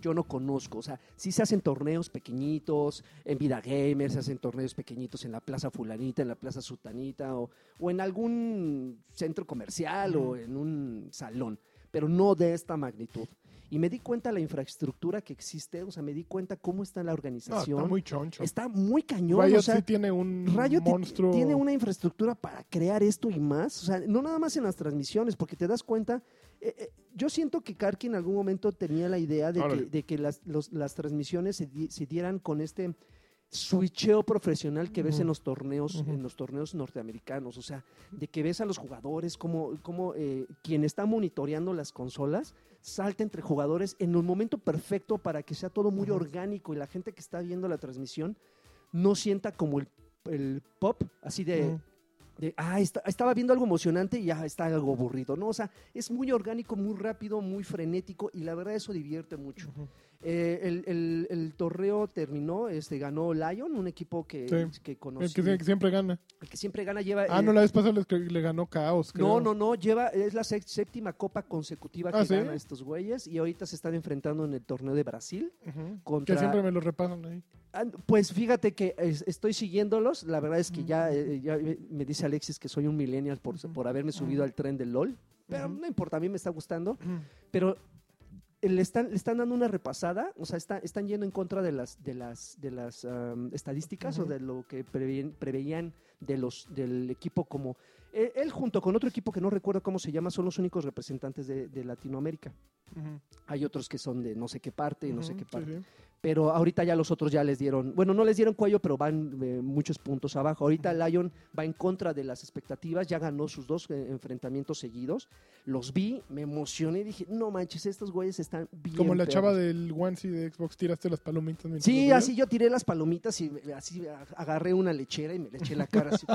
S2: Yo no conozco. O sea, sí se hacen torneos pequeñitos, en Vida Gamer se hacen torneos pequeñitos en la Plaza Fulanita, en la Plaza Sutanita, o, o en algún centro comercial o en un salón. pero no de esta magnitud. Y me di cuenta la infraestructura que existe, o sea, me di cuenta cómo está la
S1: No,
S2: organización.
S1: está muy choncho.
S2: Está muy cañón,
S1: Riot
S2: o sea,
S1: sí tiene un
S2: Rayo
S1: monstruo.
S2: tiene una infraestructura para crear esto y más. O sea, no nada más en las transmisiones, porque te das cuenta. eh, eh, yo siento que Karki en algún momento tenía la idea de que,
S1: Órale.
S2: de que las, los- las transmisiones se, di- se dieran con este switcheo profesional que ves en
S1: Ujú.
S2: los torneos,
S1: Ujú.
S2: en los torneos norteamericanos. O sea, de que ves a los jugadores como, como eh, quien está monitoreando las consolas salta entre jugadores en el momento perfecto para que sea todo muy
S1: Ujú.
S2: orgánico y la gente que está viendo la transmisión no sienta como el, el pop, así de,
S1: Ujú.
S2: de, ah, esta- estaba viendo algo emocionante y ya está algo aburrido, ¿no? O sea, es muy orgánico, muy rápido, muy frenético y la verdad eso divierte mucho.
S1: Ujú.
S2: Eh, el, el- el torneo terminó, este, ganó Lion, un equipo que,
S1: Sí.
S2: que
S1: El
S2: conocí,
S1: que, que siempre gana.
S2: el que siempre gana, lleva...
S1: Ah,
S2: eh,
S1: no, la vez pasada les que- le ganó Caos.
S2: no,
S1: creo.
S2: no, no, lleva, es la sex- séptima copa consecutiva
S1: Ah,
S2: que
S1: ¿sí?
S2: ganan estos güeyes y ahorita se están enfrentando en el torneo de Brasil
S1: Ujú.
S2: contra...
S1: Que siempre me lo repasan ahí.
S2: Ah, Pues fíjate que es- estoy siguiéndolos. La verdad es que ya, eh, ya me me dice Alexis que soy un millennial por,
S1: Mm. Ujú. Ah.
S2: por haberme subido al tren del LOL. Pero
S1: Ujú.
S2: no importa, a mí me está gustando. Pero eh, le están, le están dando una repasada. O sea, está- están yendo en contra de las, de las, de las am, estadísticas o
S1: Ujú.
S2: de lo que preveían, preveían de los, del equipo como... Él, él junto con otro equipo que no recuerdo cómo se llama son los únicos representantes de, de Latinoamérica.
S1: Ujú.
S2: Hay otros que son de no sé qué parte y no sé
S1: Ujú,
S2: qué
S1: sí,
S2: parte
S1: sí.
S2: pero ahorita ya los otros ya les dieron, bueno, no les dieron cuello, pero van eh, muchos puntos abajo. Ahorita Lyon va en contra de las expectativas, ya ganó sus dos eh, enfrentamientos seguidos. Los vi, me emocioné, dije, no manches, estos güeyes están bien.
S1: Como la chava
S2: perros".
S1: del onesie de Xbox, tiraste las palomitas. mientras lo
S2: Sí,
S1: veías.
S2: así yo tiré las palomitas y me- así a- agarré una lechera y me le eché en la cara así.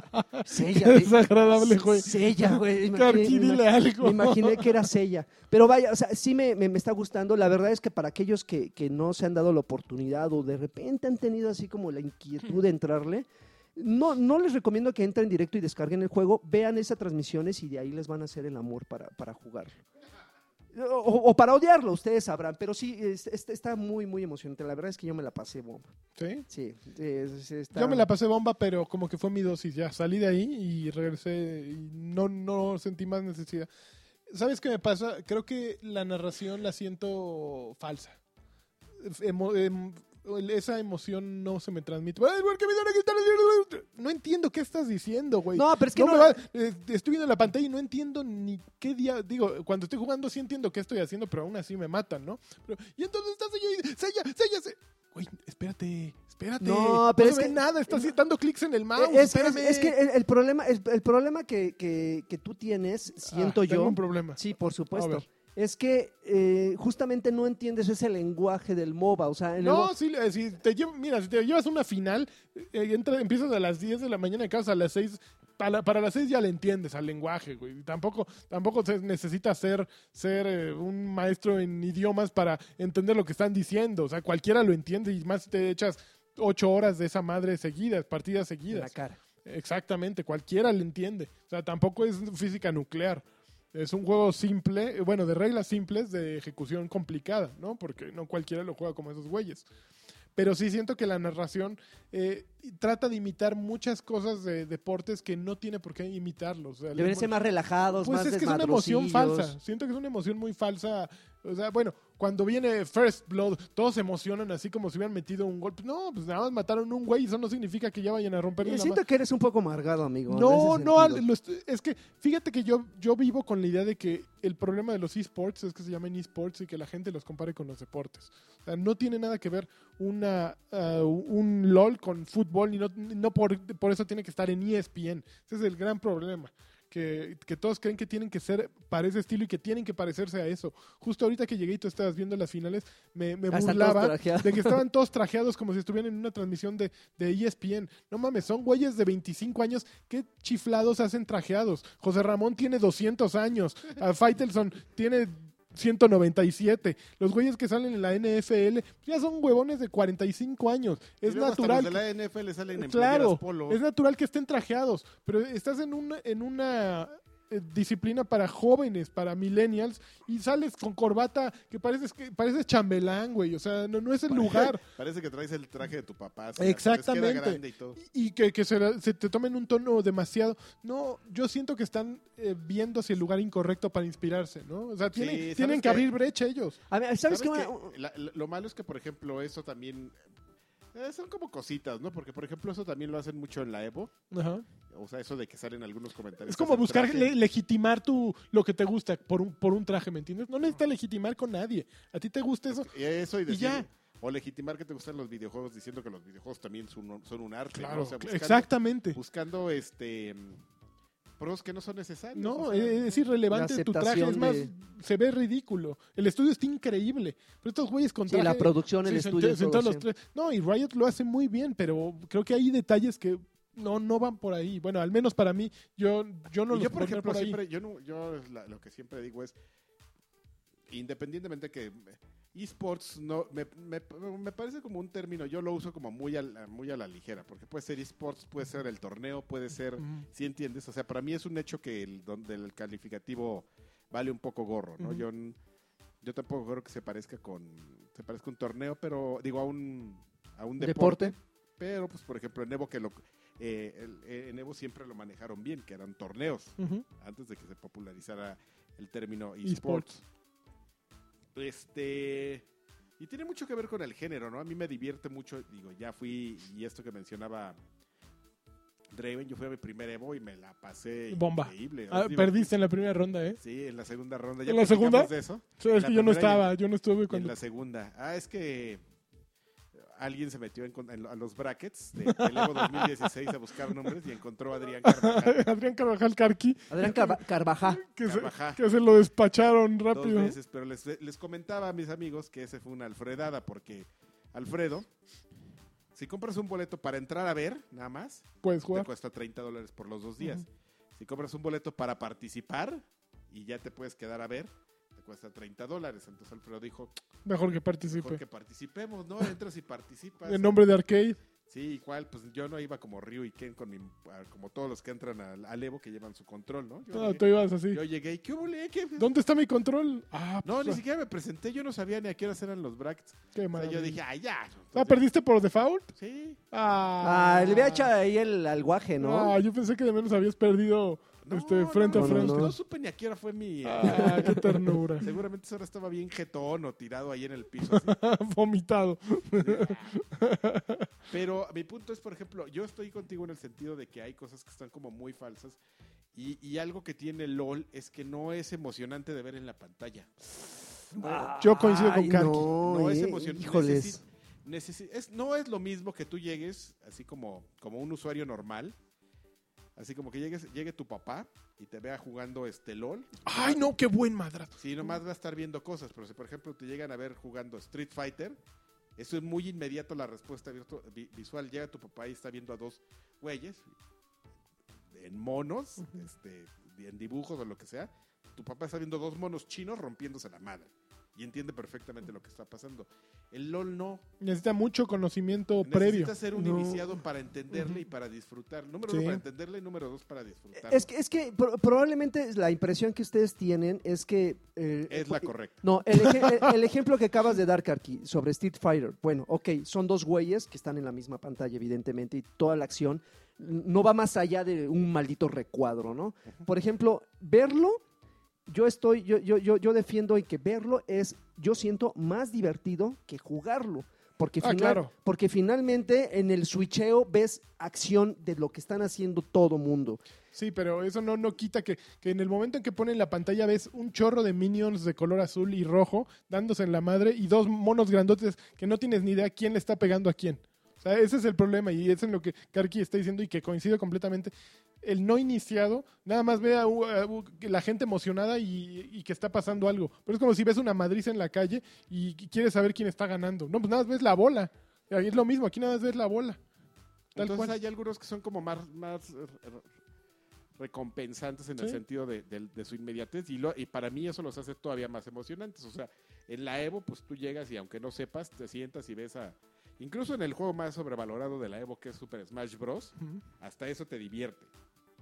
S2: Sella, güey.
S1: Desagradable, güey.
S2: Sella, güey. Imagina-
S1: Karki, dile algo.
S2: me imaginé que era Sella. Pero vaya, o sea, sí me, me- me está gustando. La verdad es que para aquellos que, que no se han dado la oportunidad o de repente han tenido así como la inquietud de entrarle, no, no les recomiendo que entren directo y descarguen el juego. Vean esas transmisiones y de ahí les van a hacer el amor para, para jugarlo. O, o para odiarlo, ustedes sabrán. Pero sí, es- es- está muy, muy emocionante. La verdad es que yo me la pasé bomba.
S1: Sí.
S2: Sí, es- es- está-
S1: Yo me la pasé bomba, pero como que fue mi dosis ya. Salí de ahí y regresé y no, no sentí más necesidad. ¿Sabes qué me pasa? Creo que la narración la siento falsa. Emo- em- esa emoción no se me transmite. Ay, ¿por qué me dan a gritar? No entiendo qué estás diciendo, güey.
S2: No, pero es que
S1: No
S2: no-
S1: me va- eh, estoy viendo la pantalla y no entiendo ni qué día. Digo, cuando estoy jugando sí entiendo qué estoy haciendo, pero aún así me matan, ¿no? Pero, y entonces estás allí, sella, sella, se- Güey, espérate, espérate.
S2: No, pero
S1: se
S2: es
S1: ve
S2: que-
S1: nada, estás
S2: no.
S1: dando clics en el mouse.
S2: Es, es-
S1: espérame. Ah,
S2: es que el, el problema, el, el problema que, que- que tú tienes, siento
S1: Ah,
S2: yo.
S1: Tengo un problema.
S2: Sí, por
S1: A
S2: supuesto.
S1: ver.
S2: Es que eh, justamente no entiendes ese lenguaje del MOBA. O sea, en el
S1: No,
S2: mo-
S1: sí, eh, si te llevo- mira, si te llevas una final, eh, entra- empiezas a las 10 de la mañana y acabas a las 6. Para, para las 6 ya le entiendes al lenguaje, güey. Y Tampoco, tampoco se necesita ser, ser eh, un maestro en idiomas para entender lo que están diciendo. O sea, cualquiera lo entiende y más si te echas 8 horas de esa madre seguidas, partidas
S2: en la
S1: seguidas.
S2: cara.
S1: Exactamente, cualquiera le entiende. O sea, tampoco es física nuclear. Es un juego simple, eh, bueno, de reglas simples, de ejecución complicada, ¿no? Porque no cualquiera lo juega como esos güeyes. Pero sí siento que la narración eh, trata de imitar muchas cosas de deportes que no tiene por qué imitarlos. O sea,
S2: Deberían
S1: les-
S2: ser más relajados,
S1: pues
S2: más Eh,
S1: es que es una emoción
S2: desmadrosillos.
S1: falsa. Siento que es una emoción muy falsa. O sea, bueno, cuando viene First Blood, todos se emocionan así como si hubieran metido un golpe. No, pues nada más mataron un güey, eso no significa que ya vayan a romper
S2: Eh,
S1: la
S2: siento que eres un poco amargado, amigo.
S1: no,
S2: en ese
S1: no,
S2: sentido.
S1: al- lo est- es que fíjate que yo, yo vivo con la idea de que el problema de los esports es que se llaman esports y que la gente los compare con los deportes. O sea, no tiene nada que ver una, ah, un LOL con fútbol y no, no por, por eso tiene que estar en E ESPN. Ese es el gran problema. Que, que todos creen que tienen que ser para ese estilo y que tienen que parecerse a eso. Justo ahorita que llegué y tú estabas viendo las finales, me, me
S2: Ah, están todos
S1: burlaba
S2: trajeados.
S1: de que estaban todos trajeados como si estuvieran en una transmisión de, de E ESPN. No mames, son güeyes de 25 años. ¿Qué chiflados hacen trajeados? José Ramón tiene 200 años. A Faitelson tiene 197. Los güeyes que salen en la NFL ya son huevones de 45 años. Es
S3: Y luego hasta
S1: natural.
S3: Los de la NFL salen en
S1: Claro,
S3: playeras polo.
S1: es natural que estén trajeados, pero estás en una, en una eh, disciplina para jóvenes, para millennials, y sales con corbata que pareces que pareces chambelán, güey. O sea, no, no es el lugar.
S3: Parece que traes el traje de tu papá. así,
S1: Exactamente.
S3: les queda grande y todo.
S1: Y que, que se, la- se te tomen un tono demasiado. No, yo siento que están eh, viendo hacia el lugar incorrecto para inspirarse, ¿no? O sea, tienen,
S3: ¿sabes
S1: tienen que
S3: qué?
S1: abrir brecha ellos.
S2: A ver, ¿sabes,
S3: ¿Sabes
S2: qué?
S3: qué?
S2: Una-
S3: La- la- lo malo es que, por ejemplo, eso también... eh, son como cositas, ¿no? Porque, por ejemplo, eso también lo hacen mucho en la Evo.
S1: Ajá.
S3: O sea, eso de que salen algunos comentarios.
S1: Es como
S3: que hacen
S1: buscar
S3: traje.
S1: le- legitimar tu, lo que te gusta por un, por un traje, ¿me entiendes? No necesitas legitimar con nadie. A ti te gusta eso.
S3: Y Eso y
S1: Y
S3: decir...
S1: ya.
S3: O legitimar que te gustan los videojuegos diciendo que los videojuegos también son un, son un arte. ¿no?
S1: Claro,
S3: O sea, buscando-
S1: exactamente.
S3: Buscando este mm, pros que no son necesarios.
S1: No, e,
S3: o sea,
S1: es, es irrelevante
S2: La
S1: tu traje. Es
S2: aceptación
S1: más,
S2: de-
S1: se ve ridículo. El estudio está increíble. Pero estos güeyes con
S2: Sí,
S1: traje...
S2: la producción, el
S1: Sí, son-
S2: estudio.
S1: son
S2: todo,
S1: todos los
S2: sí.
S1: tres. No, y Riot lo hace muy bien, pero creo que hay detalles que no, no van por ahí. Bueno, al menos para mí, yo, yo no
S3: Y
S1: los
S3: yo, por
S1: pondría
S3: ejemplo,
S1: por ahí.
S3: siempre, yo, no- yo la- lo que siempre digo es, independientemente que esports no, me, me- me parece como un término, yo lo uso como muy a, la, muy a la ligera, porque puede ser esports, puede ser el torneo, puede ser,
S1: Ujú.
S3: si entiendes, o sea, para mí es un hecho que el, donde el calificativo vale un poco gorro, ¿no?
S1: Ujú.
S3: Yo, n- yo tampoco creo que se parezca con, se parezca a un torneo, pero digo a un, a un deporte,
S2: Deporte.
S3: pero pues por ejemplo en Evo que lo... eh, el- eh, en Evo siempre lo manejaron bien, que eran torneos
S1: Ujú.
S3: antes de que se popularizara el término
S1: Esports.
S3: esports. Este. Y tiene mucho que ver con el género, ¿no? A mí me divierte mucho. Digo, ya fui. Y esto que mencionaba Draven, yo fui a mi primer Evo y me la pasé
S1: Bomba.
S3: increíble.
S1: Ah,
S3: Digo,
S1: perdiste en la primera ronda, ¿eh?
S3: Sí, en la segunda ronda.
S1: ¿En la segunda?
S3: platicamos de eso.
S1: O sea, es
S3: La
S1: que yo no
S3: primera y en-
S1: estaba, yo no estuve
S3: En
S1: cuando...
S3: la segunda. Ah, es que alguien se metió en con- en lo- a los brackets de, del Evo 2016 a buscar nombres y encontró a Adrián Carvajal.
S1: Adrián Carvajal Carqui,
S2: Adrián Carva- Carvajá.
S1: que se,
S3: Carvajal.
S1: que se lo despacharon
S3: dos
S1: rápido.
S3: veces, pero les, les comentaba a mis amigos que ese fue una alfredada, porque Alfredo, si compras un boleto para entrar a ver, nada más,
S1: Puedes
S3: te
S1: jugar.
S3: cuesta 30 dólares por los dos días. Si compras un boleto para participar y ya te puedes quedar a ver, te cuesta 30 dólares. Entonces Alfredo dijo,
S1: Mejor que
S3: mejor
S1: participe.
S3: que participemos, ¿no? Entras y participas.
S1: En nombre de Arcade.
S3: Sí, igual, pues yo no iba como Ryu y Ken, con mi- como todos los que entran al, al Evo que llevan su control, ¿no? Yo,
S1: No, tú
S3: llegué,
S1: ibas así.
S3: yo llegué y, ¿qué hubo, le? ¿Qué-
S1: ¿Dónde está mi control? Ah,
S3: No,
S1: pues,
S3: ni siquiera me presenté, yo no sabía ni a qué hora eran los brackets.
S1: qué
S3: O sea,
S1: maravilla.
S3: yo dije, ah, ya.
S1: Ah,
S3: Entonces,
S1: ¿perdiste por default?
S3: Sí.
S1: Ah,
S2: Ah, le había echado ahí el alguaje, ¿no?
S1: Ah, yo pensé que de menos habías perdido este, frente
S2: no,
S1: a
S2: no,
S1: frente.
S3: No, supe ni a qué hora fue mi... eh,
S1: Ah, qué ternura.
S3: Seguramente esa hora estaba bien jetón o tirado ahí en el piso. así.
S1: Vomitado.
S3: Pero mi punto es, por ejemplo, yo estoy contigo en el sentido de que hay cosas que están como muy falsas. Y, y algo que tiene LOL es que no es emocionante de ver en la pantalla.
S1: Yo coincido con
S2: Ah, Ay,
S1: Karki.
S2: No,
S3: No es
S2: eh,
S3: emocionante.
S2: Híjoles.
S3: Necesi- es- no es lo mismo que tú llegues así como, como un usuario normal. Así como que llegues, llegue tu papá y te vea jugando este LOL.
S1: Ay, no, qué buen madrazo.
S3: Sí, nomás va a estar viendo cosas, pero si por ejemplo te llegan a ver jugando Street Fighter, eso es muy inmediato la respuesta virtu- vi- visual. Llega tu papá y está viendo a dos güeyes en monos, este, en dibujos o lo que sea. Tu papá está viendo dos monos chinos rompiéndose la madre y entiende perfectamente lo que está pasando. El LOL no.
S1: Necesita mucho conocimiento previo.
S3: Necesitas ser un
S1: No.
S3: iniciado para entenderle y para disfrutar. Número
S1: Sí.
S3: uno, para entenderle y número dos, para disfrutar.
S2: Es que, es que pro- probablemente la impresión que ustedes tienen es que... eh,
S3: es la correcta.
S2: No, el, eje- el- el ejemplo que acabas de dar, Karki, sobre Street Fighter. Bueno, ok, son dos güeyes que están en la misma pantalla, evidentemente, y toda la acción no va más allá de un maldito recuadro, ¿no? Por ejemplo, verlo, yo estoy, yo, yo, yo, yo defiendo en que verlo es, yo siento, más divertido que jugarlo. Porque,
S1: Ah,
S2: final-
S1: claro.
S2: porque finalmente en el switcheo ves acción de lo que están haciendo todo mundo.
S1: Sí, pero eso no, no quita que, que en el momento en que ponen la pantalla ves un chorro de minions de color azul y rojo dándose en la madre y dos monos grandotes que no tienes ni idea quién le está pegando a quién. O sea, ese es el problema y es en lo que Karki está diciendo y que coincido completamente. El no iniciado nada más ve a, u- a u- que la gente emocionada y, y que está pasando algo. Pero es como si ves una madriza en la calle y qu- quieres saber quién está ganando. No, pues nada más ves la bola. Ahí Es lo mismo, aquí nada más ves la bola. Tal
S3: Entonces
S1: cual.
S3: hay algunos que son como más, más eh, re- recompensantes en el
S1: Sí.
S3: sentido de, de- de su inmediatez y, lo- y para mí eso los hace todavía más emocionantes. O sea, en la Evo pues tú llegas y aunque no sepas, te sientas y ves a... Incluso en el juego más sobrevalorado de la Evo que es Super Smash Bros,
S1: Ujú.
S3: hasta eso te divierte.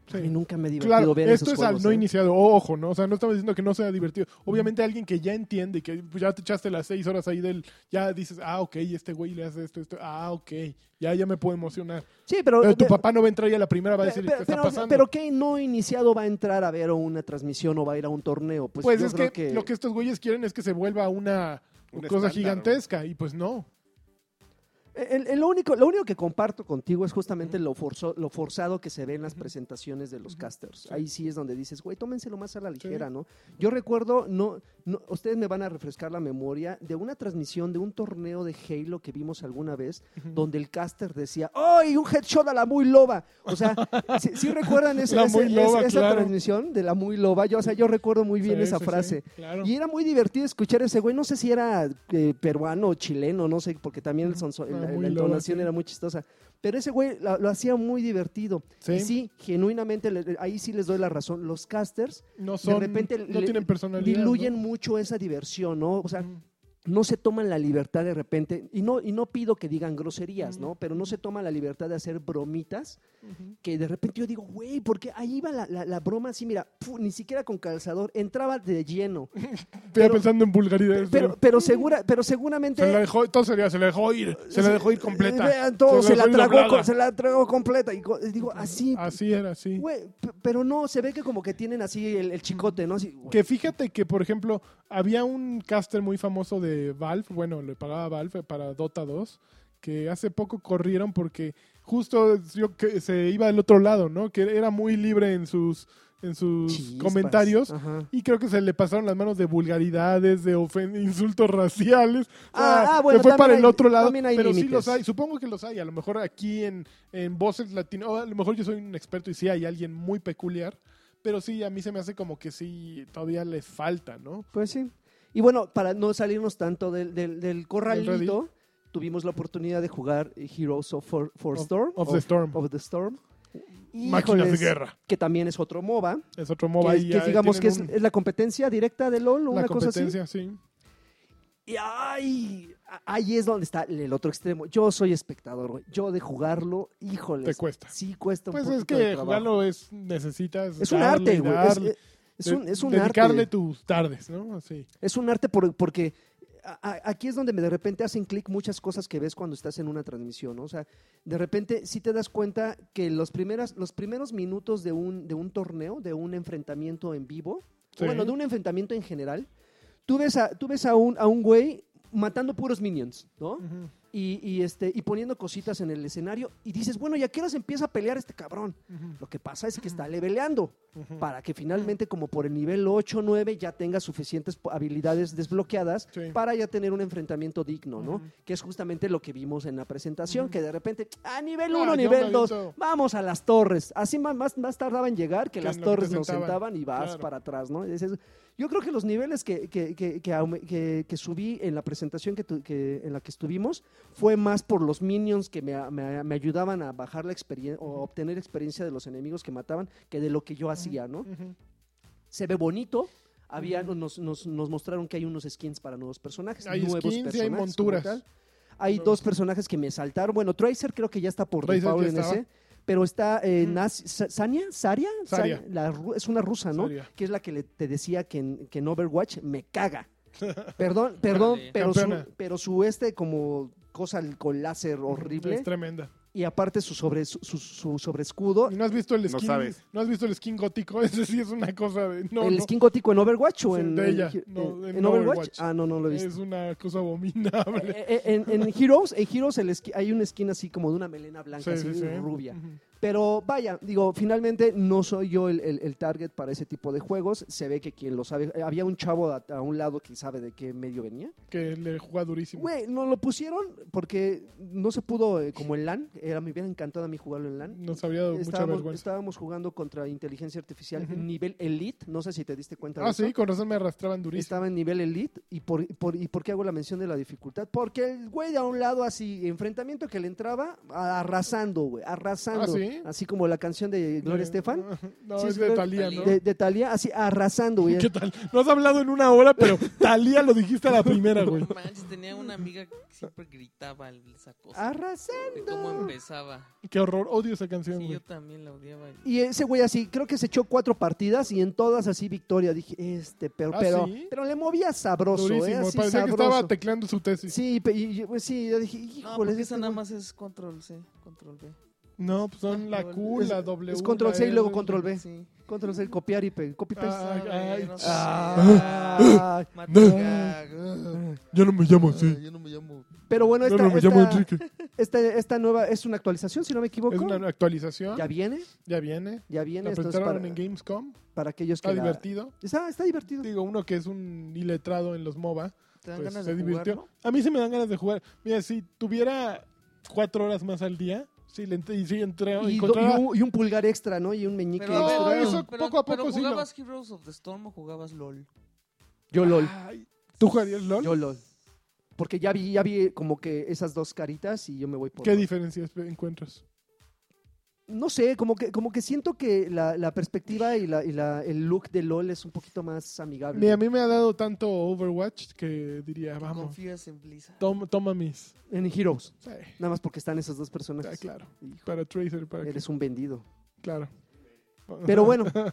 S1: Sí.
S2: A mí nunca me he divertido
S1: Claro,
S2: ver
S1: esto
S2: esos
S1: es al
S2: juegos,
S1: no
S2: ¿eh?
S1: iniciado, ojo, ¿no? O sea, no estamos diciendo que no sea divertido. Obviamente alguien que ya entiende y que pues, ya te echaste las seis horas ahí del, ya dices, ah, ok, este güey le hace esto, esto, ah, ok, ya, ya me puedo emocionar.
S2: Sí, pero...
S1: Pero Eh, tu
S2: ve-
S1: papá no va a entrar y a la primera va a
S2: Pe-
S1: decir,
S2: pe-
S1: ¿qué está
S2: pero,
S1: pasando?
S2: pero ¿qué no iniciado va a entrar a ver una transmisión o va a ir a un torneo? Pues,
S1: pues
S2: yo
S1: es que,
S2: creo
S1: lo que estos güeyes quieren es que se vuelva una
S3: Un
S1: cosa
S3: estándar,
S1: gigantesca y pues no.
S2: El- el- lo, único, lo único que comparto contigo es justamente lo, forzo- lo forzado que se ve en las presentaciones de los casters. Ahí sí es donde dices, güey, tómenselo más a la ligera, ¿no? Yo recuerdo, no, no, ustedes me van a refrescar la memoria de una transmisión de un torneo de Halo que vimos alguna vez, donde el caster decía, ¡ay, un headshot a la muy loba! O sea, si recuerdan ese-
S1: La
S2: ese-
S1: muy loba,
S2: ese- esa
S1: claro.
S2: transmisión de la muy loba? Yo, o sea, yo recuerdo muy bien
S1: Sí,
S2: esa
S1: sí, sí,
S2: frase.
S1: claro.
S2: Y era muy divertido escuchar ese güey. No sé si era eh, peruano o chileno, no sé, porque también el sonso-
S1: Ah,
S2: la,
S1: muy
S2: la
S1: lobo,
S2: entonación
S1: sí.
S2: era muy chistosa. Pero ese güey la- lo, hacía muy divertido.
S1: Sí.
S2: Y sí, genuinamente, le- ahí sí les doy la razón. Los casters
S1: no son,
S2: repente
S1: no
S2: le-
S1: tienen personalidad.
S2: diluyen
S1: ¿no?
S2: mucho esa diversión, ¿no? O sea,
S1: Ujú.
S2: no se toman la libertad de repente. Y no, y no pido que digan groserías, ¿no? Pero no se toman la libertad de hacer bromitas
S1: Ujú.
S2: que de repente yo digo, güey, porque ahí iba la, la- la broma así, mira, fu, ni siquiera con calzador, entraba de lleno.
S1: Estoy pensando en vulgaridades.
S2: Pero, pero, segura, pero seguramente...
S1: se la dejó, todo sería, se la dejó ir, se la dejó ir completa.
S2: Eh, vean todo, se,
S1: dejó
S2: la
S1: ir
S2: tragó,
S1: doblada.
S2: con- se la tragó completa. Y co- digo, así,
S1: Así era, así.
S2: güey, p- pero no, se ve que como que tienen así el, el chicote, ¿no? Así, güey.
S1: Que fíjate que, por ejemplo, había un caster muy famoso de Valve, bueno, le pagaba Valve para Dota 2, que hace poco corrieron porque justo yo que se iba del otro lado, ¿no? Que era muy libre en sus, en sus
S2: Chispas.
S1: comentarios.
S2: Ajá.
S1: Y creo que se le pasaron las manos de vulgaridades, de ofen- insultos raciales. O sea,
S2: Ah, ah, bueno,
S1: se fue
S2: también
S1: para el
S2: hay-
S1: otro lado.
S2: también hay
S1: pero sí
S2: límites.
S1: los hay. Supongo que los hay. A lo mejor aquí en, en voces latinas, o a lo mejor yo soy un experto y sí hay alguien muy peculiar. Pero sí, a mí se me hace como que sí, todavía les falta, ¿no?
S2: Pues sí. Y bueno, para no salirnos tanto del, del, del corralito,
S1: redil.
S2: tuvimos la oportunidad de jugar Heroes of For, For Storm.
S1: of the Storm.
S2: Of the Storm.
S1: Máquinas de
S2: Híjoles,
S1: guerra.
S2: Que también es otro MOBA.
S1: Es otro
S2: Que,
S1: MOBA.
S2: es-
S1: y
S2: que
S1: ya
S2: digamos que es,
S1: tienen un-
S2: es la competencia directa de LOL o
S1: la
S2: una cosa así.
S1: competencia, sí.
S2: Y ay, ahí es donde está el otro extremo. Yo soy espectador, güey. Yo de jugarlo, híjole.
S1: Te cuesta.
S2: Sí, cuesta un
S1: Pues
S2: poquito
S1: es
S2: de
S1: que
S2: trabajo.
S1: jugarlo es, necesitas.
S2: Es un
S1: darle,
S2: arte, güey. Es,
S1: darle,
S2: es un, es un
S1: dedicarle
S2: arte.
S1: tus tardes, ¿no? Así.
S2: Es un arte por- porque a- a- aquí es donde de repente hacen clic muchas cosas que ves cuando estás en una transmisión, ¿no? O sea, de repente sí te das cuenta que los, primeras, los primeros minutos de un, de un torneo, de un enfrentamiento en vivo,
S1: Sí.
S2: bueno, de un enfrentamiento en general, tú ves a, tú ves a, un, a un güey matando puros minions, ¿no?
S1: Ujú.
S2: y, y, este, y poniendo cositas en el escenario y dices, bueno, ¿y a qué hora se empieza a pelear este cabrón?
S1: Ujú.
S2: Lo que pasa es que está leveleando
S1: Ujú.
S2: para que finalmente como por el nivel 8 o 9 ya tenga suficientes po- habilidades desbloqueadas
S1: Sí.
S2: para ya tener un enfrentamiento digno, ¿no?
S1: Ujú.
S2: Que es justamente lo que vimos en la presentación,
S1: Ujú.
S2: que de repente, a nivel
S1: Ah,
S2: 1,
S1: yo me
S2: nivel 2,
S1: aviento.
S2: vamos a las torres. Así ma- más, más tardaba en llegar que,
S1: Que
S2: las
S1: en lo que te
S2: torres nos
S1: sentaban.
S2: sentaban y vas
S1: Claro.
S2: para atrás, ¿no? Y dices, yo creo que los niveles que, que, que- que aume- que- que subí en la presentación que tu- que- en la que estuvimos fue más por los minions que me, me- me ayudaban a bajar la experiencia o a obtener experiencia de los enemigos que mataban que de lo que yo hacía, ¿no?
S1: Ujú.
S2: Se ve bonito. Había, nos, nos- nos mostraron que hay unos skins para nuevos personajes.
S1: Hay
S2: nuevos
S1: skins y hay
S2: personajes como
S1: monturas.
S2: tal. Hay
S1: Nuevos.
S2: dos personajes que me saltaron. Bueno, Tracer creo que ya está por
S1: Tracer
S2: default
S1: ya
S2: en
S1: estaba.
S2: ese. Pero está eh,
S1: Ujú.
S2: Nas- Sa- Sania, Saria,
S1: Saria.
S2: Sa- la ru- es una rusa, ¿no?
S1: Saria.
S2: Que es la que le- te decía que en, que en Overwatch me caga. Perdón, perdón,
S4: Órale.
S2: pero su,
S1: Campeona.
S2: pero su este como cosa con láser
S1: Es
S2: horrible
S1: tremenda.
S2: y aparte su sobre su, su- su sobreescudo
S1: ¿Y ¿No has visto el
S3: No
S1: skin?
S3: sabes.
S1: ¿no has visto el skin gótico? Ese sí es una cosa de. No,
S2: el
S1: no.
S2: skin gótico en Overwatch o
S1: Sí,
S2: en,
S1: de ella,
S2: en-
S1: no,
S2: en
S1: en
S2: Overwatch?
S1: Overwatch.
S2: Ah, no, no lo he visto.
S1: es una cosa abominable.
S2: Eh, eh, en, en Heroes, en Heroes el esqui- hay un skin así como de una melena blanca,
S1: Sí, sí,
S2: así
S1: sí.
S2: rubia.
S1: Ujú.
S2: Pero vaya, digo, finalmente no soy yo el, el- el target para ese tipo de juegos. Se ve que quien lo sabe. eh, Había un chavo a, a un lado que sabe de qué medio venía.
S1: Que le juega durísimo.
S2: Güey, no lo pusieron porque no se pudo, eh, como en LAN. Era, me hubiera encantado a mí jugarlo en LAN.
S1: Nos habría dado mucha
S2: Estábamos,
S1: vergüenza.
S2: estábamos jugando contra inteligencia artificial
S1: Ujú.
S2: nivel elite. No sé si te diste cuenta de
S1: Ah,
S2: eso.
S1: sí, con razón me arrastraban durísimo.
S2: Estaba en nivel elite. ¿Y por, por- ¿Y por qué hago la mención de la dificultad? Porque el güey de a un lado así, enfrentamiento que le entraba, a- arrasando, güey, arrasando.
S1: Ah, sí. ¿Qué?
S2: Así como la canción de Gloria Estefan.
S1: Eh, No,
S2: Sí,
S1: es
S2: sí,
S1: de
S2: Gloria-
S1: Talía, ¿no?
S2: De, de Talía, así arrasando, güey.
S1: ¿Qué tal? No has hablado en una hora, pero Talía lo dijiste a la primera, güey.
S4: No manches, tenía una amiga que siempre gritaba esa cosa.
S2: Ah,
S4: de cómo
S2: Arrasando.
S4: empezaba.
S1: Qué horror. Odio esa canción,
S4: Sí,
S1: güey.
S4: yo también la odiaba.
S2: Y ese güey así, creo que se echó cuatro partidas y en todas así victoria. Dije, este, pero,
S1: ¿Ah,
S2: pero,
S1: sí?
S2: pero le movía sabroso, ¿eh?
S1: Durísimo.
S2: Así
S1: Parecía que
S2: sabroso.
S1: estaba tecleando su tesis.
S2: Sí, pe- y, yo- pues, sí, yo dije,
S4: No,
S2: híjole,
S4: porque
S2: este
S4: esa nada
S2: güey-
S4: más es control C, control B.
S1: No, pues son la Q,
S2: Es-
S1: la W.
S2: es control
S1: la
S2: C y luego
S1: R.
S2: control B.
S4: Sí.
S2: Control C, copiar y pe- copy
S1: Ay,
S2: paste.
S4: Ah,
S1: ay.
S4: no sé.
S2: Ah.
S4: Mata
S1: No.
S4: gag. Ah,
S1: Yo no me llamo así.
S4: Yo no me llamo.
S2: Pero bueno,
S1: Yo
S2: esta,
S1: no me llamo
S2: esta,
S1: Enrique.
S2: esta, esta nueva es una actualización, si no me equivoco.
S1: Es una actualización.
S2: Ya viene,
S1: Ya viene.
S2: ya
S1: La
S2: viene. Esto es para,
S1: presentaron en Gamescom.
S2: para aquellos que.
S1: Está
S2: la-
S1: divertido.
S2: Está, está divertido.
S1: Digo, uno que es un iletrado en los MOBA.
S4: ¿Te dan
S1: pues,
S4: ganas
S1: se
S4: de
S1: divirtió.
S4: jugarlo?
S1: A mí se me dan ganas de jugar. Mira, si tuviera cuatro horas más al día, sí, le ent- y sí entré,
S2: Y, do-
S1: encontrara-
S2: y un, y un pulgar extra, ¿no? Y un meñique
S4: Pero,
S1: No,
S2: extra.
S4: a ver,
S1: eso
S4: pero-
S1: poco a
S4: pero
S1: poco sí lo-
S4: ¿Jugabas Heroes of the Storm o jugabas LOL?
S2: Yo LOL.
S1: Ay, ¿Tú jugarías LOL?
S2: Yo LOL. Porque ya vi, ya vi como que esas dos caritas y yo me voy por.
S1: ¿Qué
S2: LOL.
S1: diferencias encuentras?
S2: No sé, como que, como que siento que la, la perspectiva y, la, y la- el look de LOL es un poquito más amigable.
S1: Mira, a mí me ha dado tanto Overwatch que diría, vamos,
S4: Confías en Blizzard.
S1: tom- toma mis.
S2: En Heroes.
S1: Sí,
S2: Nada más porque están esas dos
S1: está
S2: personajes.
S1: Ah, claro.
S2: Pues, Hijo,
S1: Para Tracer, para que-
S2: eres un vendido.
S1: Claro.
S2: Pero bueno, pero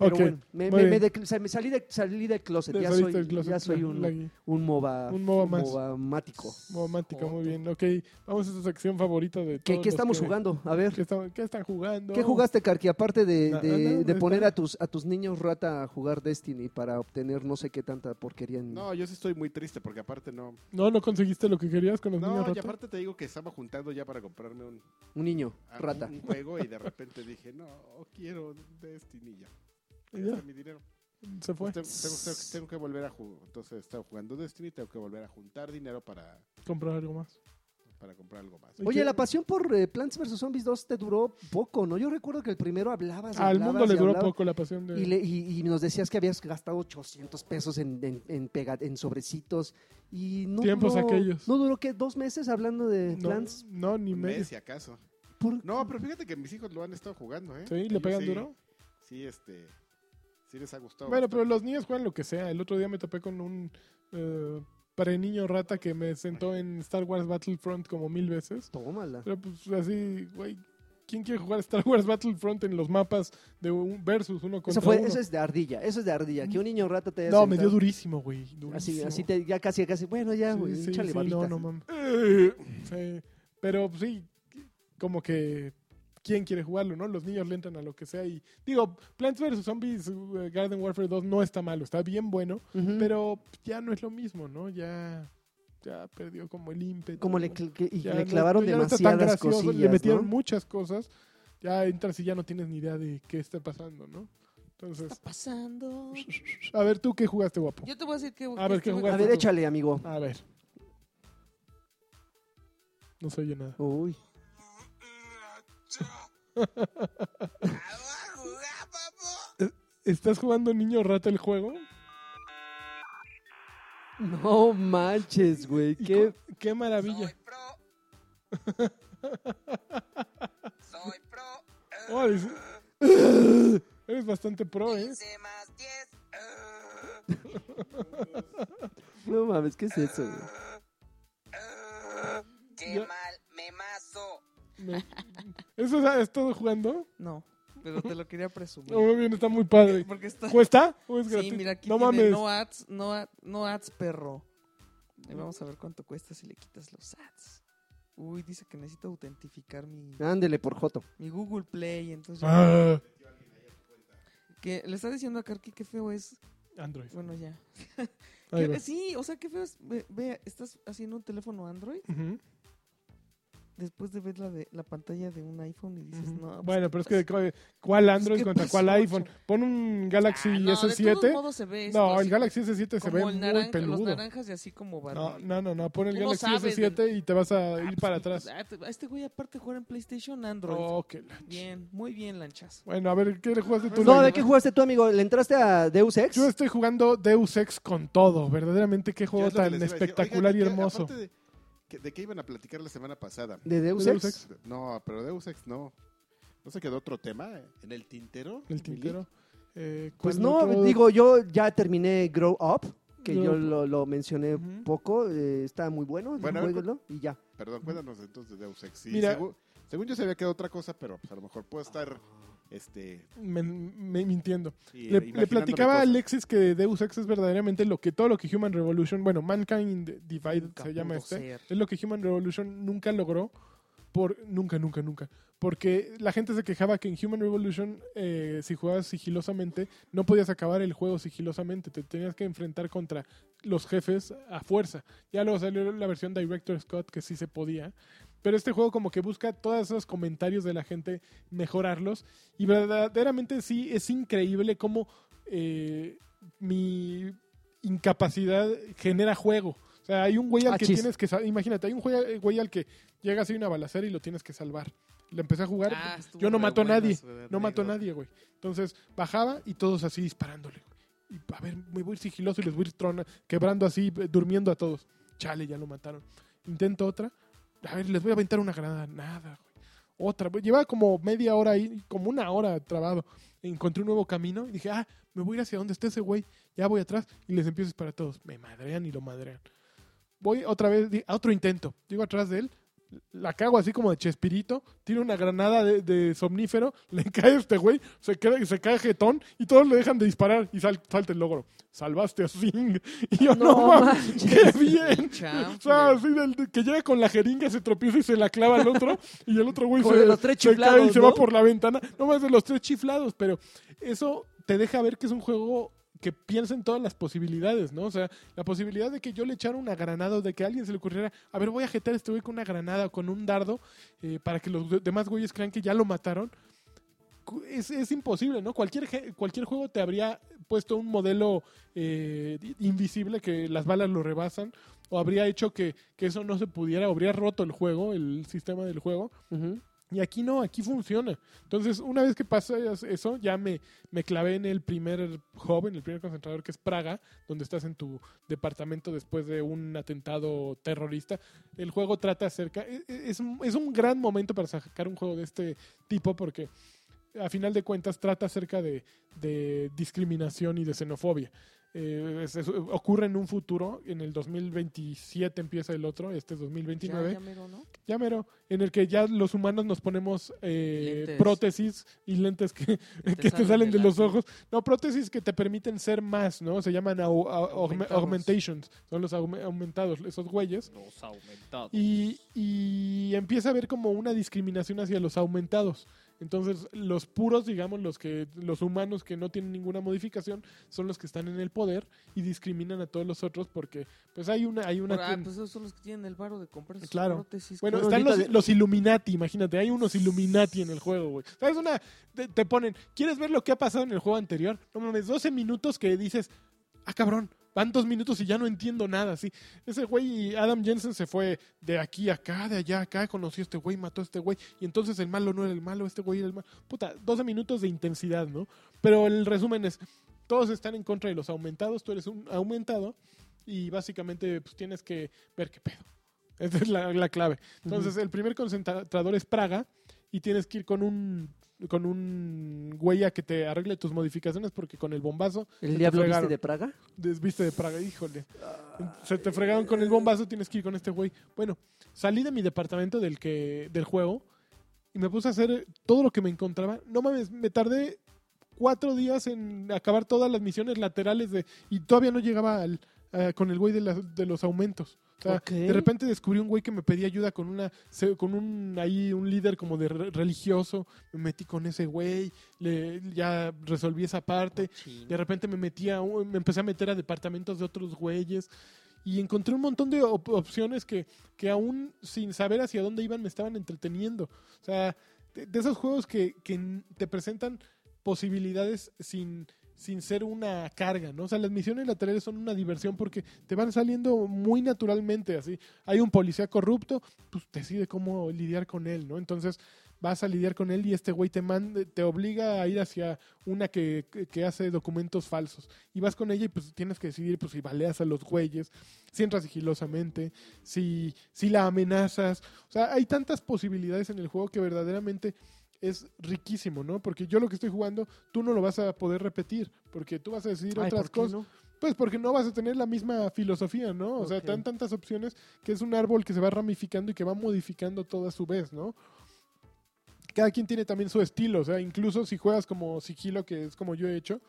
S1: Ok,
S2: bueno, me,
S1: muy
S2: me- me
S1: bien.
S2: decl- o sea, me salí, de, salí del closet.
S1: Te
S2: Ya
S1: saliste
S2: soy,
S1: del closet,
S2: ya soy
S1: claro,
S2: un,
S1: Lagui.
S2: un MOBA.
S1: Un MOBA más.
S2: MOBAmático.
S1: Momática, muy
S4: Joto.
S1: bien. Ok, vamos a su sección favorita de
S2: ¿Qué,
S1: todos
S2: qué
S1: los
S2: estamos
S1: que-
S2: jugando? A ver.
S1: ¿Qué, están, qué están jugando?
S2: ¿Qué jugaste, Karki? Aparte de,
S1: Na-
S2: de-
S1: ah, no,
S2: de
S1: no,
S2: poner
S1: está-
S2: a tus, a tus niños rata a jugar Destiny para obtener no sé qué tanta porquería en...
S3: No, yo sí estoy muy triste porque aparte no.
S1: No, no conseguiste lo que querías con los
S3: No,
S1: niños
S3: y
S1: rata?
S3: aparte te digo que estaba juntando ya para comprarme un,
S2: un niño
S3: a-
S2: rata.
S3: Ah, un juego y de repente dije, no, quiero Destiny ya.
S1: Y
S3: Ya
S1: ya,
S3: está mi dinero.
S1: Se fue.
S3: Pues tengo, tengo- tengo que- tengo que volver a jugar. Entonces estaba jugando Destiny, tengo que volver a juntar dinero para,
S1: Comprar algo más.
S3: para comprar algo más.
S1: ¿Y
S2: Oye,
S1: qué?
S2: la pasión por eh, Plants vs. Zombies 2 te duró poco, ¿no? Yo recuerdo que el primero hablabas y
S1: Al
S2: hablabas
S1: mundo le
S2: y
S1: duró
S2: hablabas,
S1: poco la pasión de...
S2: Y, le- y- y nos decías que habías gastado 800 pesos en, en, en pega- en sobrecitos. Y no
S1: Tiempos
S2: duró-
S1: aquellos.
S2: ¿No duró qué? ¿Dos meses hablando de
S1: no,
S2: Plants?
S1: no, ni
S3: Un
S1: medio.
S3: mes, si acaso.
S2: ¿Por-
S3: No, pero fíjate que mis hijos lo han estado jugando, ¿eh?
S1: ¿Sí? ¿Le
S3: Ellos
S1: pegan
S3: sí-
S1: duro?
S3: Sí, este. Sí les ha gustado.
S1: Bueno, pero
S3: bastante.
S1: los niños juegan lo que sea. El otro día me topé con un eh, niño rata que me sentó en Star Wars Battlefront como mil veces.
S2: Tómala.
S1: Pero pues así, güey, ¿quién quiere jugar Star Wars Battlefront en los mapas de un versus uno contra
S2: Eso, fue,
S1: uno?
S2: eso es de ardilla, eso es de ardilla. Que un niño rata te haya
S1: No, me dio
S2: sentado-
S1: durísimo, güey. durísimo.
S2: Así, así te, ya casi, casi, bueno, ya,
S1: Sí,
S2: güey,
S1: sí,
S2: échale
S1: sí,
S2: babita.
S1: no, no mames. Sí, Pero pues, sí, como que quién quiere jugarlo, ¿no? Los niños le entran a lo que sea y digo, Plants vs Zombies eh, Garden Warfare 2 no está malo, está bien bueno,
S2: Ujú.
S1: pero ya no es lo mismo, ¿no? Ya ya perdió como el ímpetu.
S2: como le,
S1: ¿no?
S2: cl- que- y
S1: Ya
S2: le
S1: no-
S2: clavaron
S1: ya no está tan
S2: demasiadas
S1: gracioso,
S2: cosillas,
S1: le metieron
S2: ¿no?
S1: muchas cosas. Ya entras y ya no tienes ni idea de qué está pasando, ¿no?
S4: ¿Qué
S1: Entonces,
S4: está pasando?
S1: a ver tú qué jugaste, guapo.
S4: Yo te voy a decir que.
S1: A ver, ¿qué
S2: A
S1: jugaste?
S2: ver, échale, amigo.
S1: A ver. No se oye nada.
S2: Uy.
S1: ¿Estás jugando niño rata el juego?
S2: No manches, güey.
S1: ¿Y
S2: Qué...
S1: co- qué maravilla.
S5: Soy pro.
S1: Oh,
S4: eh,
S1: eres,
S4: ah,
S1: eres bastante pro, ¿eh?
S5: 15 más Eh, 10.
S2: No mames, ¿qué es eso, güey?
S5: eh, Qué
S1: Ya.
S5: mal me mazo.
S1: Me- ¿Eso has estado jugando?
S4: No, pero te lo quería presumir.
S1: No, muy bien, está muy padre.
S4: Porque está.
S1: ¿Cuesta? ¿O es
S4: Sí,
S1: gratis?
S4: mira, aquí
S1: no
S4: tiene
S1: mames.
S4: no ads, no, ad- no ads, perro. Ahí vamos a ver cuánto cuesta si le quitas los ads. Uy, dice que necesito autentificar mi,
S2: Ándele por Joto.
S4: mi Google Play, entonces...
S1: Ah,
S4: Que le está diciendo a Karki que feo es...
S1: Android.
S4: Bueno, ya.
S1: Ahí
S4: Que- eh,
S1: va.
S4: sí, o sea, que feo es... Ve, ve, estás haciendo un teléfono Android
S1: Ujú,
S4: después de ver la, de, la pantalla de un iPhone y dices,
S1: ujú.
S4: no... pues,
S1: bueno,
S4: ¿qué
S1: pero es que
S4: pasó?".
S1: ¿cu- ¿cuál Android
S4: ¿qué
S1: contra
S4: pasó,
S1: cuál iPhone?
S4: chavo?
S1: Pon un Galaxy
S4: Ah, no, De todos
S1: S7.
S4: modos se ve esto
S1: No, el
S4: así
S1: Galaxy S7 se
S4: como
S1: ve
S4: el
S1: muy
S4: naranja- Los
S1: peludo.
S4: naranjas y así como
S1: No,
S4: barrido.
S1: no, no, no, pon el
S4: Tú no
S1: Galaxy
S4: sabes
S1: S7 y te vas a ir para atrás.
S4: Ah, te- a Este güey aparte juega en PlayStation Android.
S1: Oh, qué la-
S4: Bien, muy bien, lanchas.
S1: Bueno, a ver, ¿qué le jugaste tú?
S2: No,
S1: Lalo?
S2: ¿de qué jugaste tú, amigo? ¿Le entraste a Deus Ex?
S1: Yo estoy jugando Deus Ex con todo. Verdaderamente, qué
S3: Yo
S1: juego
S3: es lo que
S1: tan
S3: les iba a decir.
S1: espectacular
S3: Oigan,
S1: y
S3: ¿de qué-
S1: hermoso.
S3: aparte De, que- ¿De qué iban a platicar la semana pasada?
S2: ¿De Deus
S1: Deus
S2: Ex?
S3: No, pero Deus Ex no. ¿No se quedó otro tema en el tintero?
S1: El tintero. Eh,
S2: Pues
S1: ¿cuál
S2: no,
S1: otro?
S2: digo, yo ya terminé Grow Up, que
S1: Grow
S2: yo
S1: Up.
S2: lo, lo mencioné
S1: Ujú.
S2: poco, eh, está muy bueno,
S3: Bueno, a ver,
S2: juéguenlo y ya.
S3: Perdón, cuéntanos entonces de Deus Ex. Sí,
S1: Mira.
S3: según, según yo se había quedado otra cosa, pero pues, a lo mejor puedo estar este,
S1: Me- me mintiendo. Le,
S3: sí, imaginándome
S1: le platicaba a
S3: cosas.
S1: Alexis que Deus Ex es verdaderamente lo que todo lo que Human Revolution, bueno, Mankind Divided
S4: Nunca
S1: se llama
S4: pudo
S1: este,
S4: ser.
S1: es lo que Human Revolution nunca logró por nunca nunca nunca, porque la gente se quejaba que en Human Revolution eh, si jugabas sigilosamente no podías acabar el juego sigilosamente, te tenías que enfrentar contra los jefes a fuerza. Ya luego salió la versión Director Scott que sí se podía. Pero este juego como que busca todos esos comentarios de la gente, mejorarlos. Y verdaderamente sí, es increíble cómo eh, mi incapacidad genera juego. O sea, hay un güey al que
S2: Achis.
S1: tienes que... sa- Imagínate, hay un güey, güey al que llega así una balacera y lo tienes que salvar. Le empecé a jugar.
S4: Ah, estuvo
S1: pues, yo no
S4: re
S1: mato a
S4: buena
S1: nadie.
S4: su
S1: No mató a
S4: anécdota.
S1: nadie, güey. Entonces bajaba y todos así disparándole. güey. Y a ver, me voy a ir sigiloso y les voy a ir trona, quebrando así, eh, durmiendo a todos. Chale, ya lo mataron. Intento otra. A ver, les voy a aventar una granada. Nada, güey. Otra. güey. Llevaba como media hora ahí, como una hora trabado. Encontré un nuevo camino y dije, ah, me voy a ir hacia donde esté ese güey. Ya voy atrás y les empiezo a disparar a todos. Me madrean y lo madrean. Voy otra vez di- a otro intento. Llego atrás de él, la cago así como de chespirito, tiro una granada de, de somnífero, le cae a este güey, se, queda, se cae jetón y todos le dejan de disparar y sal- salta el logro. Salvaste a Zing. Y yo, no,
S2: No
S1: mames, qué
S2: manches.
S1: bien.
S4: Chanfle.
S1: O sea, así del- de- que llega con la jeringa, se tropieza y se la clava al otro y el otro güey
S2: Con
S1: se,
S2: los tres
S1: se cae y
S2: chiflados,
S1: se va
S2: ¿no?
S1: por la ventana. No más de los tres chiflados, pero eso te deja ver que es un juego que piensa en todas las posibilidades, ¿no? O sea, la posibilidad de que yo le echara una granada o de que a alguien se le ocurriera, a ver, voy a jetar a este güey con una granada o con un dardo eh, para que los de- demás güeyes crean que ya lo mataron. Cu- Es, es imposible, ¿no? Cualquier, je- cualquier juego te habría puesto un modelo eh, di- invisible que las balas lo rebasan o habría hecho que, que eso no se pudiera, o habría roto el juego, el sistema del juego.
S2: Ujú.
S1: Y aquí no, aquí funciona. Entonces, una vez que pasa eso, ya me, me clavé en el primer hub, en el primer concentrador, que es Praga, donde estás en tu departamento después de un atentado terrorista. El juego trata acerca... e- e- Es, un- es un gran momento para sacar un juego de este tipo porque... A final de cuentas trata acerca de, de discriminación y de xenofobia. Eh, es- es- ocurre en un futuro, en el 2027 empieza el otro, este es 2029
S4: Ya, ya mero, ¿no?
S1: ya mero, en el que ya los humanos nos ponemos eh,
S4: Lentes.
S1: prótesis y lentes que, que te salen, de,
S4: la-
S1: los ojos. No, prótesis que te permiten ser más, ¿no? Se llaman au- au- augme-
S4: Aumentados.
S1: augmentations, son los aume- aumentados, esos güeyes.
S6: Los aumentados.
S1: Y, y empieza a haber como una discriminación hacia los aumentados. Entonces, los puros, digamos, los que los humanos que no tienen ninguna modificación son los que están en el poder y discriminan a todos los otros porque pues hay una hay una
S4: Por- ah,
S1: quien-
S4: pues esos son los que tienen el varo de comprar sus
S1: Claro.
S4: prótesis.
S1: Bueno,
S4: cabrón.
S1: están los,
S2: ahorita de-
S1: los Illuminati, imagínate, hay unos Illuminati en el juego, güey. ¿Sabes una? Te, te ponen, ¿quieres ver lo que ha pasado en el juego anterior? No mames, 12 minutos que dices, ah, cabrón, van dos minutos y ya no entiendo nada, sí. Ese güey, Adam Jensen, se fue de aquí a acá, de allá a acá, conoció a este güey, mató a este güey, y entonces el malo no era el malo, este güey era el malo. Puta, 12 minutos de intensidad, ¿no? Pero el resumen es, todos están en contra de los aumentados, tú eres un aumentado, y básicamente pues tienes que ver qué pedo. Esa es la, la clave. Entonces, el primer concentrador es Praga y tienes que ir con un con un güey a que te arregle tus modificaciones porque con el bombazo
S2: ¿El diablo viste
S1: fregaron.
S2: de Praga?
S1: desviste de Praga, híjole. Se te fregaron con el bombazo, tienes que ir con este güey. Bueno, salí de mi departamento del que del juego y me puse a hacer todo lo que me encontraba. No mames, me tardé cuatro días en acabar todas las misiones laterales de y todavía no llegaba al, a- con el güey de, las- de los aumentos. O sea,
S2: Ok.
S1: de repente descubrí un güey que me pedía ayuda con una se- con un ahí un líder como de re- religioso. Me metí con ese güey, le, ya resolví esa parte.
S4: Chin.
S1: De repente me metía, me empecé a meter a departamentos de otros güeyes y encontré un montón de op- opciones que, que aún sin saber hacia dónde iban me estaban entreteniendo. O sea, de, de esos juegos que, que n- te presentan posibilidades sin, sin ser una carga, ¿no? O sea, las misiones laterales son una diversión porque te van saliendo muy naturalmente, así. Hay un policía corrupto, pues decide cómo lidiar con él, ¿no? Entonces vas a lidiar con él y este güey te, manda, te obliga a ir hacia una que, que- que hace documentos falsos. Y vas con ella y pues tienes que decidir pues, si baleas a los güeyes, si entras sigilosamente, si, si la amenazas. O sea, hay tantas posibilidades en el juego que verdaderamente es riquísimo, ¿no? Porque yo lo que estoy jugando, tú no lo vas a poder repetir, porque tú vas a decidir
S2: Ay,
S1: otras
S2: ¿por qué
S1: cosas.
S2: no?
S1: Pues porque no vas a tener la misma filosofía, ¿no? O sea,
S2: Ok.
S1: tan tantas opciones que es un árbol que se va ramificando y que va modificando todo a su vez, ¿no? Cada quien tiene también su estilo, o sea, incluso si juegas como sigilo, que es como yo he hecho,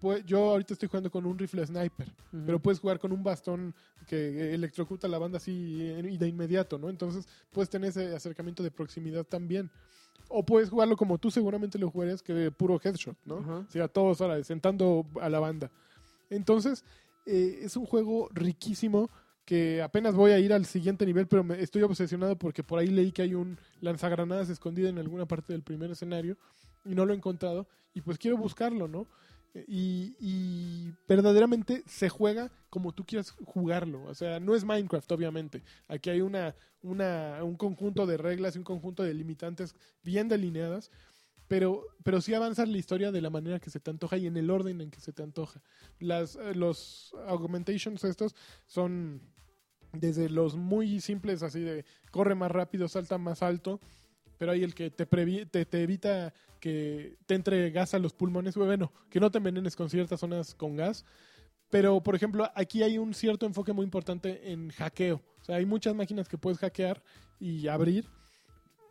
S1: pues yo ahorita estoy jugando con un rifle sniper,
S2: Ujú.
S1: pero puedes jugar con un bastón que electrocuta a la banda así eh, y de inmediato, ¿no? Entonces puedes tener ese acercamiento de proximidad también. O puedes jugarlo como tú seguramente lo jugarías, que de puro headshot, ¿no?
S2: Ajá.
S1: O sea, a todos ahora, sentando a la banda. Entonces, eh, es un juego riquísimo que apenas voy a ir al siguiente nivel, pero me- estoy obsesionado porque por ahí leí que hay un lanzagranadas escondido en alguna parte del primer escenario y no lo he encontrado y pues quiero buscarlo, ¿no? Eh, Y, y verdaderamente se juega como tú quieras jugarlo. O sea, no es Minecraft, obviamente. Aquí hay una, una, un conjunto de reglas y un conjunto de limitantes bien delineadas, pero, pero sí avanzas la historia de la manera que se te antoja y en el orden en que se te antoja. Las, eh, los augmentations estos son desde los muy simples, así de corre más rápido, salta más alto, pero hay el que te, previ- te, te evita que te entre gas a los pulmones, bueno, que no te envenenes con ciertas zonas con gas. Pero, por ejemplo, aquí hay un cierto enfoque muy importante en hackeo. O sea, hay muchas máquinas que puedes hackear y abrir.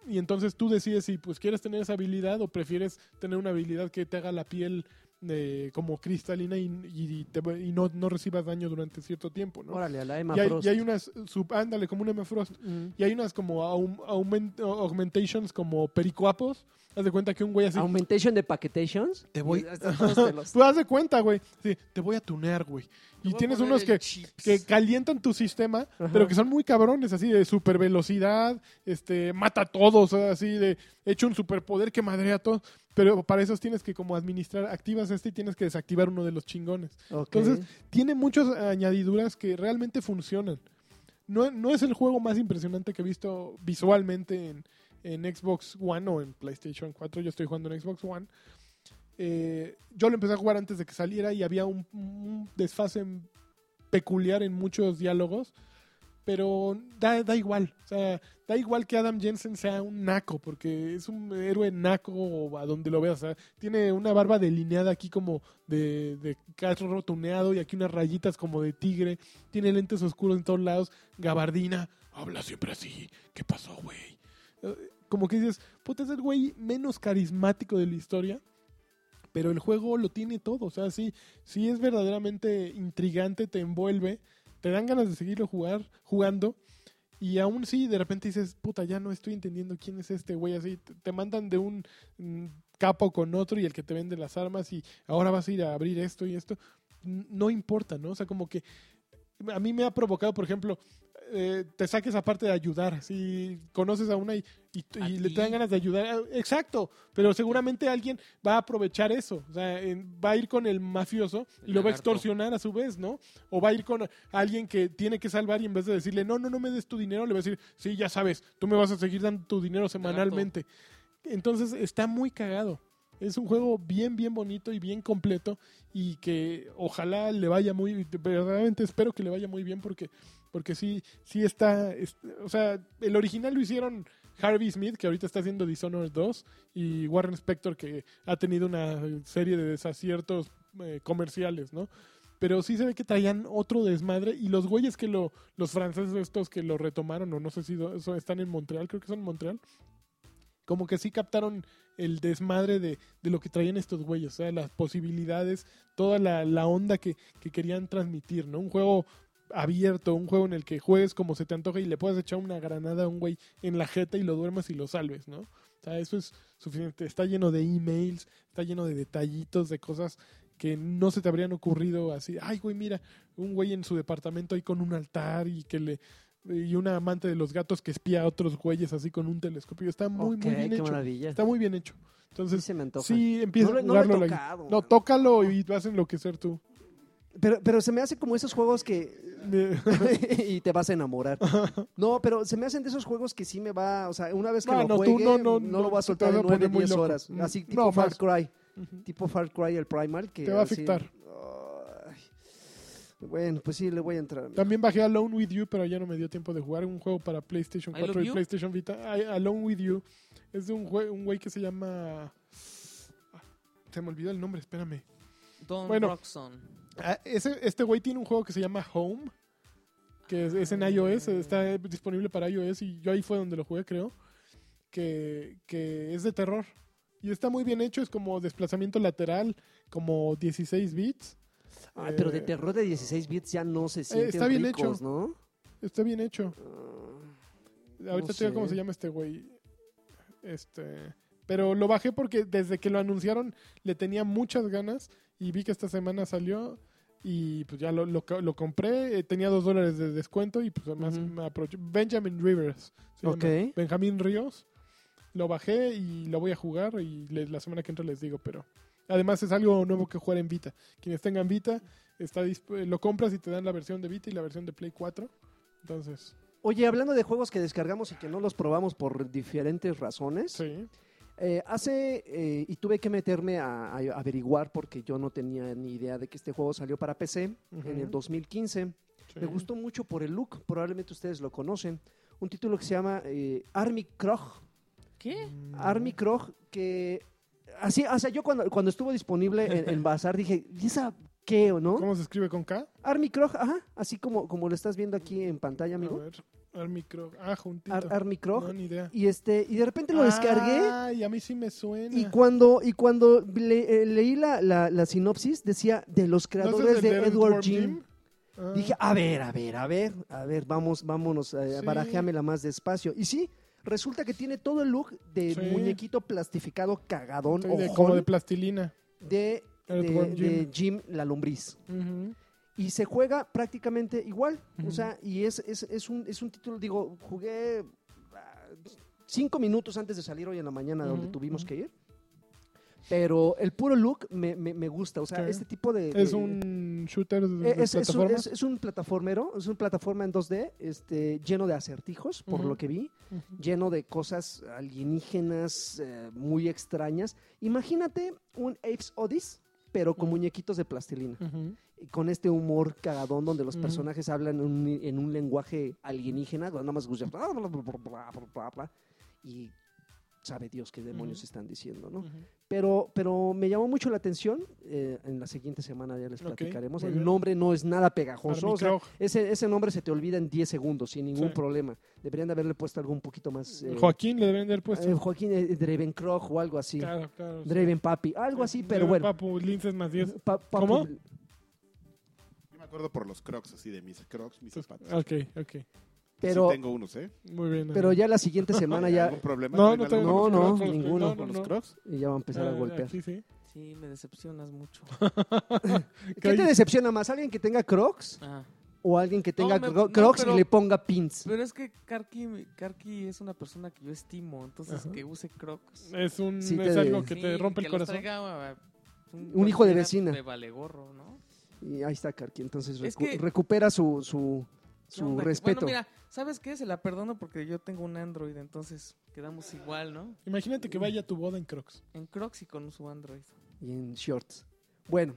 S1: Y entonces tú decides si pues quieres tener esa habilidad o prefieres tener una habilidad que te haga la piel eh, como cristalina y, y te- y no, no recibas daño durante cierto tiempo, ¿no?
S2: Órale, a la Emma
S1: Y hay,
S2: Frost.
S1: y hay unas sub, ándale, como un Emma Frost.
S2: Ujú.
S1: Y hay unas como aum- aument- augmentations como pericuapos. Haz de cuenta que un güey así.
S2: Augmentation de paquetations.
S1: te voy.
S2: Y hasta todos te los-
S1: Tú haz de cuenta, güey. Sí, te voy a tunear, güey. Y tienes unos que, que calientan tu sistema,
S2: Ajá.
S1: pero que son muy cabrones, así de super velocidad, este, mata a todos, así de hecho un superpoder que madrea a todos. Pero para esos tienes que como administrar, activas este y tienes que desactivar uno de los chingones.
S2: Ok.
S1: Entonces, tiene muchas añadiduras que realmente funcionan. No, no es el juego más impresionante que he visto visualmente en, en Xbox One o en PlayStation 4. Yo estoy jugando en Xbox One. Eh, yo lo empecé a jugar antes de que saliera y había un, un desfase peculiar en muchos diálogos. Pero da, da igual. O sea, da igual que Adam Jensen sea un naco, porque es un héroe naco o a donde lo veas. o sea, tiene una barba delineada aquí como de, de carro rotuneado y aquí unas rayitas como de tigre. Tiene lentes oscuros en todos lados. Gabardina. Habla siempre así. ¿Qué pasó, güey? Eh, Como que dices, puta, es el güey menos carismático de la historia. Pero el juego lo tiene todo. O sea, sí, sí es verdaderamente intrigante, te envuelve. Te dan ganas de seguirlo jugar, jugando. Y aún sí, de repente dices, puta, ya no estoy entendiendo quién es este güey. Así te- te mandan de un mm, capo con otro y el que te vende las armas y ahora vas a ir a abrir esto y esto. N- No importa, ¿no? O sea, como que a mí me ha provocado, por ejemplo, eh, te saques aparte de ayudar. Si conoces a una y, y-
S4: A
S1: y le
S4: ti.
S1: te dan ganas de ayudar. ah, Exacto, pero seguramente alguien va a aprovechar eso. O sea, en- va a ir con el mafioso y
S4: El
S1: lo va a
S4: lagarto.
S1: extorsionar a su vez, ¿no? O va a ir con alguien que tiene que salvar y en vez de decirle, no, no, no me des tu dinero, le va a decir, sí, ya sabes, tú me vas a seguir dando tu dinero semanalmente. Entonces está muy cagado. Es un juego bien, bien bonito y bien completo y que ojalá le vaya muy, verdaderamente espero que le vaya muy bien porque, porque sí, sí está, es- o sea, el original lo hicieron Harvey Smith, que ahorita está haciendo Dishonored 2, y Warren Spector, que ha tenido una serie de desaciertos eh, comerciales, ¿no? Pero sí se ve que traían otro desmadre y los güeyes que lo, los franceses estos que lo retomaron, o no sé si do- so- están en Montreal, creo que son en Montreal, como que sí captaron el desmadre de, de lo que traían estos güeyes, o sea, las posibilidades, toda la, la onda que, que querían transmitir, ¿no? Un juego abierto, un juego en el que juegues como se te antoja y le puedes echar una granada a un güey en la jeta y lo duermas y lo salves, ¿no? O sea, eso es suficiente. Está lleno de emails, está lleno de detallitos, de cosas que no se te habrían ocurrido así. Ay, güey, mira, un güey en su departamento ahí con un altar y que le y una amante de los gatos que espía a otros güeyes así con un telescopio. Está muy
S2: Ok,
S1: muy bien
S2: qué
S1: hecho.
S2: maravilla.
S1: Está muy bien hecho.
S2: Sí
S1: Entonces,
S2: se me antoja.
S1: sí, empieza
S2: No
S1: a
S2: lo- no lo he
S1: jugarlo. la-
S2: tocado,
S1: no,
S2: mano.
S1: tócalo y vas a enloquecer tú.
S2: Pero, pero se me hace como esos juegos que... y te vas a enamorar. No, pero se me hacen de esos juegos que sí me va... O sea, una vez que
S1: No,
S2: lo
S1: no, tú
S2: juegue,
S1: no, no,
S2: no,
S1: no,
S2: lo va a
S1: te
S2: soltar
S1: vas a
S2: en 9,
S1: poner muy
S2: 10
S1: loco.
S2: horas.
S1: Mm.
S2: Así tipo
S1: No,
S2: Far
S1: más.
S2: Cry.
S1: Ujú.
S2: Tipo Far Cry, el Primal. Que
S1: Te va a
S2: así-
S1: afectar.
S2: Ay. Bueno, pues sí, le voy a entrar. amigo.
S1: También bajé Alone With You, pero ya no me dio tiempo de jugar. Un juego para PlayStation
S4: I Love
S1: 4 y
S4: You.
S1: PlayStation Vita. Ay, Alone With You. Es de un, jue- un güey que se llama... Ah, Se me olvidó el nombre, espérame.
S4: Don
S1: Bueno.
S4: Roxon.
S1: Ah, ese- este güey tiene un juego que se llama Home, que es, es en iOS, está eh, disponible para iOS y yo ahí fue donde lo jugué, creo, que, que es de terror. Y está muy bien hecho, es como desplazamiento lateral, como 16 bits.
S2: Ay, pero de
S1: Eh,
S2: terror de 16 bits ya no se sienten
S1: está bien
S2: ricos,
S1: hecho.
S2: ¿no?
S1: Está bien hecho.
S2: Ah,
S1: Ahorita te digo
S2: sé.
S1: cómo se llama este güey. Este. Pero lo bajé porque desde que lo anunciaron le tenía muchas ganas y vi que esta semana salió y pues ya lo, lo, ca- lo compré. eh, Tenía dos dólares de descuento y pues además
S2: Ujú.
S1: me aproveché. Benjamin Rivers. se llama.
S2: Ok.
S1: Benjamín Ríos. Lo bajé y lo voy a jugar y le- la semana que entra les digo, pero además es algo nuevo que jugar en Vita. Quienes tengan Vita, está disp- eh, lo compras y te dan la versión de Vita y la versión de Play 4. Entonces,
S2: Oye, hablando de juegos que descargamos y que no los probamos por diferentes razones,
S1: sí.
S2: eh, hace, eh, y tuve que meterme a, a averiguar porque yo no tenía ni idea de que este juego salió para PC
S1: Ujú.
S2: en el 2015.
S1: Sí.
S2: Me gustó mucho por el look, probablemente ustedes lo conocen. Un título que se llama eh, Army Krog.
S4: ¿Qué?
S1: Mm.
S2: Army Krog, que... Así, o sea, yo cuando, cuando estuvo disponible en, en Bazar dije, ¿y esa qué o no?
S1: ¿Cómo se escribe con K?
S2: Army Krog, ajá, así como, como lo estás viendo aquí en
S1: A
S2: pantalla, amigo.
S1: ver. Army Krog. Ah, juntito.
S2: Ar- Army Krog.
S1: No, Ah. ni idea.
S2: Y este, y de repente lo descargué.
S1: Ay, a mí sí me suena.
S2: Y cuando, y cuando le- eh, leí la, la- la sinopsis, decía de los
S1: ¿No es el
S2: creadores de
S1: Edward
S2: Edward Jim.
S1: Jim? Ah,
S2: Dije, a ver, a ver, a ver, a ver, vamos, vámonos, eh,
S1: Sí.
S2: barajéamela más despacio. Y sí, resulta que tiene todo el look de
S1: Sí.
S2: muñequito plastificado cagadón,
S1: estoy de-
S2: ojón,
S1: como de plastilina.
S2: de,
S1: Earthworm
S2: de-
S1: Jim.
S2: de Jim la lombriz y se juega prácticamente igual.
S1: Ujú.
S2: O sea, y es, es, es un, es un título, digo, jugué ah, cinco minutos antes de salir hoy en la mañana de donde
S1: Ujú,
S2: tuvimos
S1: ujú.
S2: que ir. Pero el puro look me, me, me gusta. O sea,
S1: Sí.
S2: este tipo de...
S1: Es
S2: de-
S1: un shooter de,
S2: eh,
S1: de
S2: es, es un,
S1: plataformas.
S2: es- es un plataformero, es una plataforma en 2D, este, lleno de acertijos, por
S1: Ujú.
S2: lo que vi,
S1: Ujú.
S2: lleno de cosas alienígenas eh, muy extrañas. Imagínate un Apes Odyssey, pero con
S1: Ujú.
S2: muñequitos de plastilina
S1: Ujú.
S2: con este humor cagadón donde los
S1: Ujú.
S2: personajes hablan en un, en un lenguaje alienígena, donde nada más escuchas bla, bla, bla, bla, bla, bla, bla, y sabe Dios qué demonios
S1: Ujú.
S2: están diciendo, ¿no?
S1: Ujú.
S2: Pero, pero me llamó mucho la atención, eh, en la siguiente semana ya les
S1: Ok,
S2: platicaremos,
S1: muy
S2: el
S1: bien.
S2: nombre no es nada pegajoso,
S1: Army
S2: o sea,
S1: Krog.
S2: ese, ese nombre se te olvida en 10 segundos sin ningún
S1: Sí.
S2: problema, deberían de haberle puesto algo un poquito más... eh,
S1: Joaquín le deben de haber puesto.
S2: eh, Joaquín eh, Drevenkroch o algo así,
S1: claro, claro. sí.
S2: Dreven Papi, algo así, pero
S1: Deben
S2: bueno.
S1: Papu, linces más 10.
S2: Pa- Papu-
S1: ¿Cómo?
S3: Yo me acuerdo por los crocs, así de mis crocs, mis zapatos.
S1: Ok, ok.
S2: Pero,
S3: Sí tengo unos, ¿eh?
S1: Muy bien.
S2: pero
S1: ahí.
S2: ya la siguiente semana ya...
S3: ¿Algún problema?
S1: No,
S3: ¿Traen
S1: no,
S3: algo
S1: tengo-
S2: No,
S3: con los
S2: no,
S3: crocs?
S1: con los-
S2: ninguno.
S1: no, no,
S3: ¿Con
S1: no.
S3: los crocs?
S2: Y ya va a empezar a
S1: Ah,
S2: golpear.
S1: aquí sí.
S4: Sí, me decepcionas mucho.
S2: ¿Qué te
S1: Caí-
S2: decepciona más? ¿Alguien que tenga crocs
S4: Ah.
S2: o alguien que tenga
S4: me-
S2: cro-
S4: no,
S2: crocs
S4: pero-
S2: y le ponga pins?
S4: Pero es que Karki, Karki es una persona que yo estimo, entonces
S1: Ajá.
S4: que use crocs.
S1: Es, un,
S2: Sí,
S1: es
S2: te-
S1: algo que te
S4: Sí,
S1: rompe
S4: que
S1: el
S4: los
S1: corazón.
S4: traiga, ah, un,
S2: Un hijo de
S4: cualquiera
S2: vecina.
S4: De vale gorro, ¿no?
S2: Y ahí está Karki. Entonces
S4: Es
S2: recu-
S4: que-
S2: recupera su, su,
S4: ¿Qué
S2: su
S4: onda?
S2: respeto.
S4: Bueno, mira, ¿sabes qué? Se la perdono porque yo tengo un Android, entonces quedamos igual, ¿no?
S1: Imagínate que vaya a tu boda en Crocs.
S4: En crocs y con su Android.
S2: Y en shorts. Bueno,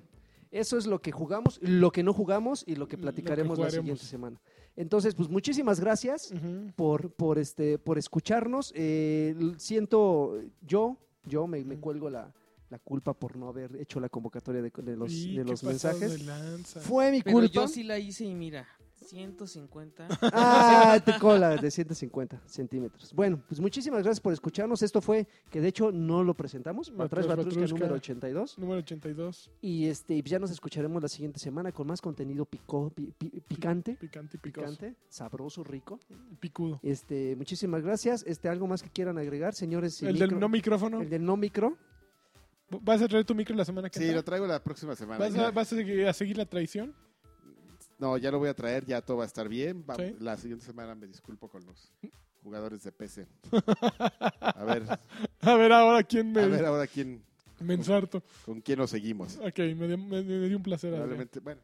S2: eso es lo que jugamos, lo que no jugamos y lo
S1: Lo que
S2: que platicaremos la
S1: jugaremos.
S2: siguiente semana. Entonces, pues muchísimas gracias
S1: Ujú.
S2: por, por, este, por escucharnos. Eh, l- siento, yo, yo me, me
S1: Ujú.
S2: cuelgo la, la culpa por no haber hecho la convocatoria de, de los,
S1: Sí,
S2: de
S1: qué
S2: los
S1: pasado
S2: mensajes.
S1: de lanza.
S2: Fue mi
S4: Pero
S2: culpa.
S4: yo sí la hice y mira, 150.
S2: Ah, tu cola de 150 centímetros. Bueno, pues muchísimas gracias por escucharnos. Esto fue, que de hecho no lo presentamos, Batrás
S1: Batrás
S2: Batrusca
S1: Batrusca.
S2: número 82.
S1: Número 82.
S2: Y este y ya nos escucharemos la siguiente semana con más contenido pico- pi- pi- picante,
S1: Picante y picoso.
S2: picante, sabroso, rico.
S1: Picudo.
S2: Este, muchísimas gracias. Este, algo más que quieran agregar, señores.
S1: el del no micrófono.
S2: el del no micro.
S1: ¿Vas a traer tu micro la semana que
S3: Sí,
S1: entra?
S3: lo traigo la próxima semana.
S1: ¿Vas, a, vas a seguir, a seguir la traición?
S3: No, ya lo voy a traer, ya todo va a estar bien. Va-
S1: Sí.
S3: La siguiente semana me disculpo con los jugadores de PC. A ver, a
S1: A ver ahora quién me,
S3: ver ahora quién,
S1: me ensarto.
S3: con quién nos seguimos.
S1: Ok, me, dio- me- me dio un placer. Adrián.
S3: Probablemente, bueno,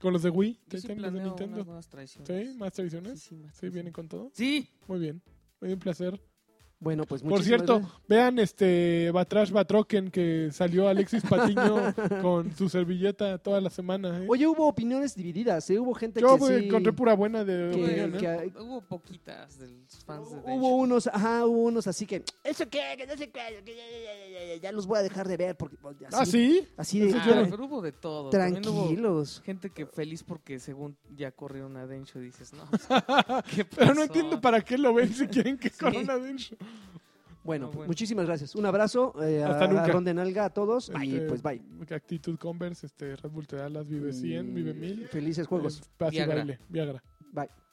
S1: ¿Con los de Wii?
S4: Yo
S1: ¿Sí,
S4: sí
S1: tienen los de
S4: planeo unas
S1: Nintendo?
S4: nuevas traiciones.
S1: ¿Sí? ¿Más
S4: Sí,
S1: traiciones?
S4: sí, más
S1: ¿Sí?
S4: traiciones.
S1: ¿Vienen con todo?
S4: Sí.
S1: Muy bien. Me dio un placer.
S2: Bueno, pues
S1: Por
S2: muchísimas
S1: cierto,
S2: gracias.
S1: vean este Batrash Batroken que salió Alexis Patiño con su servilleta toda la semana. ¿eh?
S2: Oye, hubo opiniones divididas, ¿eh? Hubo gente
S1: Yo
S2: que
S1: güey,
S2: sí-
S1: encontré pura buena de
S2: que-
S1: opinión, ¿eh?
S2: que-
S4: Hubo poquitas de los fans de
S2: Hubo
S4: Densho.
S2: unos, ajá, hubo unos así que, ¿eso qué? Que no sé qué, que ya, ya, ya, ya, ya, ya los voy a dejar de ver. Porque, pues, así,
S1: Ah, sí.
S2: Así de,
S1: Eso
S4: Ah,
S1: yo no-
S4: pero hubo de todo. También hubo
S2: tranquilos.
S4: gente que feliz porque según ya corrieron a Densho dices, no.
S1: Pero no entiendo para qué lo ven si quieren que corona Densho.
S2: Bueno,
S4: No,
S2: pues,
S4: bueno.
S2: muchísimas gracias. Un abrazo eh,
S1: Ah, Hasta
S2: a,
S1: nunca.
S2: a Ronde Nalga a todos y
S1: Este,
S2: pues bye.
S1: Actitud Converse, este, Red Bull te da las vive 100, vive 1000.
S2: Felices Mm, juegos.
S1: Es paz y
S4: Viagra.
S1: baile, Viagra.
S2: Bye.